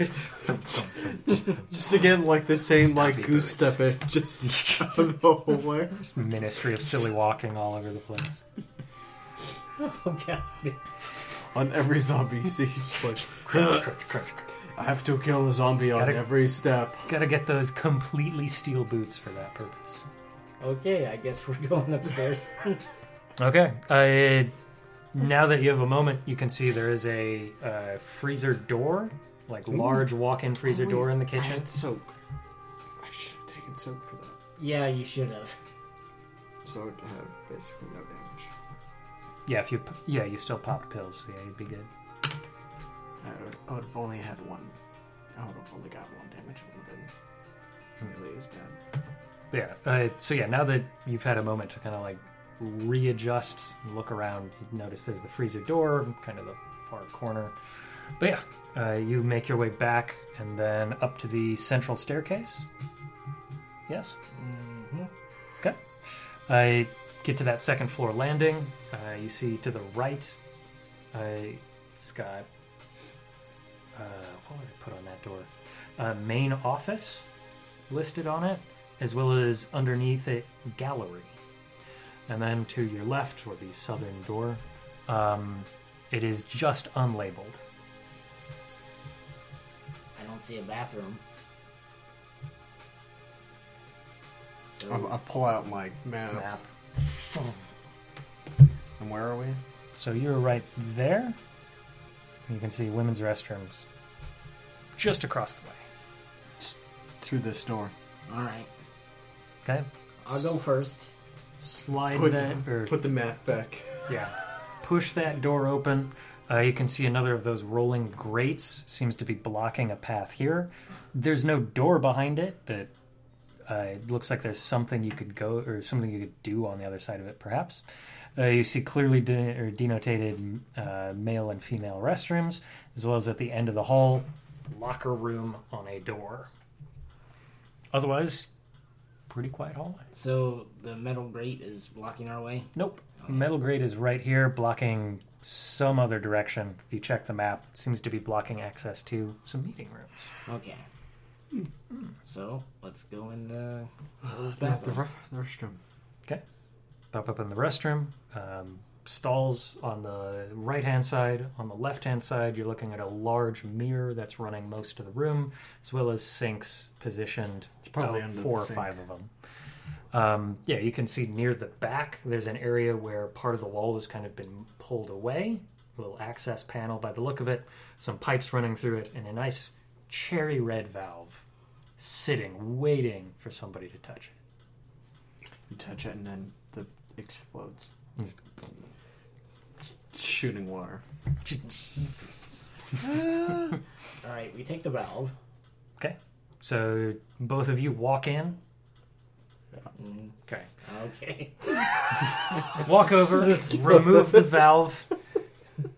Just again, like the same, like
Stabby
goose
birds.
step it. Just out of nowhere.
Ministry of silly walking all over the place.
Oh, God.
on every zombie you see. Just like, I have to kill a zombie on
Gotta-
every step.
Gotta get those completely steel boots for that purpose.
Okay, I guess we're going upstairs.
Okay. Uh, now that you have a moment, you can see there is a uh, freezer door, like large walk-in freezer door in the
Oh, I
kitchen.
had soak. I should have taken soak for that.
yeah, you should have.
So it had basically no damage.
Yeah, if you p- yeah, you still popped pills, so yeah, you'd be good.
I would- I would have only had one. I would have only got one damage. It would have
Hmm.
been really as bad.
Yeah. Uh, so yeah, now that you've had a moment to kind of like readjust, and look around, you notice there's the freezer door, kind of the far corner. But yeah, uh, you make your way back and then up to the central staircase. Yes. Okay. I get to that second floor landing. Uh, you see to the right, uh, it's got. Uh, what would I put on that door? Uh, main office listed on it, as well as underneath it, gallery. And then to your left, or the southern door, um, it is just unlabeled.
I don't see a bathroom. So,
I, I pull out my map.
Map.
And where are we?
So you're right there. You can see women's restrooms just across the way.
Through this door.
alright.
Okay,
I'll go first.
slide
Put,
that. Or,
put the map back.
Yeah. Push that door open. Uh, you can see another of those rolling grates seems to be blocking a path here. There's no door behind it, but uh, it looks like there's something you could go or something you could do on the other side of it, perhaps. Uh, you see clearly de- or denotated uh, male and female restrooms, as well as at the end of the hall, locker room on a door. Otherwise, pretty quiet hallway.
So the metal grate is blocking our way.
Nope. Metal grate is right here, blocking some other direction. If you check the map, it seems to be blocking access to some meeting rooms.
Okay. So let's go in the
Back the, re- the restroom.
Okay. Pop up in the restroom. Um, stalls on the right hand side. On the left hand side, you're looking at a large mirror that's running most of the room, as well as sinks positioned. It's
probably under the
four or
sink.
five of them. Um, yeah, you can see near the back, there's an area where part of the wall has kind of been pulled away. A little access panel by the look of it, some pipes running through it, and a nice cherry red valve sitting, waiting for somebody to touch it.
You touch it and then the explodes.
It's-
It's shooting water.
All right, we take the valve.
Okay. So both of you walk in.
Mhm.
Okay.
Okay.
Walk over, remove the valve.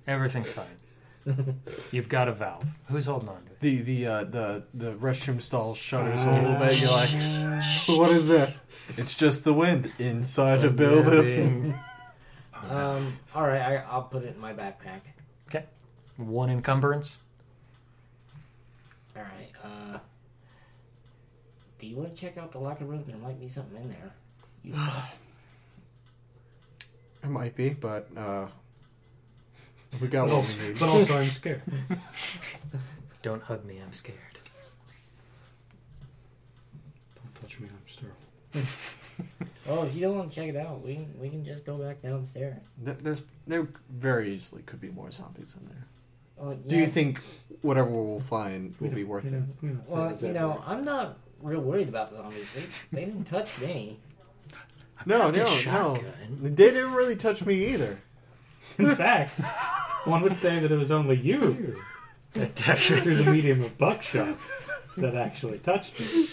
Everything's fine. You've got a valve. Who's holding on to it?
The the uh, the the restroom stall shutters a little bit. You're like, what is that? Ah. It's just the wind inside a building.
Um. All right, I, I'll put it in my backpack.
Okay. One encumbrance.
All right. Uh. Do you want to check out the locker room? There might be something in there. You-
It might be, but uh, we got what we need.
But also, I'm scared.
Don't hug me, I'm scared.
Don't touch me, I'm sterile.
well, Oh, if you don't want to check it out, we we can just go back downstairs.
There- There's there very easily could be more zombies in there.
Well,
Do
yeah,
you think whatever we'll find will be worth it?
Well, you know, I'm not real worried about the zombies. They, they didn't touch me.
No,
Got the
no, no.
shotgun.
They didn't really touch me either.
In fact, one would say that it was only you through the medium of buckshot that actually touched me.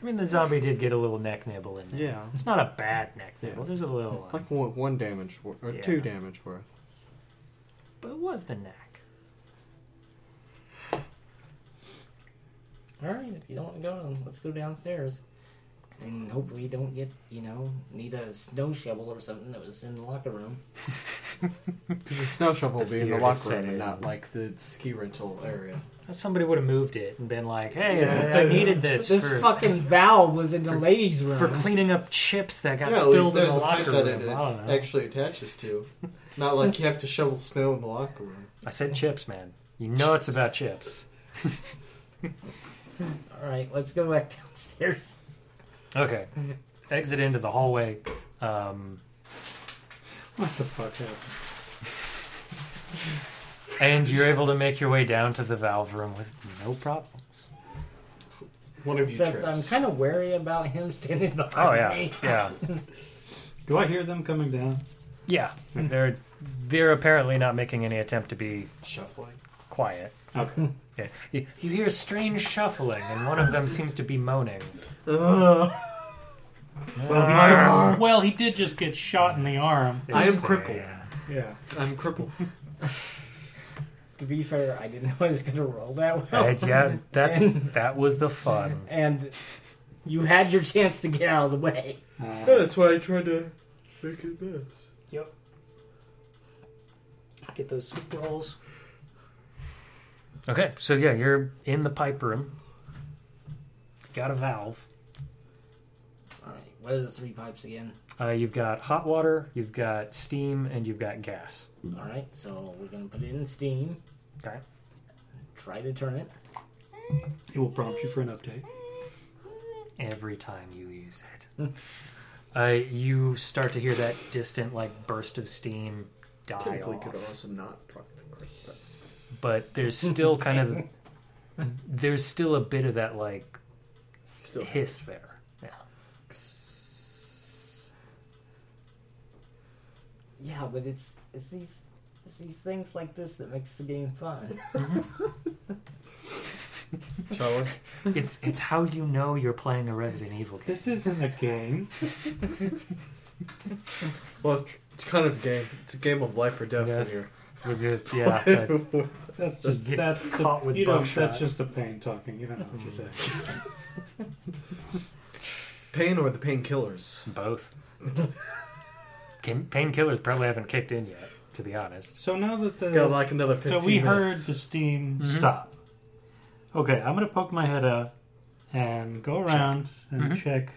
I mean, the zombie did get a little neck nibble in there.
Yeah,
It's not a bad neck nibble.
Yeah.
There's a little, uh,
like one, one damage wor- or
Yeah.
two damage worth.
but it was the neck.
All right, if you don't want to go, then let's go downstairs, and hope we don't get you know need a snow shovel or something that was in the locker room.
Because the snow shovel will
The
be in the
fear is
locker
set
room and
in.
not like the ski rental area.
Uh, Somebody would have moved it and been like, "Hey,
Yeah.
I needed this,
This
for
fucking valve was in the ladies' room.
for cleaning up chips that got
Yeah, at least
spilled in
there's
the
a pipe
locker
that
room."
it
I don't know.
actually attaches to. Not like you have to shovel snow in the locker room.
I said chips, man. You know it's about chips.
All right, let's go back downstairs.
Okay. Exit into the hallway. Um,
What the fuck happened?
and you're able to make your way down to the valve room with no problems.
One of you
Except I'm
trips.
kind of wary about him standing behind
Oh, yeah.
me.
Yeah.
Do I hear them coming down?
Yeah. They're, they're apparently not making any attempt to be
Shuffling.
quiet.
Oh.
Okay.
Yeah. You, you hear strange shuffling, and one of them seems to be moaning.
Well, he, well, he did just get shot in the arm.
I
am crippled.
Yeah.
I'm crippled.
To be fair, I didn't know I was gonna roll that well.
Right, yeah, that's, that was the fun.
And you had your chance to get out of the way.
Yeah, that's why I tried to make it best.
Get those soup rolls. Okay, so yeah, you're in the pipe room. Got a valve.
All right, what are the three pipes again?
Uh, you've got hot water, you've got steam, and you've got gas.
All right, so we're gonna put it in steam.
Okay.
Try to turn it.
It will prompt you for an update.
Every time you use it, uh, you start to hear that distant, like burst of steam die
Typically could
off.
also not proc the curse, but
But there's still kind of there's still a bit of that like
still.
hiss there. Yeah.
Yeah, but it's it's these it's these things like this that makes the game fun.
Shall
It's it's how you know you're playing a Resident Evil game.
This isn't a game.
Well, it's kind of a game. It's a game of life or death
Yes.
when you're.
We're just, yeah, that- that's
Just
just
get
that's
caught
the,
with
you know,
buckshot.
that's just the pain talking. You don't know what you're saying.
Pain or the painkillers.
both. Can- Painkillers probably haven't kicked in yet, to be honest.
So now that the
Got like another
Uh, so
15
we heard
minutes.
the steam stop. Okay, I'm gonna poke my head out and go around and
Mhm.
check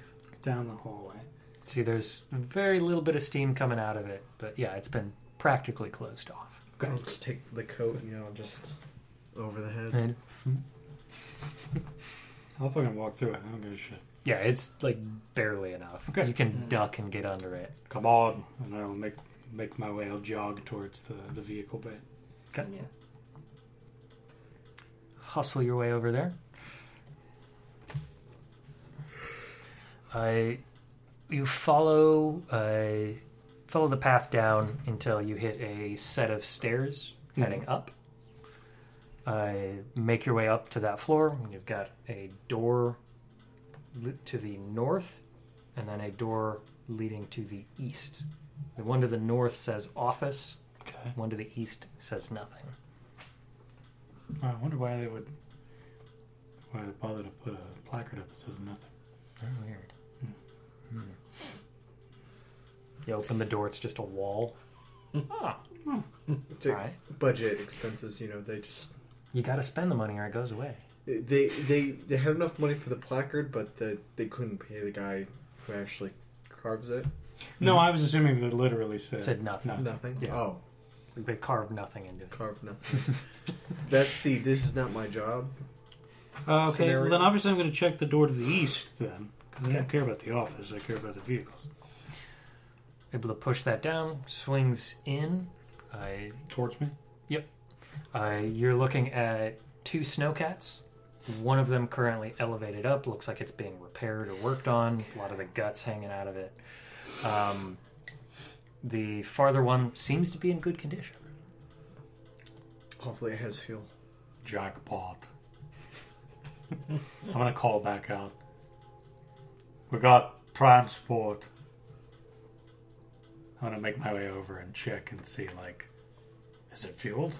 down the hallway.
See, there's very little bit of steam coming out of it, but yeah, it's been practically closed off.
I'll just take the coat and, you know, just over the head.
And
I'll fucking walk through it. I don't give a shit.
yeah, it's like barely enough.
Okay.
You can duck and get under it.
Come on, and I'll make make my way. I'll jog towards the the vehicle bay.
Okay. Hustle your way over there. I, you follow, uh, follow the path down until you hit a set of stairs heading up. I make your way up to that floor, and you've got a door le- to the north, and then a door leading to the east. The one to the north says office.
Okay.
One to the east says nothing.
I wonder why they would why they bother to put a placard up that says nothing.
Oh, weird. Hmm. You open the door; it's just a wall. Ah,
To
all right.
Budget expenses, you know, they just.
You got to spend the money, or it goes away.
They they they had enough money for the placard, but the, they couldn't pay the guy who actually carves it.
No, I was assuming that it literally said,
Said nothing.
Nothing.
Yeah.
Oh,
They carved nothing into it.
carve nothing. That's the. This is not my job.
Uh, okay,
scenario.
well, then obviously I'm going to check the door to the east then, because I don't
Okay.
care about the office. I care about the vehicles.
Able to push that down, swings in. I,
Towards me.
I, you're looking at two snowcats. One of them currently elevated up. Looks like it's being repaired or worked on. A lot of the guts hanging out of it. Um, the farther one seems to be in good condition.
Hopefully, it has fuel.
Jackpot. I'm going to call back out. We got transport. I'm going to make my way over and check and see, like, is it fueled?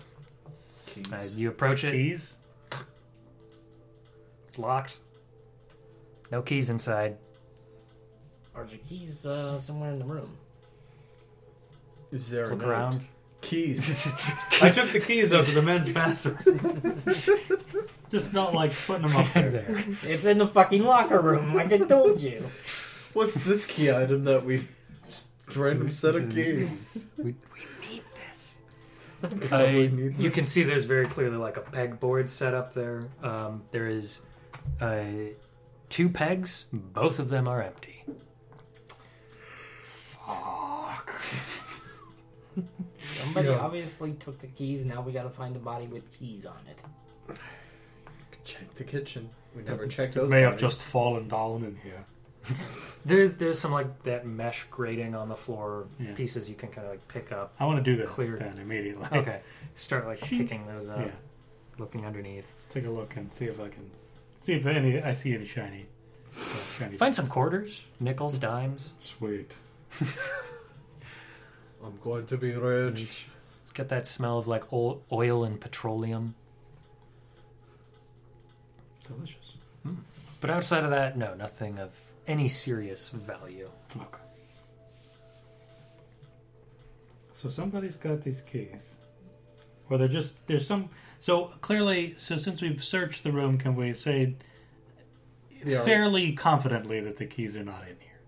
Keys.
Uh, you approach it.
Keys?
It's locked. No keys inside.
Are the keys uh, somewhere in the room?
is there a
Look
note?
around.
Keys.
I took the keys up to the men's bathroom. Just not like putting them up there.
there.
It's in the fucking locker room, like I told you.
What's this key item that we? Just random set of keys.
I,
need
you can see there's very clearly like a pegboard set up there. Um, there is uh, two pegs. Both of them are empty.
Somebody obviously took the keys, now we gotta find a body with keys on it.
Check the kitchen. We never checked those.
May have
bodies.
just fallen down in here.
There's there's some like that mesh grating on the floor
Yeah.
pieces you can kind of like pick up.
I want to do that
Clear.
then immediately.
Okay, Uh, start like picking those up,
Yeah.
looking underneath.
Let's take a look and see if I can see if any I see any shiny. uh, shiny.
Find some quarters, nickels, dimes.
Sweet.
I'm going to be rich.
It's got that smell of like oil, oil and petroleum.
Delicious.
But outside of that, no, nothing of any serious value.
Okay. So somebody's got these keys. Or they're just there's some so clearly so since we've searched the room, can we say
They are-
fairly confidently that the keys are not in here?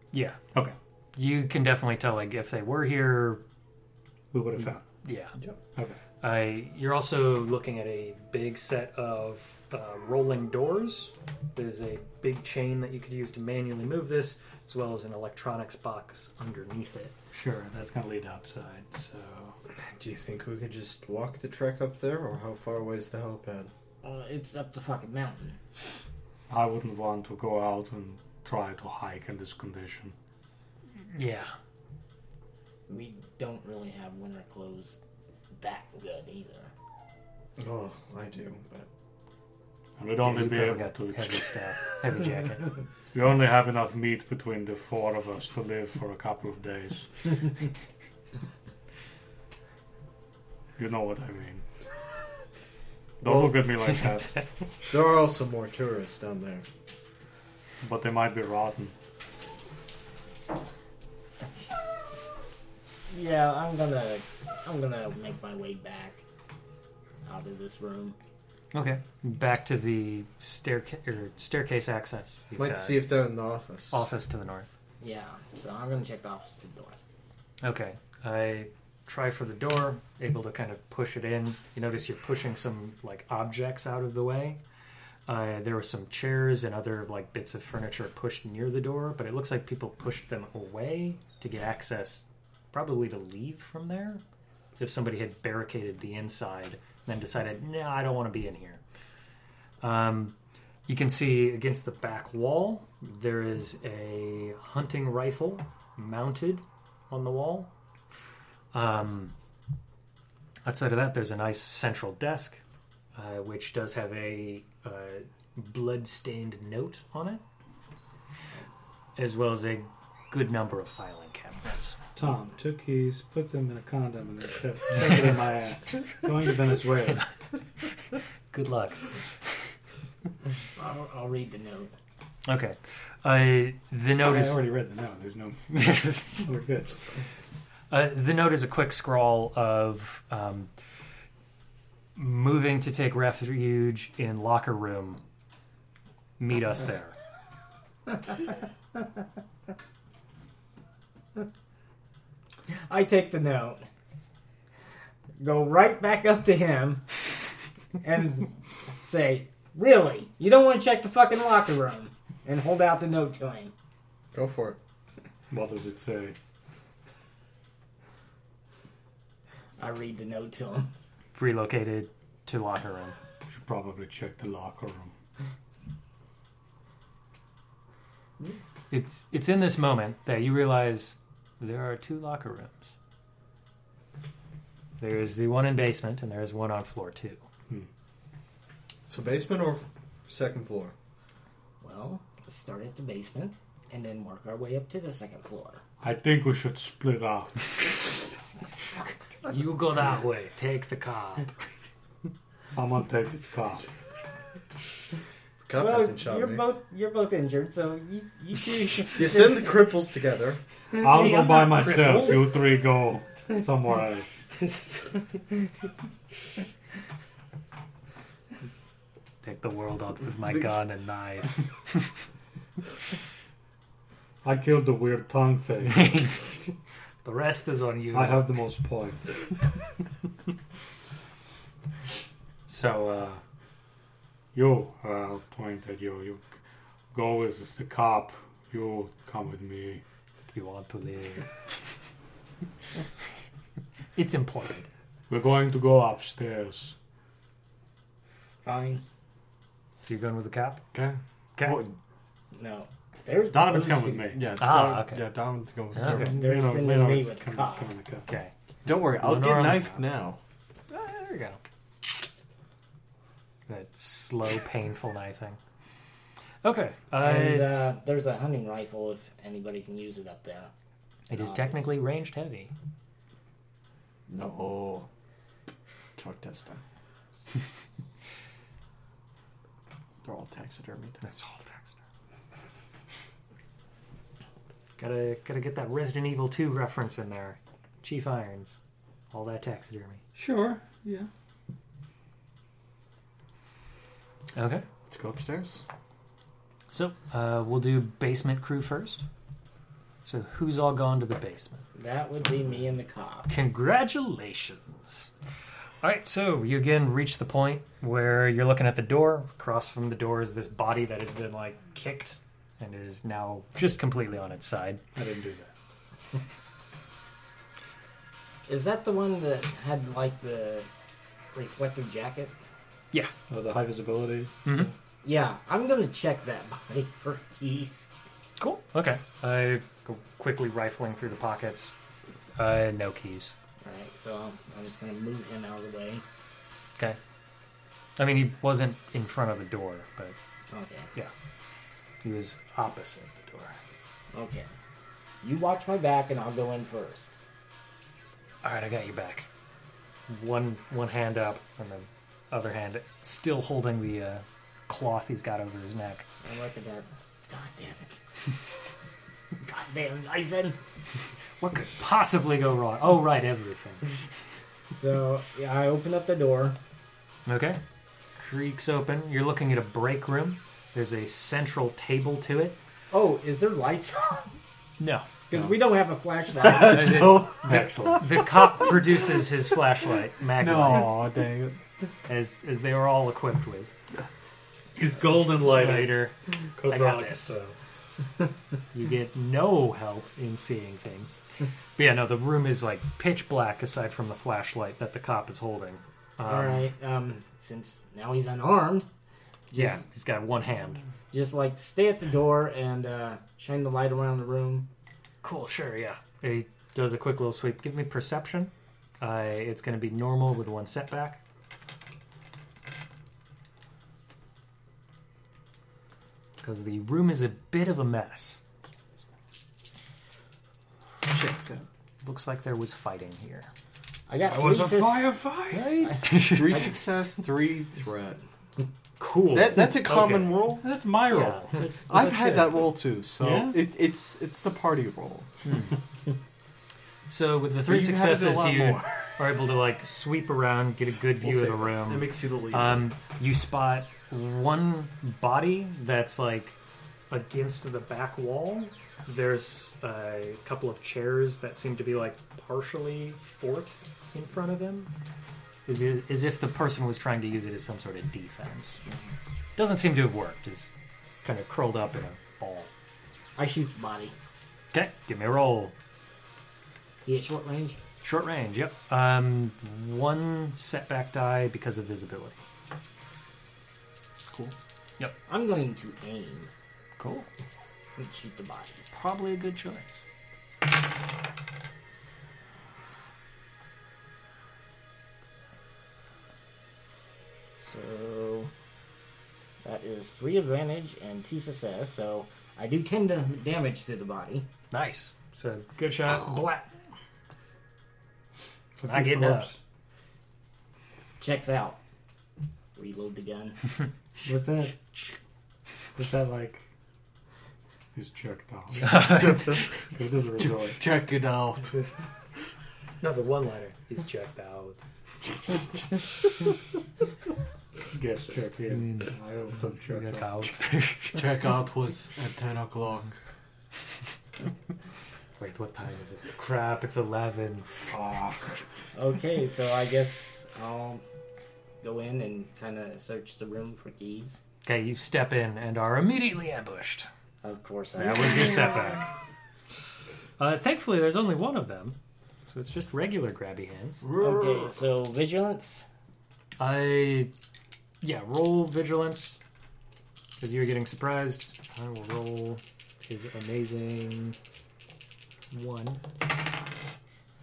Yeah.
Okay.
You can definitely tell, like, if they were here,
We would have found.
yeah.
Okay.
I, you're also looking at a big set of uh, rolling doors. There's a big chain that you could use to manually move this, as well as an electronics box underneath it.
Sure, that's gonna lead outside, so
Do you think we could just walk the trek up there, or how far away is the helipad?
Uh, it's up the fucking mountain.
I wouldn't want to go out and try to hike in this condition.
Yeah.
We don't really have winter clothes that good either.
Oh, I do, but
And we'd only
you
be
probably
able
got
to
heavy stuff, heavy jacket.
We only have enough meat between the four of us to live for a couple of days. you know what I mean. Don't
Well-
look at me like that.
There are also more tourists down there.
But they might be rotten.
Yeah, I'm gonna I'm gonna make my way back out of this room.
Okay, back to the staircase or staircase access. You've
Might
got
see if they're in the office.
office to the north.
Yeah, so I'm gonna check the office to the door.
Okay, I try for the door, able to kind of push it in. You notice you're pushing some like objects out of the way. Uh, there were some chairs and other like bits of furniture pushed near the door, but it looks like people pushed them away to get access, probably to leave from there. As if somebody had barricaded the inside, and then decided, no, I don't want to be in here. Um, you can see against the back wall there is a hunting rifle mounted on the wall. Um, outside of that, there's a nice central desk, uh, which does have a uh, blood-stained note on it, as well as a good number of filing cabinets.
Tom took keys, put them in a condom, and then shoved shoved it in my ass. Going to Venezuela.
Good luck.
I'll, I'll read the note.
Okay, uh, the note
I
is
already read the note. There's no. We're good.
Uh, the note is a quick scrawl of um, moving to take refuge in locker room. Meet us there.
I take the note, go right back up to him, and say, "Really, you don't want to check the fucking locker room?" And hold out the note to him.
Go for it.
What does it say?
I read the note to him.
Relocated to locker room.
Should probably check the locker room.
It's it's in this moment that you realize there are two locker rooms. There is the one in basement, and there is one on floor two.
So basement or second floor?
Well, let's start at the basement and then work our way up to the second floor.
I think we should split up.
You go that way. Take the car.
Someone take this car.
Cop
well,
hasn't shot
you're
me.
both you're both injured, so you you two.
You send the cripples together.
I'll
Hey,
go
I'm
by
not
myself.
crippled.
You three go somewhere else.
Take the world out with my gun and knife.
I killed the weird tongue thing.
The rest is on you.
I have the most points. so, uh, you, uh, I'll point at you. You go with the cop. You come with me.
You want to live. it's important.
We're going to go upstairs.
Fine.
So you're going with the cop?
Okay.
Okay.
No. There's
Donovan's
those
coming with
two-
me.
Yeah.
Ah, okay.
Yeah, Donovan's going. with
Okay.
Trevor.
They're
You know,
sending
you know,
me
it's
with the
come-
cop.
come in the car.
Okay.
Don't worry, I'll get
Lenora-
knifed now.
Ah, there we go. That slow, painful knifing. Okay.
And
Uh,
uh, there's a hunting rifle if anybody can use it up there.
it is technically ranged heavy.
No. Truck tester. They're all taxidermy.
That's all Dexter. Gotta gotta get that Resident Evil 2 reference in there. Chief Irons. All that taxidermy.
Sure. Yeah.
Okay.
Let's go upstairs.
So uh, we'll do basement crew first. So who's all gone to the basement?
That would be me and the cop.
Congratulations. All right, so you again reach the point where you're looking at the door. Across from the door is this body that has been like kicked and is now just completely on its side.
I didn't do that.
Is that the one that had like the reflective jacket?
Oh, the high visibility.
Yeah, I'm gonna check that body for keys.
Cool. Okay. I go quickly rifling through the pockets. Uh, no keys.
Right, so I'm, I'm just gonna move him out of the way.
Okay. I mean, he wasn't in front of a door, but
Okay.
yeah, he was opposite the door.
Okay. You watch my back, and I'll go in first.
All right, I got you back. One one hand up, and the other hand still holding the uh, cloth he's got over his neck.
I like it that. God damn it. God damn Nathan.
What could possibly go wrong? Oh, right, everything.
So yeah, I open up the door.
Okay. Creaks open. You're looking at a break room. There's a central table to it.
Oh, is there lights on?
No.
Because we don't have a flashlight.
Excellent.
The cop produces his flashlight, mag light,
Aw, dang it.
as as they were all equipped with.
His golden light.
Later,
Code
I got
Veronica
this.
style.
you get no help in seeing things. But yeah, no, the room is like pitch black aside from the flashlight that the cop is holding. Um,
All right. Um, since now he's unarmed,
Yeah,
Just-
he's got one hand.
just like stay at the door and uh, shine the light around the room.
Cool, sure, yeah. He does a quick little sweep. Give me perception. Uh, it's going to be normal with one setback. Because the room is a bit of a mess.
Checks out.
Looks like there was fighting here.
I got.
I was a
three fist-
firefight.
Three success, three threat.
Cool.
That, that's a common rule.
That's my role.
Yeah,
That's,
I've
that's
had
good.
that role too, so
Yeah?
it, it's it's the party role.
So with the three
Hmm. You had it a
successes,
lot
you
more.
are able to like sweep around, get a good view of the room.
It makes you the leader.
Um, you spot one body that's like against the back wall. There's a couple of chairs that seem to be like partially fort in front of him, as, i- as if the person was trying to use it as some sort of defense. Doesn't seem to have worked. Is kind of curled up in a ball.
I shoot the body.
Okay, give me a roll.
He at short range.
Short range. Yep. Um, one setback die because of visibility.
Cool.
I'm going to aim
Cool.
and shoot the body.
Probably a good choice.
So that is three advantage and two success. So I do ten to damage to the body.
Nice. So good shot. Black.
I
Not
think
getting up.
perhaps-
Checks out. Reload the gun.
Was that? Was that like?
He's checked out.
It doesn't really.
Check it out.
No, the one liner is checked out.
Guess check in. I hope I'm checked out.
Check out was at ten o'clock.
Wait, what time is it? Crap, it's 11.
okay, so I guess I'll go in and kind of search the room for keys.
Okay, you step in and are immediately ambushed.
Of course, I
That was your setback. Uh, thankfully, there's only one of them, so it's just regular grabby hands.
Okay, so vigilance.
I, yeah, roll vigilance because you're getting surprised. I will roll his amazing one.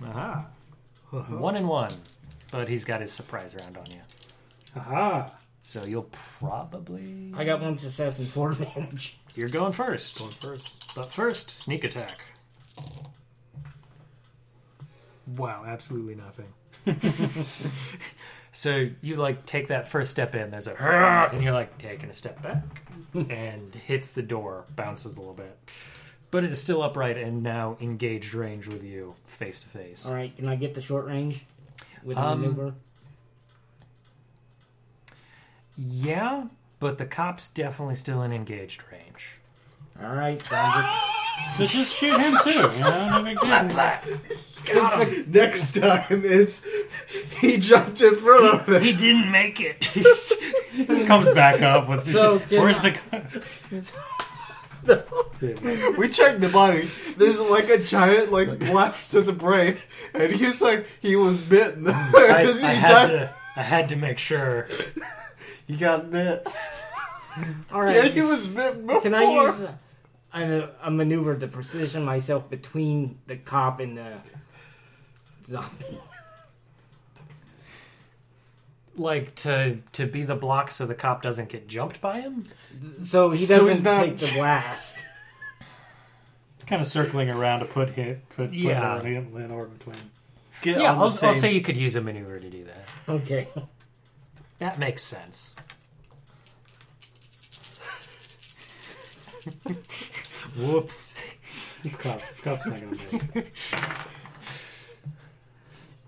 Aha, one and one, but he's got his surprise round on you,
Aha!
so you'll probably.
I got one success and four advantage.
You're going first. Going first. But first, sneak attack. Wow, absolutely nothing. so you like take that first step in, there's a and you're like taking a step back and hits the door, bounces a little bit. But it is still upright and now engaged range with you face to face.
All right, can I get the short range with the
Um,
maneuver?
Yeah, but the cop's definitely still in engaged range.
All right, so I'm just
So just shoot him too. You know, no big deal.
It's like, next time is he jumped in front of it.
He didn't make it.
Just comes back up with.
So, can
where's
I-
the? gun?
We checked the body. There's like a giant like blast as a break, and he's like he was bitten.
I,
he,
I
got,
had to, I had to make sure.
he got bit.
all
Yeah,
right.
he was bitten before.
Can I use a, a maneuver to position myself between the cop and the zombie?
like to to be the block so the cop doesn't get jumped by him?
So he
So
doesn't
he's not-
take the blast.
Kind of circling around to put hit, put, put
Yeah.
Lin- Lin or between.
Get
Yeah,
on
I'll,
the
I'll
same-
say you could use a maneuver to do that.
Okay.
That makes sense. Whoops.
This cop, this cop's not gonna make it.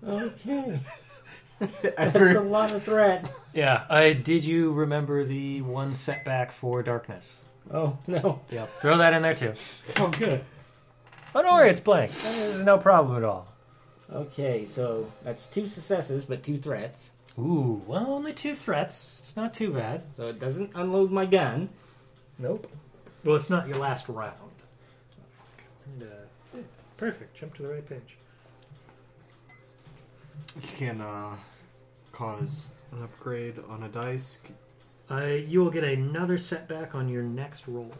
Okay. That's a
Edward,
lot of threat.
Yeah, I did you remember the one setback for darkness?
Oh no.
Yep. Throw that in there too.
Oh, good.
Oh, don't worry, it's blank. There's no problem at all.
Okay, so that's two successes but two threats.
Ooh, well, only two threats. It's not too bad.
So it doesn't unload my gun.
Nope. Well, it's not your last round. And, uh, yeah, perfect. Jump to the right page.
You can uh, cause an upgrade on a dice.
Uh, you will get another setback on your next roll.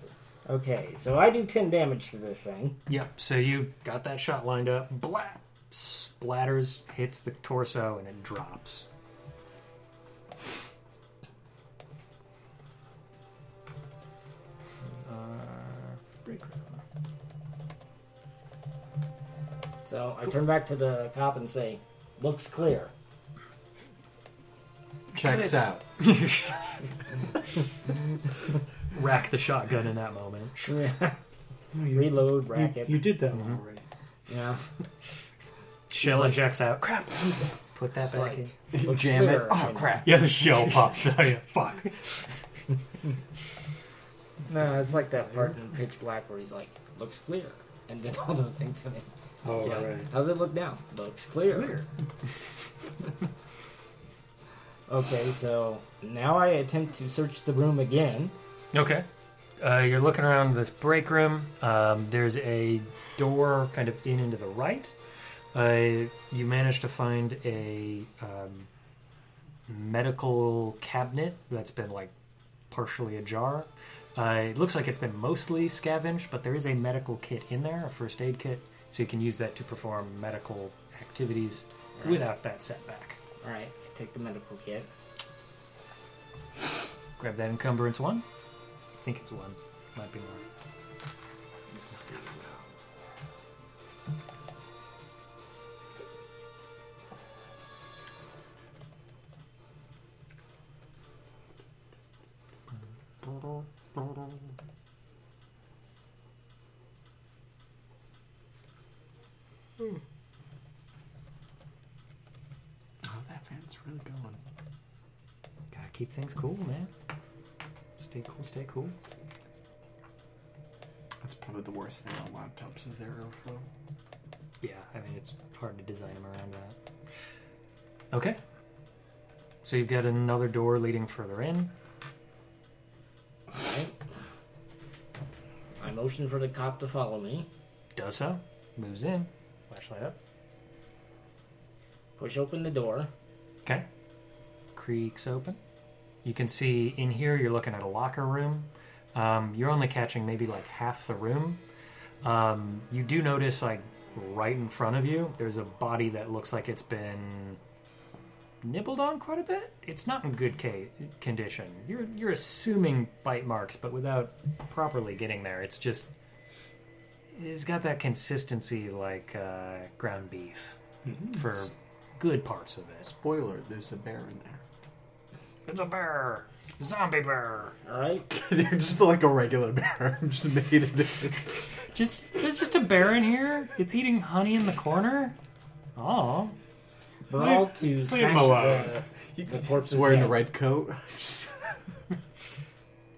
Okay, so I do ten damage to this thing.
Yep. So you got that shot lined up. Blap. Splatters, hits the torso, and it drops. Those are break round.
So I turn back to the cop and say, "Looks clear."
Checks out.
Rack the shotgun in that moment.
No, you,
Reload
you,
racket.
you did that one already.
yeah.
Shell ejects out. Crap. Put that
It's
back
like-
in.
Looks
jam it.
clear.
Oh
And-
crap!
Yeah, the shell pops out. Yeah, fuck.
No, it's like that part in Pitch Black where he's like, "Looks clear," and then all those things come in.
Oh,
He's like,
right.
How's it look down? Looks clear. okay, so now I attempt to search the room again.
Okay. Uh, you're looking around this break room. Um, there's a door kind of in and to the right. Uh, you manage to find a um, medical cabinet that's been like partially ajar. Uh, it looks like it's been mostly scavenged, but there is a medical kit in there, a first aid kit, so you can use that to perform medical activities without that setback.
All right, I take the medical kit.
Grab that encumbrance one. I think it's one. Might be more.
Let's see.
Oh, that fan's really going.
Gotta keep things cool, man. Stay cool, stay cool.
That's probably the worst thing on laptops is their overflow.
Yeah, I mean, it's hard to design them around that. Okay. So you've got another door leading further in.
All right. I motion for the cop to follow me.
Does so. Moves in. Flashlight up.
Push open the door.
Okay. Creaks open. You can see in here, you're looking at a locker room. Um, you're only catching maybe like half the room. Um, you do notice, like, right in front of you, there's a body that looks like it's been nibbled on quite a bit. It's not in good ca- condition. You're you're assuming bite marks, but without properly getting there. It's just it's got that consistency like uh, ground beef for good parts of it.
Spoiler: There's a bear in there.
It's a bear. Zombie bear.
All right.
just like a regular bear. I'm just made it.
Just there's just a bear in here. It's eating honey in the corner. Oh.
Brawl to
leave him
smash
alone.
the, the corpse's
wearing a
head.
red coat.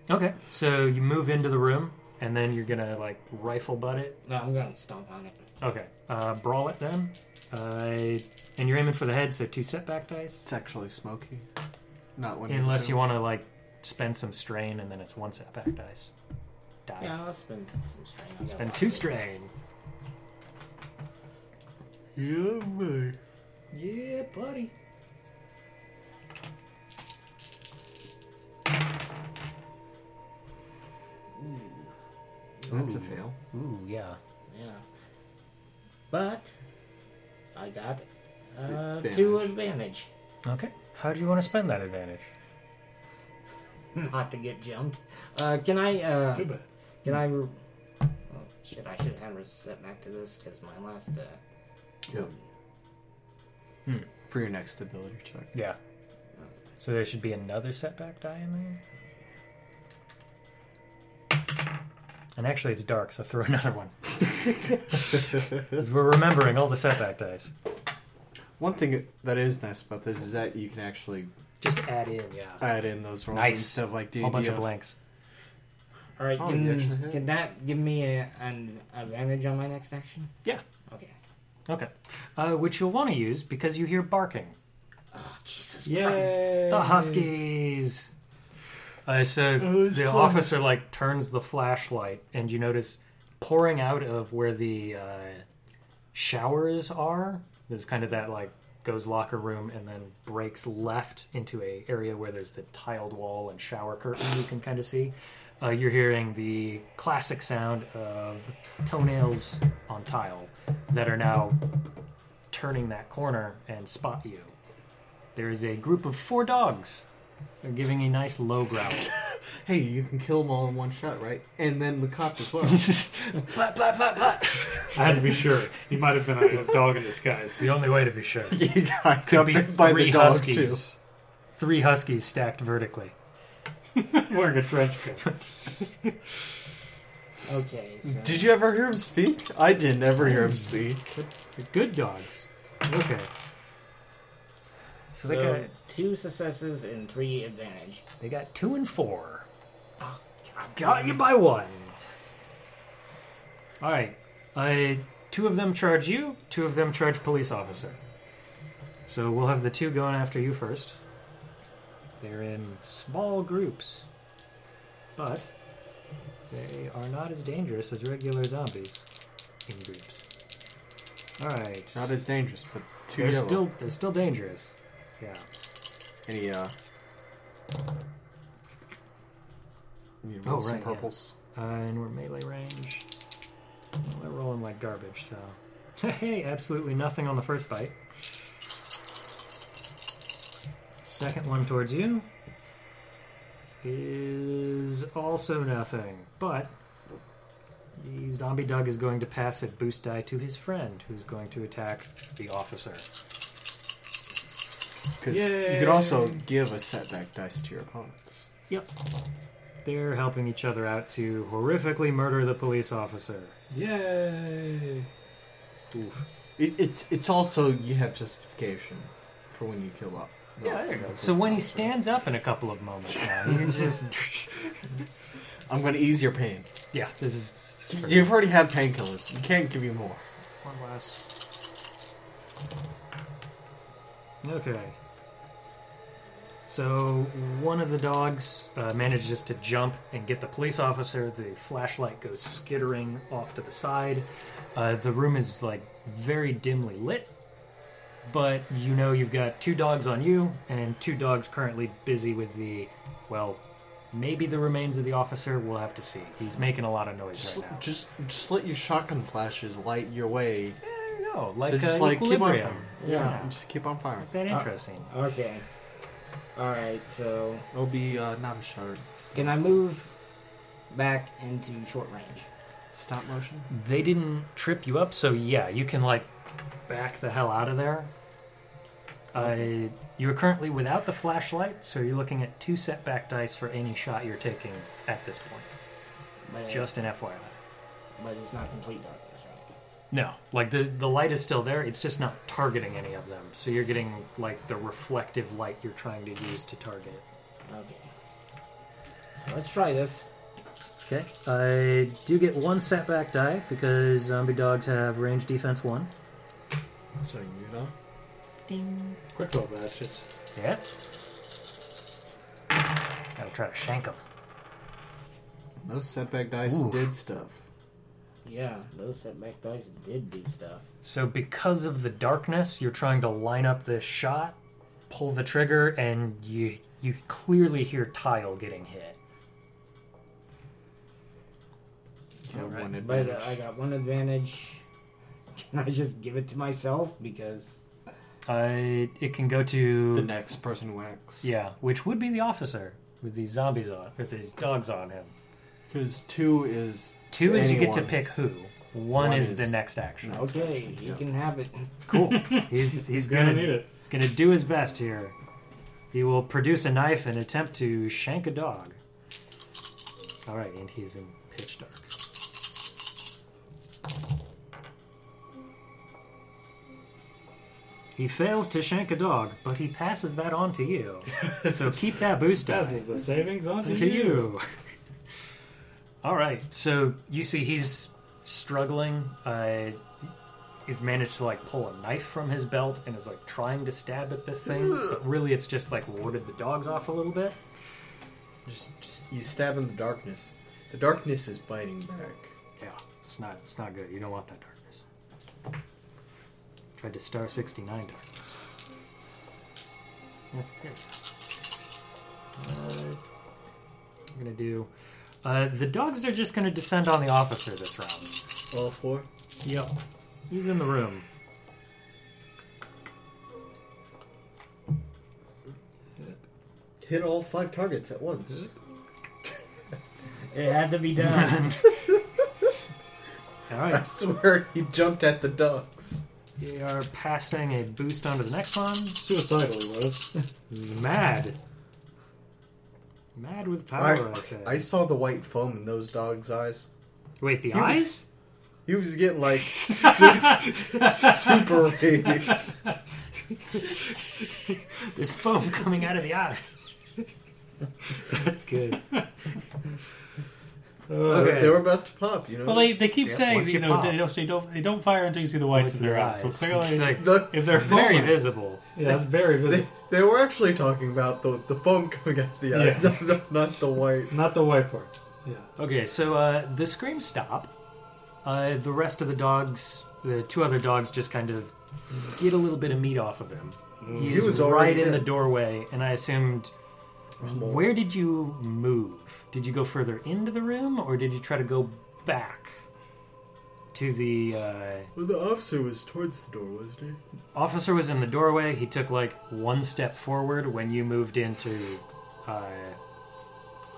Okay. So you move into the room and then you're gonna like rifle butt it.
No, I'm gonna stomp on it.
Okay. Uh, brawl it then. Uh, and you're aiming for the head, so two setback dice.
It's actually smoky. Not when
Unless you want to like spend some strain, and then it's one setback dice. Die.
Yeah, I'll spend some strain. I got
Spend
lots
two
of it.
strain.
Yeah, boy.
Yeah, buddy.
That's a fail.
Ooh, yeah.
Yeah. But I got uh,
Advantage.
two advantage.
Okay. How do you want to spend that advantage?
Not to get jumped. Uh, can I? Uh,
Too bad.
Can I? Re- oh, shit! I should have reset back to this because my last. Uh,
Yep.
two-
For your next stability check.
Yeah. So there should be another setback die in there. And actually, it's dark, so throw another one. 'Cause we're remembering all the setback dice.
One thing that is nice about this is that you can actually
Just add in, yeah.
add in those rolls and
Nice.
stuff like
A
D
whole
and
bunch
D.
of blanks.
All right.
Oh,
Can,
you actually hit.
can that give me a, an advantage on my next action?
Yeah.
Okay.
Okay. Uh, which you'll want to use because you hear barking.
Oh Jesus Christ!
Yay.
The Huskies. Uh, so the officer like turns the flashlight, and you notice pouring out of where the uh, showers are. There's kind of that like goes locker room and then breaks left into a area where there's the tiled wall and shower curtain you can kind of see. Uh, you're hearing the classic sound of toenails on tile that are now turning that corner and spot you. There is a group of four dogs. They're giving a nice low growl.
Hey, you can kill them all in one shot, right? And then the cop as well.
Pat, pat, pat, pat.
I had to be sure. He might have been a dog in disguise.
It's the only way to be sure.
you got
Could be
jumped by
three
the dog too.
huskies. Three huskies stacked vertically.
Wearing a trench coat.
Okay. So
Did you ever hear him speak? I didn't ever hear him speak.
Good dogs.
Okay. So they
so
got
two successes and three advantage.
they got two and four.
Oh God!
Got you by
Um,
one. All right. Uh, two of them charge you. Two of them charge police officer. So we'll have the two going after you first. They're in small groups, but they are not as dangerous as regular zombies in groups. All right.
Not as dangerous, but two
they're
yellow.
still they're still dangerous. Yeah.
Any uh. Any
Oh,
reds
right, yeah.
and purples.
Uh, and we're melee range. Well, they're rolling like garbage, so. hey, absolutely nothing on the first bite. Second one towards you is also nothing, but the zombie dog is going to pass a boost die to his friend, who's going to attack the officer.
'Cause you could also give a setback dice to your opponents.
Yep. They're helping each other out to horrifically murder the police officer.
Yay!
Oof.
It, it's it's also you have justification for when you kill up.
Yeah, there you go. So when he stands up in a couple of moments now, he just
I'm gonna ease your pain.
yeah, this is this is for
You've already had painkillers. You can't give you more.
one last. Okay. So one of the dogs uh, manages to jump and get the police officer. The flashlight goes skittering off to the side. Uh, the room is like very dimly lit, but you know you've got two dogs on you and two dogs currently busy with the well. Maybe the remains of the officer. We'll have to see. He's making a lot of noise
Just,
right now.
just just let your shotgun flashes light your way.
There you go. Like
so
uh,
just like keep on
equilibrium.
firing.
Yeah.
Just keep on firing.
That interesting.
Okay. All right. So
It'll be uh, not a shutter.
can I move back into short range?
Stop motion.
they didn't trip you up, so yeah, you can like back the hell out of there. Uh, you are currently without the flashlight, so you're looking at two setback dice for any shot you're taking at this point.
But
Just an FYI.
But it's not complete darkness, right?
No, like the the light is still there. It's just not targeting any of them. So you're getting like the reflective light you're trying to use to target.
Okay. So let's try this.
Okay. I do get one setback die because zombie dogs have range defense one.
So you know.
Ding.
Quick little bastards.
Yeah. Gotta try to shank him.
Those setback dice
Oof.
did stuff.
Yeah, those setback dice did do stuff.
So, because of the darkness, you're trying to line up this shot, pull the trigger, and you you clearly hear tile getting hit.
You have one
But
advantage.
uh, I got one advantage. Can I just give it to myself? Because
Uh, it can go to
The next person who acts.
yeah, which would be the officer with these zombies on with these dogs on him.
Because two is.
Two
to
is you get to
anyone.
pick who. One,
One
is,
is-
the next action.
No.
Okay, you can have it.
Cool. He's he's
gonna
gonna,
need it.
He's gonna do his best here. He will produce a knife and attempt to shank a dog. All right, and he's in pitch dark. He fails to shank a dog, but he passes that on to you. so keep that boost up
Passes the savings on
to you. All right. So you see, he's struggling. Uh, he's managed to like pull a knife from his belt and is like trying to stab at this thing. But really, it's just like warded the dogs off a little bit.
Just, just you stab in the darkness. The darkness is biting back.
Yeah, it's not. It's not good. You don't want that darkness. Tried to star sixty nine darkness. Okay. Uh, I'm gonna do. Uh, the dogs are just gonna descend on the officer this round.
All four.
Yep. He's in the room.
Hit all five targets at once.
It had to be done.
All
I
right.
swear he jumped at the ducks.
They are passing a boost onto the next one.
Suicidal, he was.
Mad. Mad with
I,
power, I, say.
I saw the white foam in those dogs' eyes.
Wait, the
was-
eyes?
He was getting like super, super raised.
There's foam coming out of the eyes. That's good. Okay.
They were about to pop, you know.
Uh, Well, they, they keep
Yeah,
saying
once
you
you
know
pop.
they don't, so you don't they don't fire until you see the
Points
whites of
in
their
their
eyes. So
eyes.
clearly,
It's like-
The-
if they're
Very
foaming-
visible.
yeah, that's very
they,
visible.
they were actually talking about the the foam coming out of the eyes,
Yes.
not, not, not the white.
Not the white parts. Yeah.
Okay, so uh, the screams stop. Uh, the rest of the dogs, the two other dogs, just kind of get a little bit of meat off of him. He,
Mm. He
is
was already
right in the
dead.
doorway, and I assumed
Rumble.
Where did you move? Did you go further into the room, or did you try to go back to the uh,
Well, the officer was towards the door, wasn't he?
officer? Was in the doorway. He took like one step forward when you moved in to uh,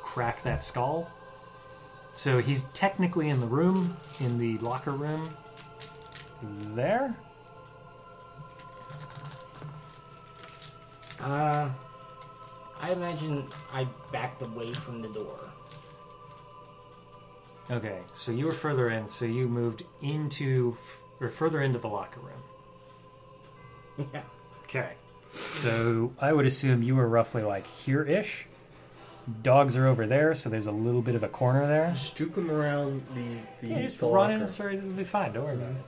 crack that skull. So he's technically in the room, in the locker room. There.
uh, I imagine I backed away from the door.
Okay, so you were further in, so you moved into or further into the locker room.
Yeah.
Okay. So I would assume you were roughly like here ish. Dogs are over there, so there's a little bit of a corner there.
Strook him around the the,
Yeah, just
the
run in
locker.
and sorry, this will be fine. Don't worry about it.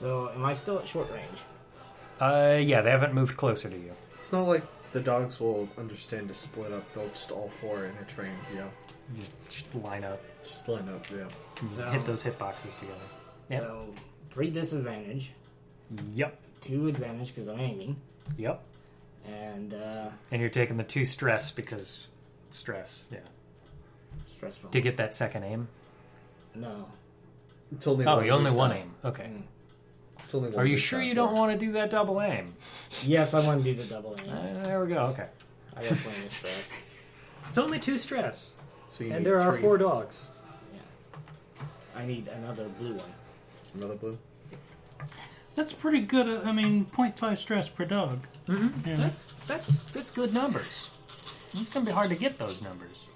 So, am I still at short range?
Uh, yeah, they haven't moved closer to you.
It's not like the dogs will understand to split up. They'll just all four in a train. Yeah,
Just, just line up,
just line up. Yeah.
So,
hit those hitboxes together. Yep.
so three disadvantage,
Yep.
two advantage because I'm aiming,
Yep.
and uh,
And you're taking the two stress because stress. Yeah.
stressful.
To get that second aim.
No.
It's only
Oh,
one
you only
loose
one
die.
aim. Okay.
Mm.
It's only one
Are you
loose
sure
die
you don't
for it.
want to do that double aim?
Yes, I want to do the double aim.
Uh, there we go. Okay.
I got plenty of stress.
It's only two stress,
So you
and
need
there are
three.
four dogs.
I need another blue one.
Another blue.
That's pretty good. uh, I mean, 0.5 stress per dog. Mm-hmm. Yeah.
That's that's that's good numbers. It's gonna be hard to get those numbers.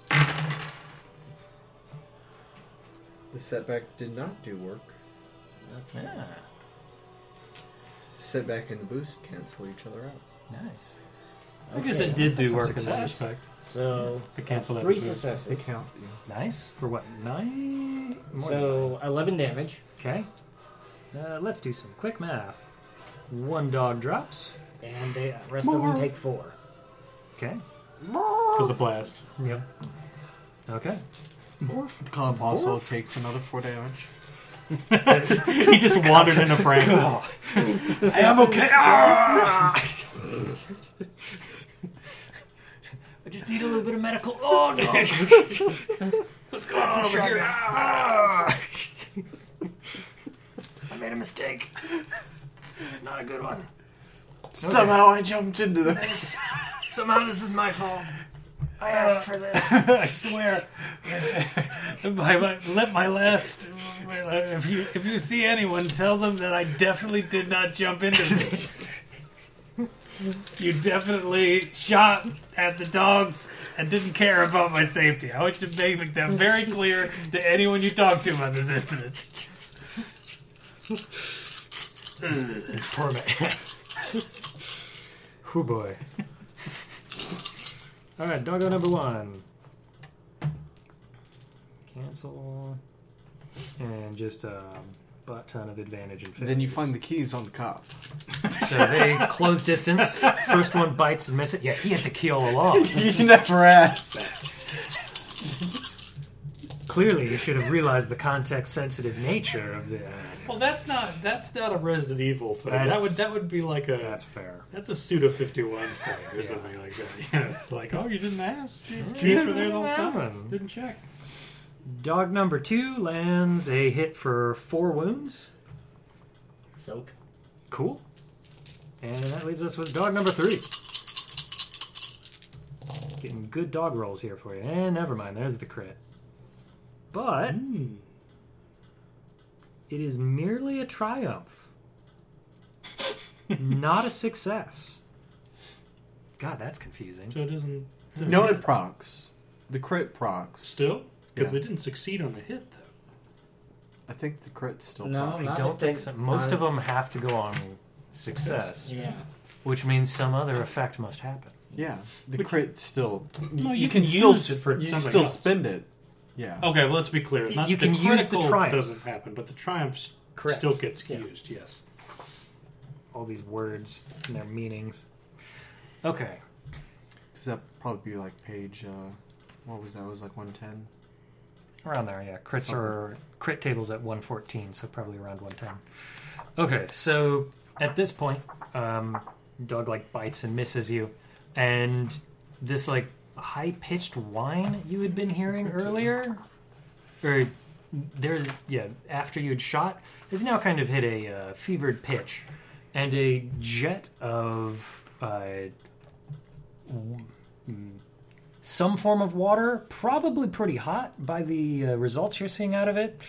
The setback did not do work.
Okay.
Yeah,
The setback and the boost cancel each other out.
nice.
I guess it did do
Some
work in that
success.
respect.
So
To cancel
that's
that
three
boost.
They
successes.
count. Yeah.
Nice for what? Nine. More
So eleven damage.
than nine. okay. Uh, let's do some quick math. One dog drops.
And the rest of them take four.
Okay.
Because of blast.
Yep. Okay.
The club also takes another four damage.
he just wandered in a frame.
I am okay. Ah!
I just need a little bit of medical. Oh no! Let's go on over here.
Ah!
I made a mistake. It's not a good one.
Somehow I jumped into this.
Somehow this is my fault.
I asked for this.
I swear, my, my, let my last. If you if you see anyone, tell them that I definitely did not jump into this. You definitely shot at the dogs and didn't care about my safety. I want you to make that very clear to anyone you talk to about this incident.
It's poor man.
Whoo boy. All right, doggo number one. Cancel, and just a butt ton of advantage and
Then you
failures.
find the keys on the cop.
So they close distance. First one bites and misses. Yeah, he had the key all along.
you never asked.
Clearly, you should have realized the context-sensitive nature of the.
Well, that's not that's not a Resident Evil thing.
That's-
that would that would be like a
That's fair.
That's a pseudo 51 thing or something like that. You know, it's like, oh, you didn't ask. These keys were there the whole time. Didn't check.
Dog number two lands a hit for four wounds.
Soak.
Cool. And that leaves us with dog number three. Getting good dog rolls here for you. And never mind, there's the crit. But
Hmm.
it is merely a triumph, not a success. God, that's confusing.
So it doesn't. doesn't
No,
hit.
it procs. The crit procs.
Still? Because
Yeah.
they didn't succeed on the hit, though.
I think the crit still
No,
procs.
not
I
if
don't think
they-
so. Most
not
of them have to go on success,
Yeah.
which means some other effect must happen.
Yeah, the
Which-
crit still.
No, you can
still
use it
sp-
for
you
something
still
else. Oh.
spend it. Yeah.
Okay, well, let's be clear. Not,
you can
the
use the
critical
triumph.
doesn't happen, but the triumph s-
Correct.
still gets used, yes.
All these words and their meanings. Okay.
Because that probably be like page. Uh, what was that? It was like one ten.
Around there, yeah. Crits
Something.
are crit tables at 114, so probably around 110. Okay, so at this point, um, dog like bites and misses you, and this like high pitched whine you had been hearing earlier, or there, yeah, after you'd shot, has now kind of hit a uh, fevered pitch, and a jet of uh, some form of water, probably pretty hot by the uh, results you're seeing out of it,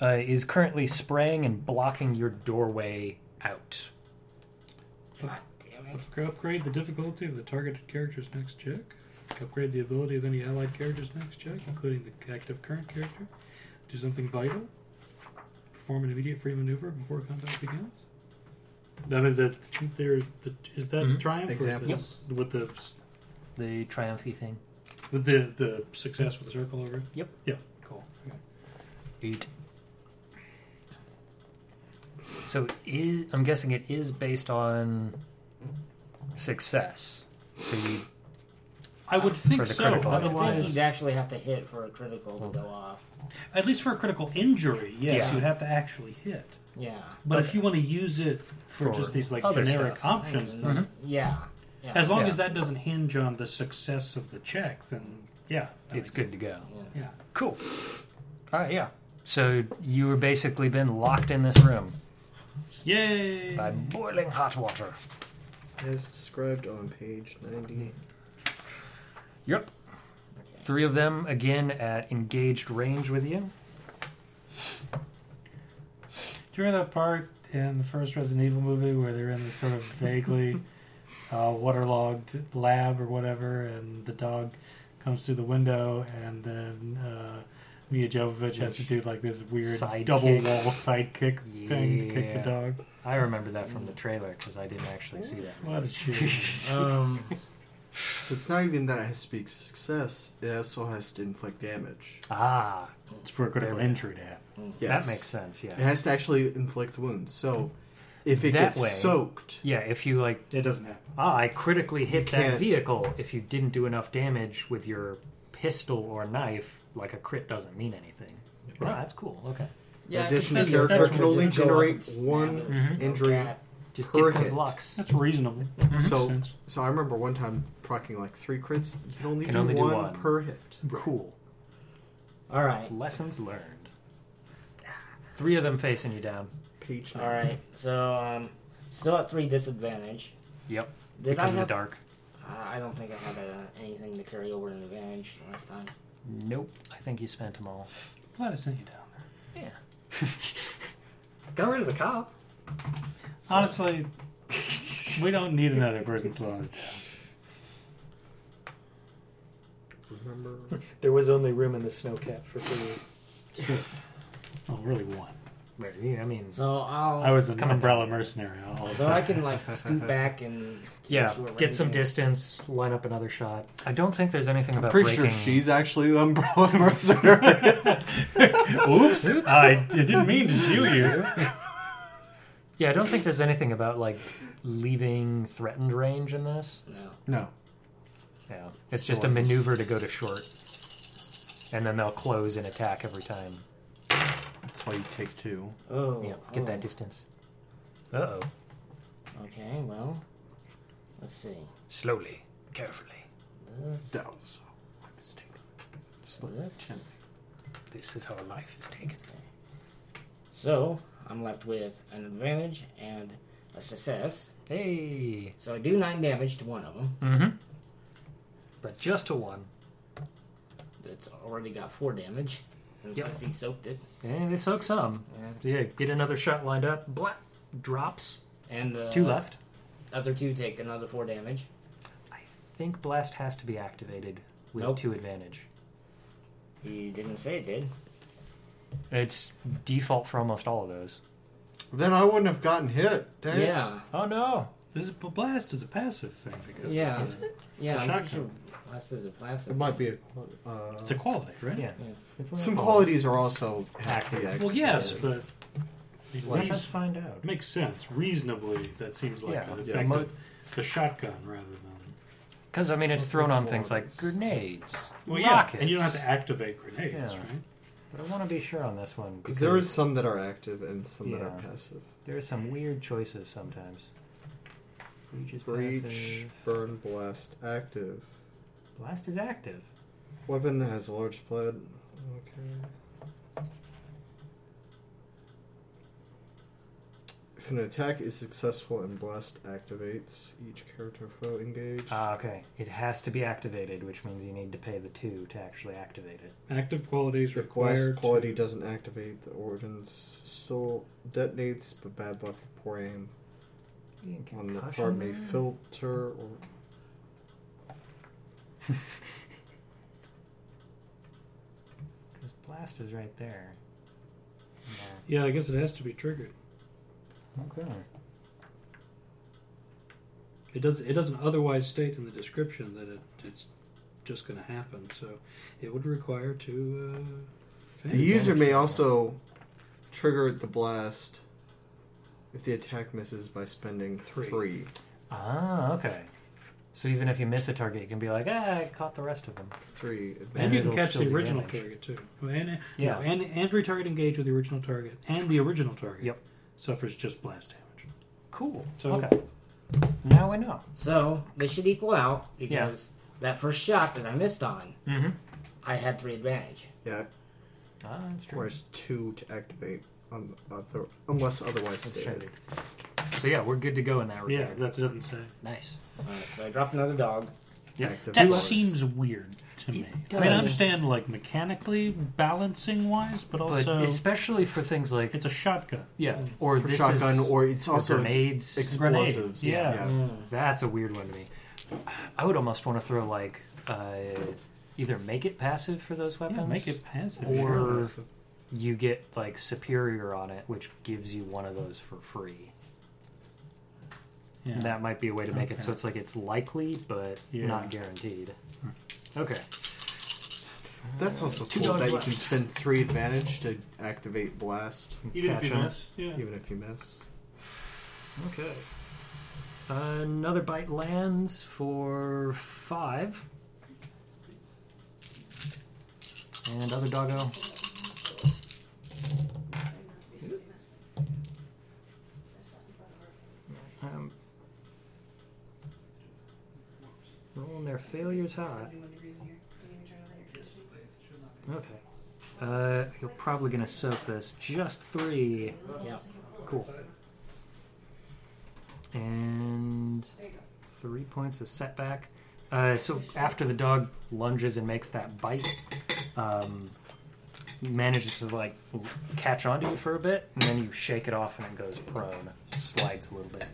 uh, is currently spraying and blocking your doorway out.
God damn it.
Up- Upgrade the difficulty of the targeted character's next check. Upgrade the ability of any allied character's next check, including the active current character. Do something vital. Perform an immediate free maneuver before combat begins. That is that. There, the, is that
Mhm.
triumph? Or is
Examples.
that with the s-
The triumphy thing.
with the the success with the circle over. it?
Yep.
Yeah. Cool. Okay.
Eight. So is I'm guessing it is based on success. So you
I would think
Um, For the
so.
critical, yeah.
I think
Otherwise,
you'd actually have to hit for a critical to go off.
at least for a critical injury, yes,
Yeah.
you'd have to actually hit.
Yeah.
But if you want to use it for,
For
just these like
other
generic
stuff.
options, then
Mm-hmm.
Yeah. yeah.
As long
Yeah.
as that doesn't hinge on the success of the check, then yeah, that
it's
makes-
good to go.
Yeah.
Yeah,
Cool. All right, yeah. So you were basically been locked in this room
yay!
by boiling hot water.
As described on page 98.
Yep. Three of them again at engaged range with you.
Do you remember that part in the first Resident Evil movie where they're in this sort of vaguely uh, waterlogged lab or whatever, and the dog comes through the window, and then uh, Mia Jovovich has to do like this weird
Side
double
kick.
wall sidekick thing to kick
Yeah.
the dog?
I remember that from the trailer because I didn't actually see that.
What a shit.
Um,
So it's not even that it has to be success, it also has to inflict damage.
Ah,
It's for a critical injury to happen.
Yes.
that makes sense.
It
Yeah,
has to actually inflict wounds. So if it
That
gets
way-
soaked,
yeah. If you like,
It doesn't happen.
ah, I critically hit that
can't-
vehicle. If you didn't do enough damage with your pistol or knife, like a crit doesn't mean anything. Right. that's cool. Okay,
yeah,
Additional
I could see
character
that.
can only
Just go up
generate
and stab
one
it.
Mhm.
injury.
Okay.
just
Per
get those
hit.
locks.
That's reasonable.
Mm-hmm.
so
sense.
so I remember one time procking like three crits. You can only,
Can
do,
only do
one
one.
per hit.
Cool.
All right.
Lessons learned. Three of them facing you down.
Page
All right. So um, still at three disadvantage.
Yep.
Did
because
I
of
have-
the dark.
I I don't think I had uh, anything to carry over an advantage last time.
Nope. I think you spent them all.
Glad I sent you down there.
Yeah. Got rid of the cop.
Honestly, we don't need another person slowing us down.
Remember?
There was only room in the snowcat for three.
Oh, really one.
Maybe. I mean,
So I'll.
I was an
coming
umbrella mercenary all the
So
time.
I can like scoot back and
yeah.
sort of
Get some
range.
distance. Line up another shot. I don't think there's anything about
Pretty
breaking.
sure she's actually the umbrella mercenary.
Oops, I didn't mean to shoot you.
Yeah, I don't think there's anything about like leaving threatened range in this.
No.
No.
Yeah, it's just a maneuver to go to short, and then they'll close and attack every time.
That's why you take two.
Oh.
Yeah, get
oh.
that distance. Uh oh.
Okay. Well, let's see.
Slowly, carefully.
This,
That was my mistake. Slow
this.
gently.
This is how life is taken.
So I'm left with an advantage and a success.
Hey.
So I do nine damage to one of them.
Mm-hmm. But just to one.
That's already got four damage.
Yep.
Unless he soaked it.
And they soak some.
Yeah.
Yeah, get another shot lined up. Blah. Drops.
And uh,
Two left.
Other two take another four damage.
I think blast has to be activated with
Nope.
two advantage.
He didn't say it did.
It's default for almost all of those.
Then I wouldn't have gotten hit. Dang.
Yeah.
Oh no.
This blast is a passive thing that goes.
Yeah.
with it.
Yeah. I'm
Shotgun.
pretty sure blast is a plastic.
It might be a. Uh,
It's a quality, right?
Yeah.
Yeah.
It's
some qualities are also
Active.
active.
Well, yes, but it
Let's
leaves-
find out.
makes sense reasonably. That seems like
Yeah.
an
Yeah.
effective
Mo-
the shotgun rather than
Because I mean, it's thrown on things like
qualities?
grenades,
well,
rockets.
yeah, and you don't have to activate grenades,
Yeah.
right?
But I want to be sure on this one
Because there is some that are active and some that are
Yeah.
passive.
there are some weird choices sometimes. Breach is
Breach,
passive.
burn, blast, active.
Blast is active.
Weapon that has a large blade. Okay. If an attack is successful and blast activates, each character foe engaged.
Ah, okay. It has to be activated, which means you need to pay the two to actually activate it.
Active qualities
if blast
required.
quality doesn't activate, the ordinance still detonates, but bad luck with poor aim on the card may filter or.
Because blast is right there. Yeah.
Yeah, I guess it has to be triggered.
Okay.
It does. It doesn't otherwise state in the description that it, it's just going to happen. So it would require two. Uh,
The
things.
user may also trigger the blast if the attack misses by spending
Three.
three.
Ah, okay. So even if you miss a target, you can be like, ah, I caught the rest of them.
Three
and you can
it'll
catch
still
the
do
original
damage.
target too. And,
Yeah.
no, and and retarget engage with the original target and the original target.
Yep.
Suffers just blast damage.
Cool.
So-
okay. Now I know.
So this should equal out because
Yeah.
that first shot that I missed on,
Mm-hmm.
I had three advantage.
Yeah,
Ah, that's true.
requires two to activate on the other, unless otherwise
That's
stated.
So yeah, we're good to go in that
Yeah,
regard.
that doesn't say.
Nice.
Alright, so I dropped another dog.
Yeah.
Active
That
blast.
seems weird to me. I mean, I
does.
understand like mechanically, balancing wise, but
But
also
especially for things like
it's Mm. a shotgun.
yeah, or
for
this
shotgun,
is,
or it's
or
also
grenades.
explosives.
Grenades, yeah.
That's a weird one to me. I would almost want to throw like uh, either make it passive for those weapons,
Yeah, make it passive.
Or-
sure.
Passive.
you get like superior on it, which gives you one of those for free.
Yeah.
And that might be a way to make it so
Okay.
it's like it's likely but
Yeah. Hmm.
not guaranteed. Okay.
That's also
Two
cool
dogs
that you
left.
can spend three advantage to activate blast,
Even if
Catch
you
'em.
miss, yeah.
even if you miss.
Okay. Another bite lands for five. And other doggo. Um, rolling their failures high. Okay. Uh, you're probably going to soak this. Just three.
Yeah.
Cool. and three points of setback. Uh, so after the dog lunges and makes that bite, um, manages to like catch onto you for a bit, and then you shake it off, and it goes prone, slides a little bit.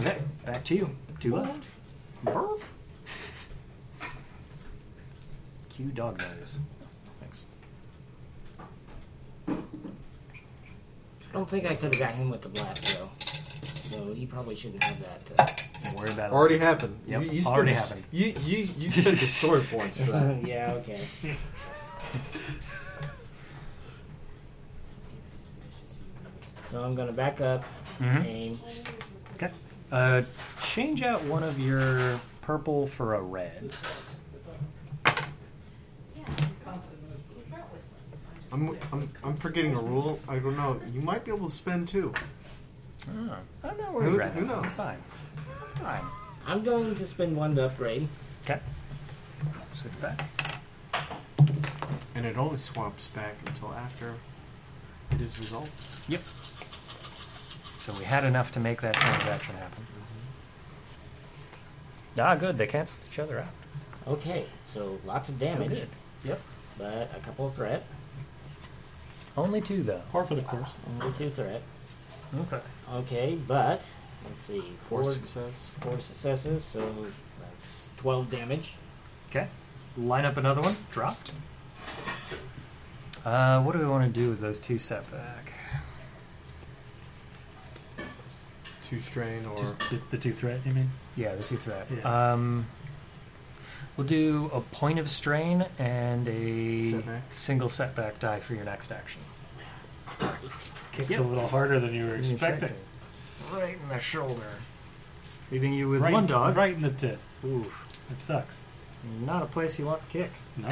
Okay, back to you. Two left. Burp. Cue dog noise. Thanks.
I don't think I could have got him with the blast though. So you probably shouldn't have that.
Don't worry about it.
Already happened.
Yep,
You, you spent
already
s-
happened.
You you you spent the story points for
Uh,
that.
yeah. Okay. so I'm gonna back up.
Mhm.
Aim.
Uh, change out one of your purple for a red.
I'm, I'm I'm forgetting a rule. I don't know. You might be able to spend two.
Oh, I'm not
Who-
worried about
who
it. I'm
knows?
Fine. Fine.
I'm going to spend one to upgrade.
Okay. Switch back.
And it only swaps back until after it is resolved.
So we had enough to make that transaction happen. Mm-hmm. Ah, good. They canceled each other out.
Okay. So lots of
Still
damage,
good. Yep.
but a couple of threat.
Only two though.
Par for the course.
Only two threat.
Okay.
Okay, but let's see. Four,
Four success.
four successes, so that's twelve damage.
Okay. Line up another one. Dropped. Uh, what do we want to do with those two setback?
Two strain or
Just the, the two threat, you mean?
Yeah, the two threat.
Yeah.
Um, we'll do a point of strain and a
Setback.
single setback die for your next action.
Kicks a little harder than you were expecting.
Right in the shoulder. Leaving you with
right,
one dog.
Right in the tip.
Oof.
It sucks.
Not a place you want to kick.
No.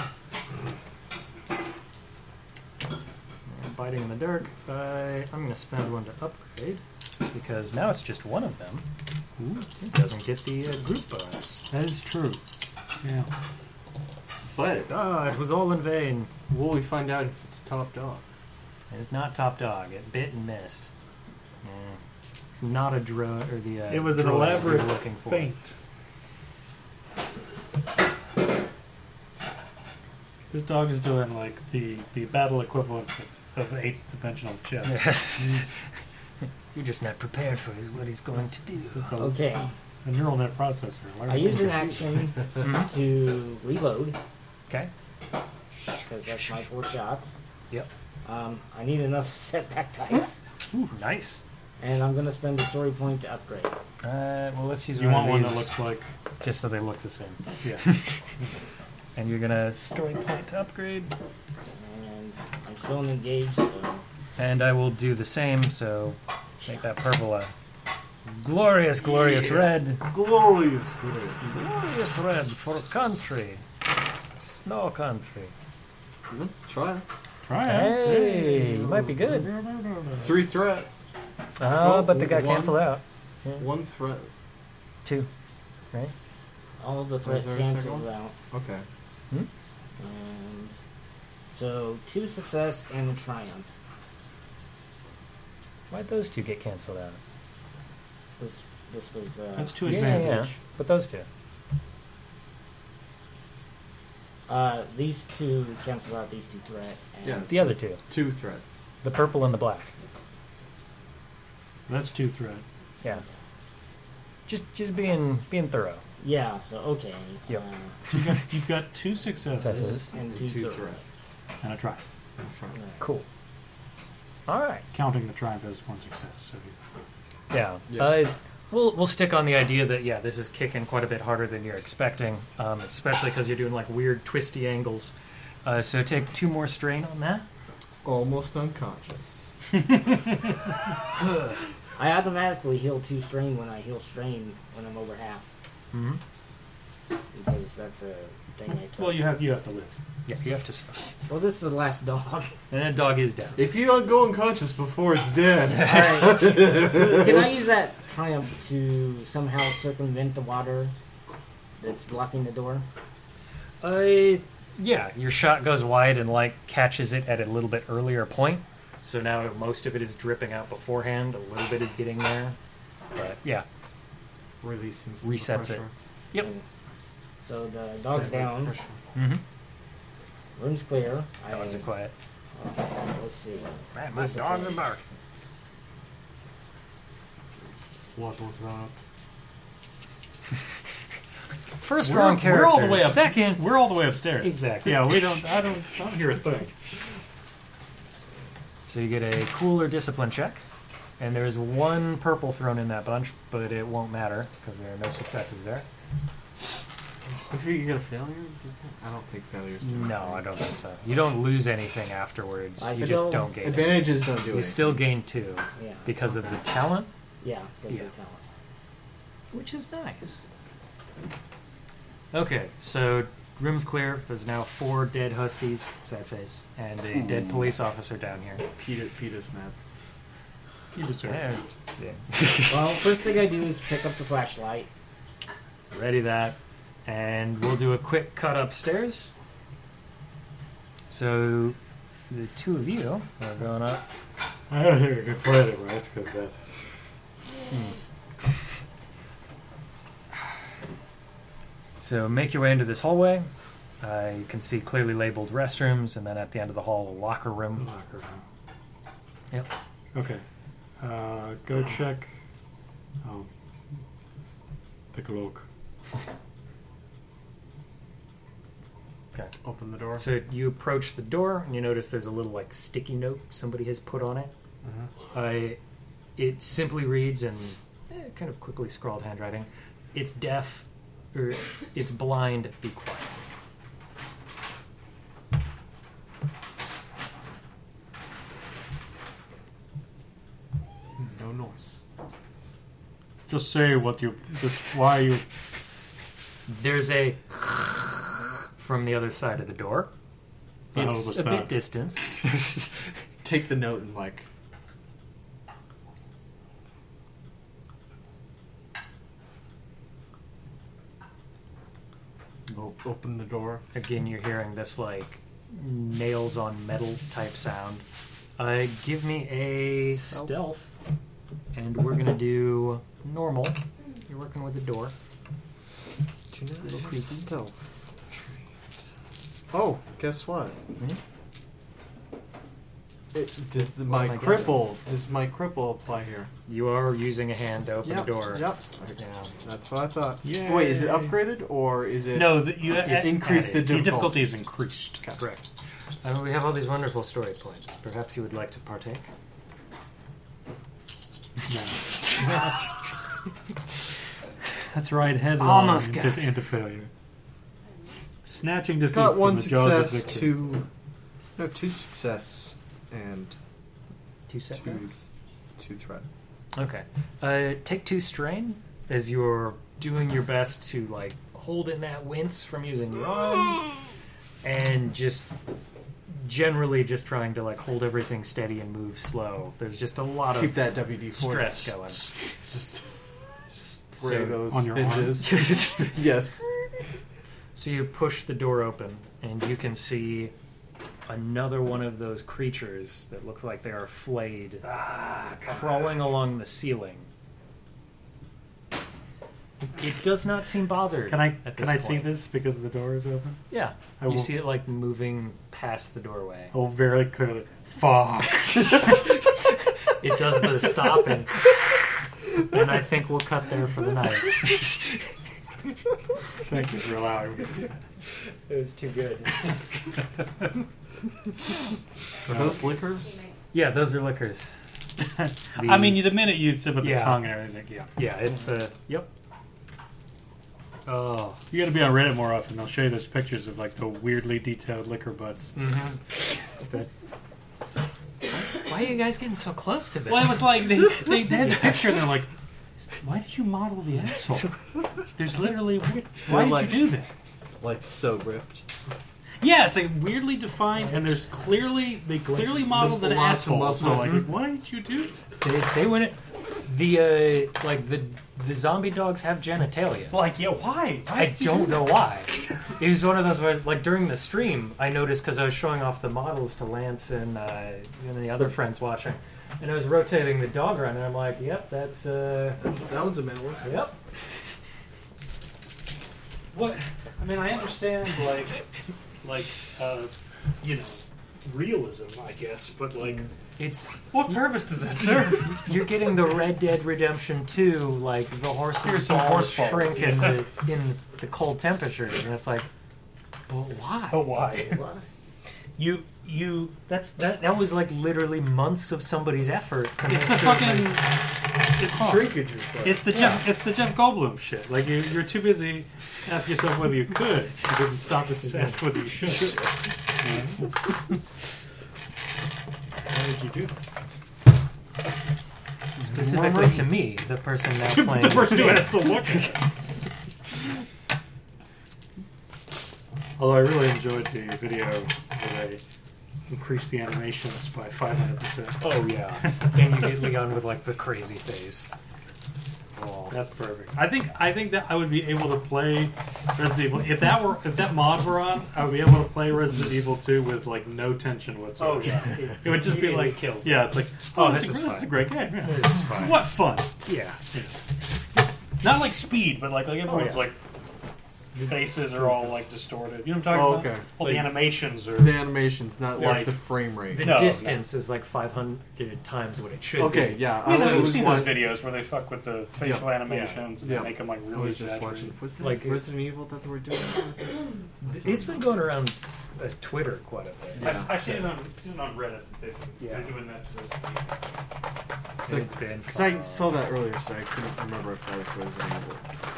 Biting in the dark. Uh, I'm going to spend one to upgrade because now it's just one of them. It doesn't get the uh, group bonus.
That is true. Yeah.
but
Ah, it was all in vain.
will we find out if it's top dog?
It's not top dog. It bit and missed. Yeah. It's not a drone or the. Uh,
It was an
droid we were
elaborate
looking for.
Faint. This dog is doing like the, the battle equivalent of, of eighth dimensional chess.
Yes. You're just not prepared for his- what he's going to do.
It's a,
Oh.
Okay,
a neural net processor.
I use an action to reload
Okay.
because that's my four shots.
Yep.
Um, I need another setback dice,
Ooh, nice.
and I'm gonna spend a story point to upgrade.
Uh, well, let's use
You
one
want
of
one
these
that looks like
just so they look the same.
yeah.
And you're gonna story point to upgrade,
And I'm still engaged. So
and I will do the same. So make that purple a glorious, glorious red,
Glorious.
glorious red for country, snow country.
Hmm? Try it.
Try
Hey, you might be good.
Three threat.
Oh,
Oh,
but they got
one.
canceled out.
One threat.
Two.
all
there
the
a
threats
second
cancels
one?
out,
Okay.
and so two success and a triumph.
Why'd those two get canceled out?
This this was uh,
That's two
Yeah,
advantage.
yeah, but those two.
Uh, these two cancel out these two threat. And
Yeah.
The other two.
Two threat.
The purple and the black.
That's two threat.
Yeah. Just just being being thorough.
Yeah, so okay.
Yep.
Uh,
You've got, you've got two successes
Successes.
and two,
Two
threat.
threat.
and a try.
Try it.
Right.
Cool. All right.
Counting the triumph as one success. So you-
Yeah.
Yeah.
Uh, we'll we'll stick on the idea that yeah, this is kicking quite a bit harder than you're expecting, um, especially because you're doing like weird twisty angles. Uh, so take two more strain on that.
Almost unconscious.
I automatically heal two strain when I heal strain when I'm over half
Mm-hmm.
because that's a thing I took.
well, you have you have to live.
Yeah, you have to. survive.
Well, this is the last dog.
And that dog is down.
If you don't go unconscious before it's dead,
All right. Can I use that triumph to somehow circumvent the water that's blocking the door?
Uh, yeah, your shot goes wide and like catches it at a little bit earlier point. So now most of it is dripping out beforehand. A little bit is getting there. But yeah,
Releasing some
resets it.
pressure.
Yep.
So the dog's down.
Pressure.
Mm-hmm.
Room's clear.
Dogs
I,
are quiet.
Let's see.
Man,
my dogs are
bark.
What was that?
First
We're-
wrong character.
we're all the way up-
Second,
We're all the way upstairs.
exactly.
Yeah, we don't. I don't. I don't hear a thing.
So you get a cooler discipline check, and there is one purple thrown in that bunch, but it won't matter because there are no successes there.
If you get a failure, does that, I don't think failures. do
No,
anything.
I don't think so. You don't lose anything afterwards.
I
you
still-
just don't gain. It.
Advantages don't do
You
it.
still gain two
Yeah.
because of the talent,
Yeah. Because
Yeah.
they tell us.
which is nice. Okay, so room's clear. There's now four dead huskies, sad face, and a dead police officer down here.
Peter Peter's mad.
You deserve. it.
Yeah, yeah.
Well, first thing I do is pick up the flashlight.
Ready that. And we'll do a quick cut upstairs. So the two of you are going up.
I don't think we can play it. That's good. That.
So make your way into this hallway. Uh, you can see clearly labeled restrooms, and then at the end of the hall, a locker room.
Locker room.
Yep.
Okay. Uh, go check. Um, the cloak.
Open the door.
So you approach the door, and you notice there's a little like sticky note somebody has put on it. Uh, it simply reads in eh, kind of quickly scrawled handwriting: "It's deaf, or it's blind. Be quiet."
No noise.
Just say what you. Just why you.
There's a from the other side of the door.
I
It's
was
a
not.
bit distant.
Take the note and like.
O- open the door.
Again, you're hearing this like nails on metal type sound. Uh, give me a stealth. and we're gonna do normal. You're working with the door.
Do not
Little
have
creepy.
stealth.
Oh, guess what?
Hmm? It, does the, my,
my God.
cripple? Does my cripple apply here?
You are using a hand to open
yep.
the door.
Yep.
Yeah.
That's what I thought.
Yay.
Wait, is it upgraded or is it?
No, the, you
It's increased the
Your
difficulty.
difficulty is increased.
Correct. I mean, we have all these wonderful story points. Perhaps you would like to partake.
That's right. Headlong
Almost got
into, into failure. Snatching defeat
Got
from
one
the jaws of
success,
victory.
two. No, two success and
Two
two, two threat.
Okay. Uh, take two strain as you're doing your best to like hold in that wince from using your arm, and just generally just trying to like hold everything steady and move slow. There's just a lot
Keep
of
that WD four
stress going.
Just spray
So,
those
on your arm?
hinges. yes.
So you push the door open, and you can see another one of those creatures that look like they are flayed,
Ah,
crawling along the ceiling. It does not seem bothered.
Can I
At
can I
this
see
point.
this because the door is open?
Yeah,
I
you
will-
see it like moving past the doorway.
Oh, very clearly. Fuck.
It does the stop and, and I think we'll cut there for the night.
Thank you for allowing me.
It was too good.
Are those liquors?
Yeah, those are liquors.
I mean, the minute you sip with
Yeah.
the tongue and everything, yeah.
yeah, it's the yep. Oh,
You got to be on Reddit more often. They'll show you those pictures of like the weirdly detailed liquor butts.
why are you guys getting so close to this?
Well, it was like they, they, they had the picture and they're like, "Why did you model the asshole? There's literally why did
like-
you do that?"
Like so ripped.
Yeah, it's like weirdly defined, and there's clearly they clearly modeled an
lots of
asshole. So
muscle.
like, why did you do? that?"
They, they wouldn't. The uh, like the the zombie dogs have genitalia.
Like, yeah, why? Why
I
did you
don't
do
know why. It was one of those where, like during the stream, I noticed because I was showing off the models to Lance and uh, and the other friends watching. And I was rotating the dog around, and I'm like, "Yep, that's uh,
That's, that one's a metal.
yep."
What? I mean, I understand like, like, uh, you know, realism, I guess, but like,
It's
What purpose does that serve?
you're getting the Red Dead Redemption 2, like the horses
Here's some
all
horse balls,
shrink in, the, in the cold temperatures, and it's like, but why?
but why?
You you that's that that was like literally months of somebody's effort. To
It's
make
the
sure,
fucking.
like-
It's,
Shrinkage is like.
it's the Jeff. It's the Jeff Goldblum shit. Like you, you're too busy asking yourself whether you could. You didn't stop to ask whether you should. Why did you do this?
specifically to me, the person now playing.
the person who has to look. at it. Although I really enjoyed the video where they increased the animations by 500%.
oh yeah, and you get Leon with like the crazy face. Oh,
That's perfect. I think I think that I would be able to play Resident Evil if that were if that mod were on. I would be able to play Resident Evil 2 with like no tension whatsoever.
yeah,
It would just be like
kills.
Yeah, it's like oh, this, is, a, this
fun.
is a great game. yeah.
this is fine.
What fun!
Yeah,
Not like speed, but like like everyone's
yeah.
Oh,
like faces are all like distorted. You know what I'm talking
Oh,
about?
okay.
All the animations are.
The animation's not
Life.
like the frame rate.
the
No, no.
distance is like 500 times what it should be.
Okay, yeah.
You
I
know, we've
was
seen
wa-
those videos where they fuck with the facial animations and
Yeah.
they make them like
I
really
was just
exaggerated.
watching. Was
Like,
like
it-
Resident Evil that they were doing? that with?
It's been going around uh, Twitter quite a bit.
Yeah.
I've, I've seen it on seen it on Reddit. They,
Yeah.
They're doing that to those people.
It's been
Because I saw that earlier, so I couldn't remember if that was Resident Evil.